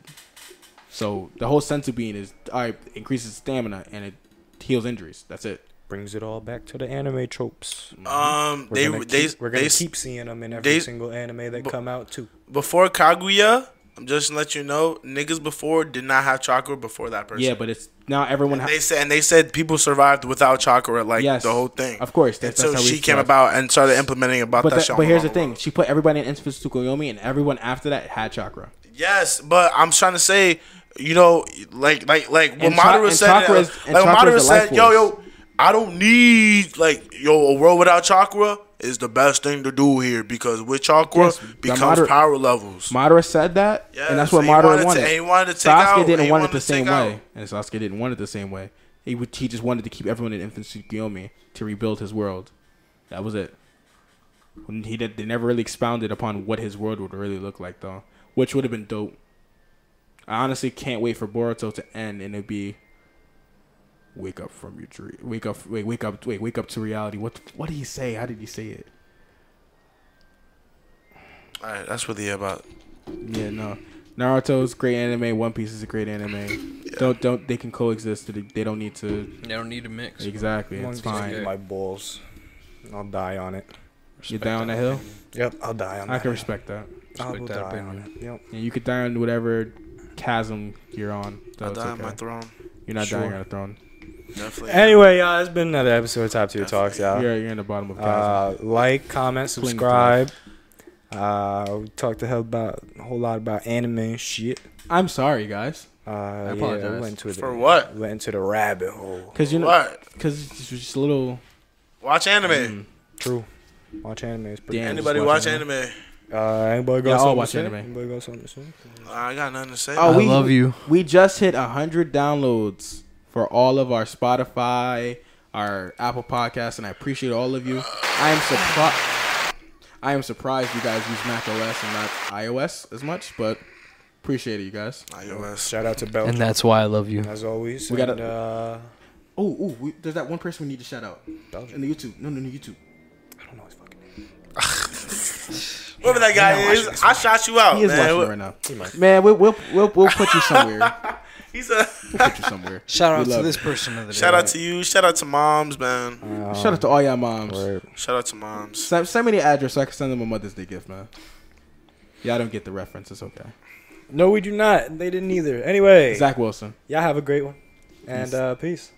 [SPEAKER 1] So the whole sense of being is all right, increases stamina and it heals injuries. That's it.
[SPEAKER 4] Brings it all back to the anime tropes.
[SPEAKER 2] Um,
[SPEAKER 4] We're
[SPEAKER 2] they
[SPEAKER 4] gonna
[SPEAKER 2] they
[SPEAKER 4] keep, we're
[SPEAKER 2] they
[SPEAKER 4] gonna keep seeing them in every
[SPEAKER 2] they-
[SPEAKER 4] single anime that come out too.
[SPEAKER 2] before Kaguya. I'm just to let you know, niggas before did not have chakra before that person.
[SPEAKER 1] Yeah, but it's now everyone has.
[SPEAKER 2] They said and they said people survived without chakra, like
[SPEAKER 1] Yes,
[SPEAKER 2] the whole thing.
[SPEAKER 1] of course, that's-
[SPEAKER 2] Until
[SPEAKER 1] that's how we
[SPEAKER 2] she came
[SPEAKER 1] survived.
[SPEAKER 2] about and started implementing about
[SPEAKER 1] But,
[SPEAKER 2] that.
[SPEAKER 1] that-
[SPEAKER 2] shit on
[SPEAKER 1] but here's the
[SPEAKER 2] Mama
[SPEAKER 1] thing: she put everybody in Infamous Tsukuyomi, and everyone after that had chakra.
[SPEAKER 2] Yes, but I'm trying to say, you know, like like like what
[SPEAKER 1] And cha-
[SPEAKER 2] Madara
[SPEAKER 1] and
[SPEAKER 2] said, uh,
[SPEAKER 1] chakra is-
[SPEAKER 2] like
[SPEAKER 1] and
[SPEAKER 2] what
[SPEAKER 1] chakra
[SPEAKER 2] Madara
[SPEAKER 1] is the life
[SPEAKER 2] said, yo
[SPEAKER 1] force.
[SPEAKER 2] yo, I don't need like yo a world without chakra is the best thing to do here because with chakra
[SPEAKER 1] Yes, the
[SPEAKER 2] becomes
[SPEAKER 1] Madara-
[SPEAKER 2] power levels.
[SPEAKER 1] Madara said that,
[SPEAKER 2] Yes,
[SPEAKER 1] and that's what
[SPEAKER 2] and he
[SPEAKER 1] Madara
[SPEAKER 2] wanted to-
[SPEAKER 1] wanted.
[SPEAKER 2] and he wanted to take
[SPEAKER 1] Sasuke
[SPEAKER 2] out- and
[SPEAKER 1] didn't
[SPEAKER 2] he
[SPEAKER 1] want it
[SPEAKER 2] wanted
[SPEAKER 1] the
[SPEAKER 2] to
[SPEAKER 1] same
[SPEAKER 2] take out.
[SPEAKER 1] way, and Sasuke didn't want it the same way. He would, he just wanted to keep everyone in Infant Tsukuyomi to rebuild his world. That was it. When he did, they never really expounded upon what his world would really look like, though, which would have been dope. I honestly can't wait for Boruto to end, and it'd be wake up from your dream, wake up, wait, wake up, wait, wake up to reality. What what did he say? How did he say it?
[SPEAKER 2] All right, that's really about.
[SPEAKER 1] Yeah, no. Naruto's great anime. One Piece is a great anime. Don't don't they can coexist. They they don't need to
[SPEAKER 3] They don't need a mix.
[SPEAKER 1] exactly. It's fine.
[SPEAKER 3] good.
[SPEAKER 4] My balls. I'll die on it.
[SPEAKER 1] You die on the hill.
[SPEAKER 4] Yep, I'll die on
[SPEAKER 1] I
[SPEAKER 4] that.
[SPEAKER 1] can respect that.
[SPEAKER 4] I will
[SPEAKER 3] respect that
[SPEAKER 4] die on
[SPEAKER 3] opinion.
[SPEAKER 4] it. Yep.
[SPEAKER 1] And you could die on whatever chasm you're on. Though
[SPEAKER 2] I
[SPEAKER 1] it's
[SPEAKER 2] die on
[SPEAKER 1] okay.
[SPEAKER 2] my throne.
[SPEAKER 1] You're not dying
[SPEAKER 4] Sure.
[SPEAKER 1] on a throne.
[SPEAKER 2] Definitely.
[SPEAKER 4] Anyway, y'all, it's been another episode of Top Tier Talks, y'all.
[SPEAKER 1] You're you're in the bottom of chasm.
[SPEAKER 4] Uh, like, comment,
[SPEAKER 1] Cling to
[SPEAKER 4] subscribe. Uh, we talked a hell about a whole lot about anime and shit.
[SPEAKER 1] I'm sorry, guys,
[SPEAKER 4] Uh, I
[SPEAKER 3] apologize.
[SPEAKER 4] went into the,
[SPEAKER 2] For what?
[SPEAKER 4] Went into the rabbit hole.
[SPEAKER 1] because you know
[SPEAKER 2] What?
[SPEAKER 1] because it's just a little.
[SPEAKER 2] Watch anime.
[SPEAKER 4] True. Watch anime is pretty.
[SPEAKER 1] Damn.
[SPEAKER 4] Damn.
[SPEAKER 2] Anybody
[SPEAKER 1] Just watch
[SPEAKER 2] watch
[SPEAKER 1] anime.
[SPEAKER 2] anime?
[SPEAKER 4] Uh, anybody got
[SPEAKER 1] Yeah, I'll
[SPEAKER 4] something
[SPEAKER 1] watch
[SPEAKER 4] to say?
[SPEAKER 1] anime.
[SPEAKER 4] Anybody got something to say?
[SPEAKER 2] I got nothing to say.
[SPEAKER 1] Oh,
[SPEAKER 3] I
[SPEAKER 1] we
[SPEAKER 3] love you.
[SPEAKER 1] We just hit hundred downloads for all of our Spotify, our Apple Podcasts, and I appreciate all of you. I am surprised. I am surprised you guys use Mac OS and not iOS as much, but appreciate it, you guys.
[SPEAKER 2] iOS.
[SPEAKER 4] Shout out to Belgium,
[SPEAKER 3] And that's why I love you.
[SPEAKER 4] as always.
[SPEAKER 1] We gotta-
[SPEAKER 4] and, uh,
[SPEAKER 1] Oh, ooh, we, there's that one person we need to shout out in
[SPEAKER 4] Belgium.
[SPEAKER 1] the YouTube. No, no, no, YouTube.
[SPEAKER 4] I don't know his fucking name.
[SPEAKER 2] Whoever that guy is, I shot you out,
[SPEAKER 1] He is
[SPEAKER 2] Oh, man.
[SPEAKER 1] watching
[SPEAKER 2] What-
[SPEAKER 1] right now. Man, we'll we'll, we'll we'll put you somewhere.
[SPEAKER 2] He's a
[SPEAKER 1] We'll put you somewhere.
[SPEAKER 3] Shout
[SPEAKER 1] We
[SPEAKER 3] out to
[SPEAKER 1] love
[SPEAKER 3] this
[SPEAKER 1] you.
[SPEAKER 3] person of the day.
[SPEAKER 2] shout out to you. Shout out to moms, man.
[SPEAKER 1] Shout out to all y'all moms.
[SPEAKER 4] Word.
[SPEAKER 2] Shout out to moms.
[SPEAKER 1] Send, send me the address so I can send them a Mother's Day gift, man. Y'all don't get the reference. It's okay.
[SPEAKER 4] No, we do not. They didn't either. Anyway,
[SPEAKER 1] Zach Wilson.
[SPEAKER 4] y'all have a great one, and uh, peace.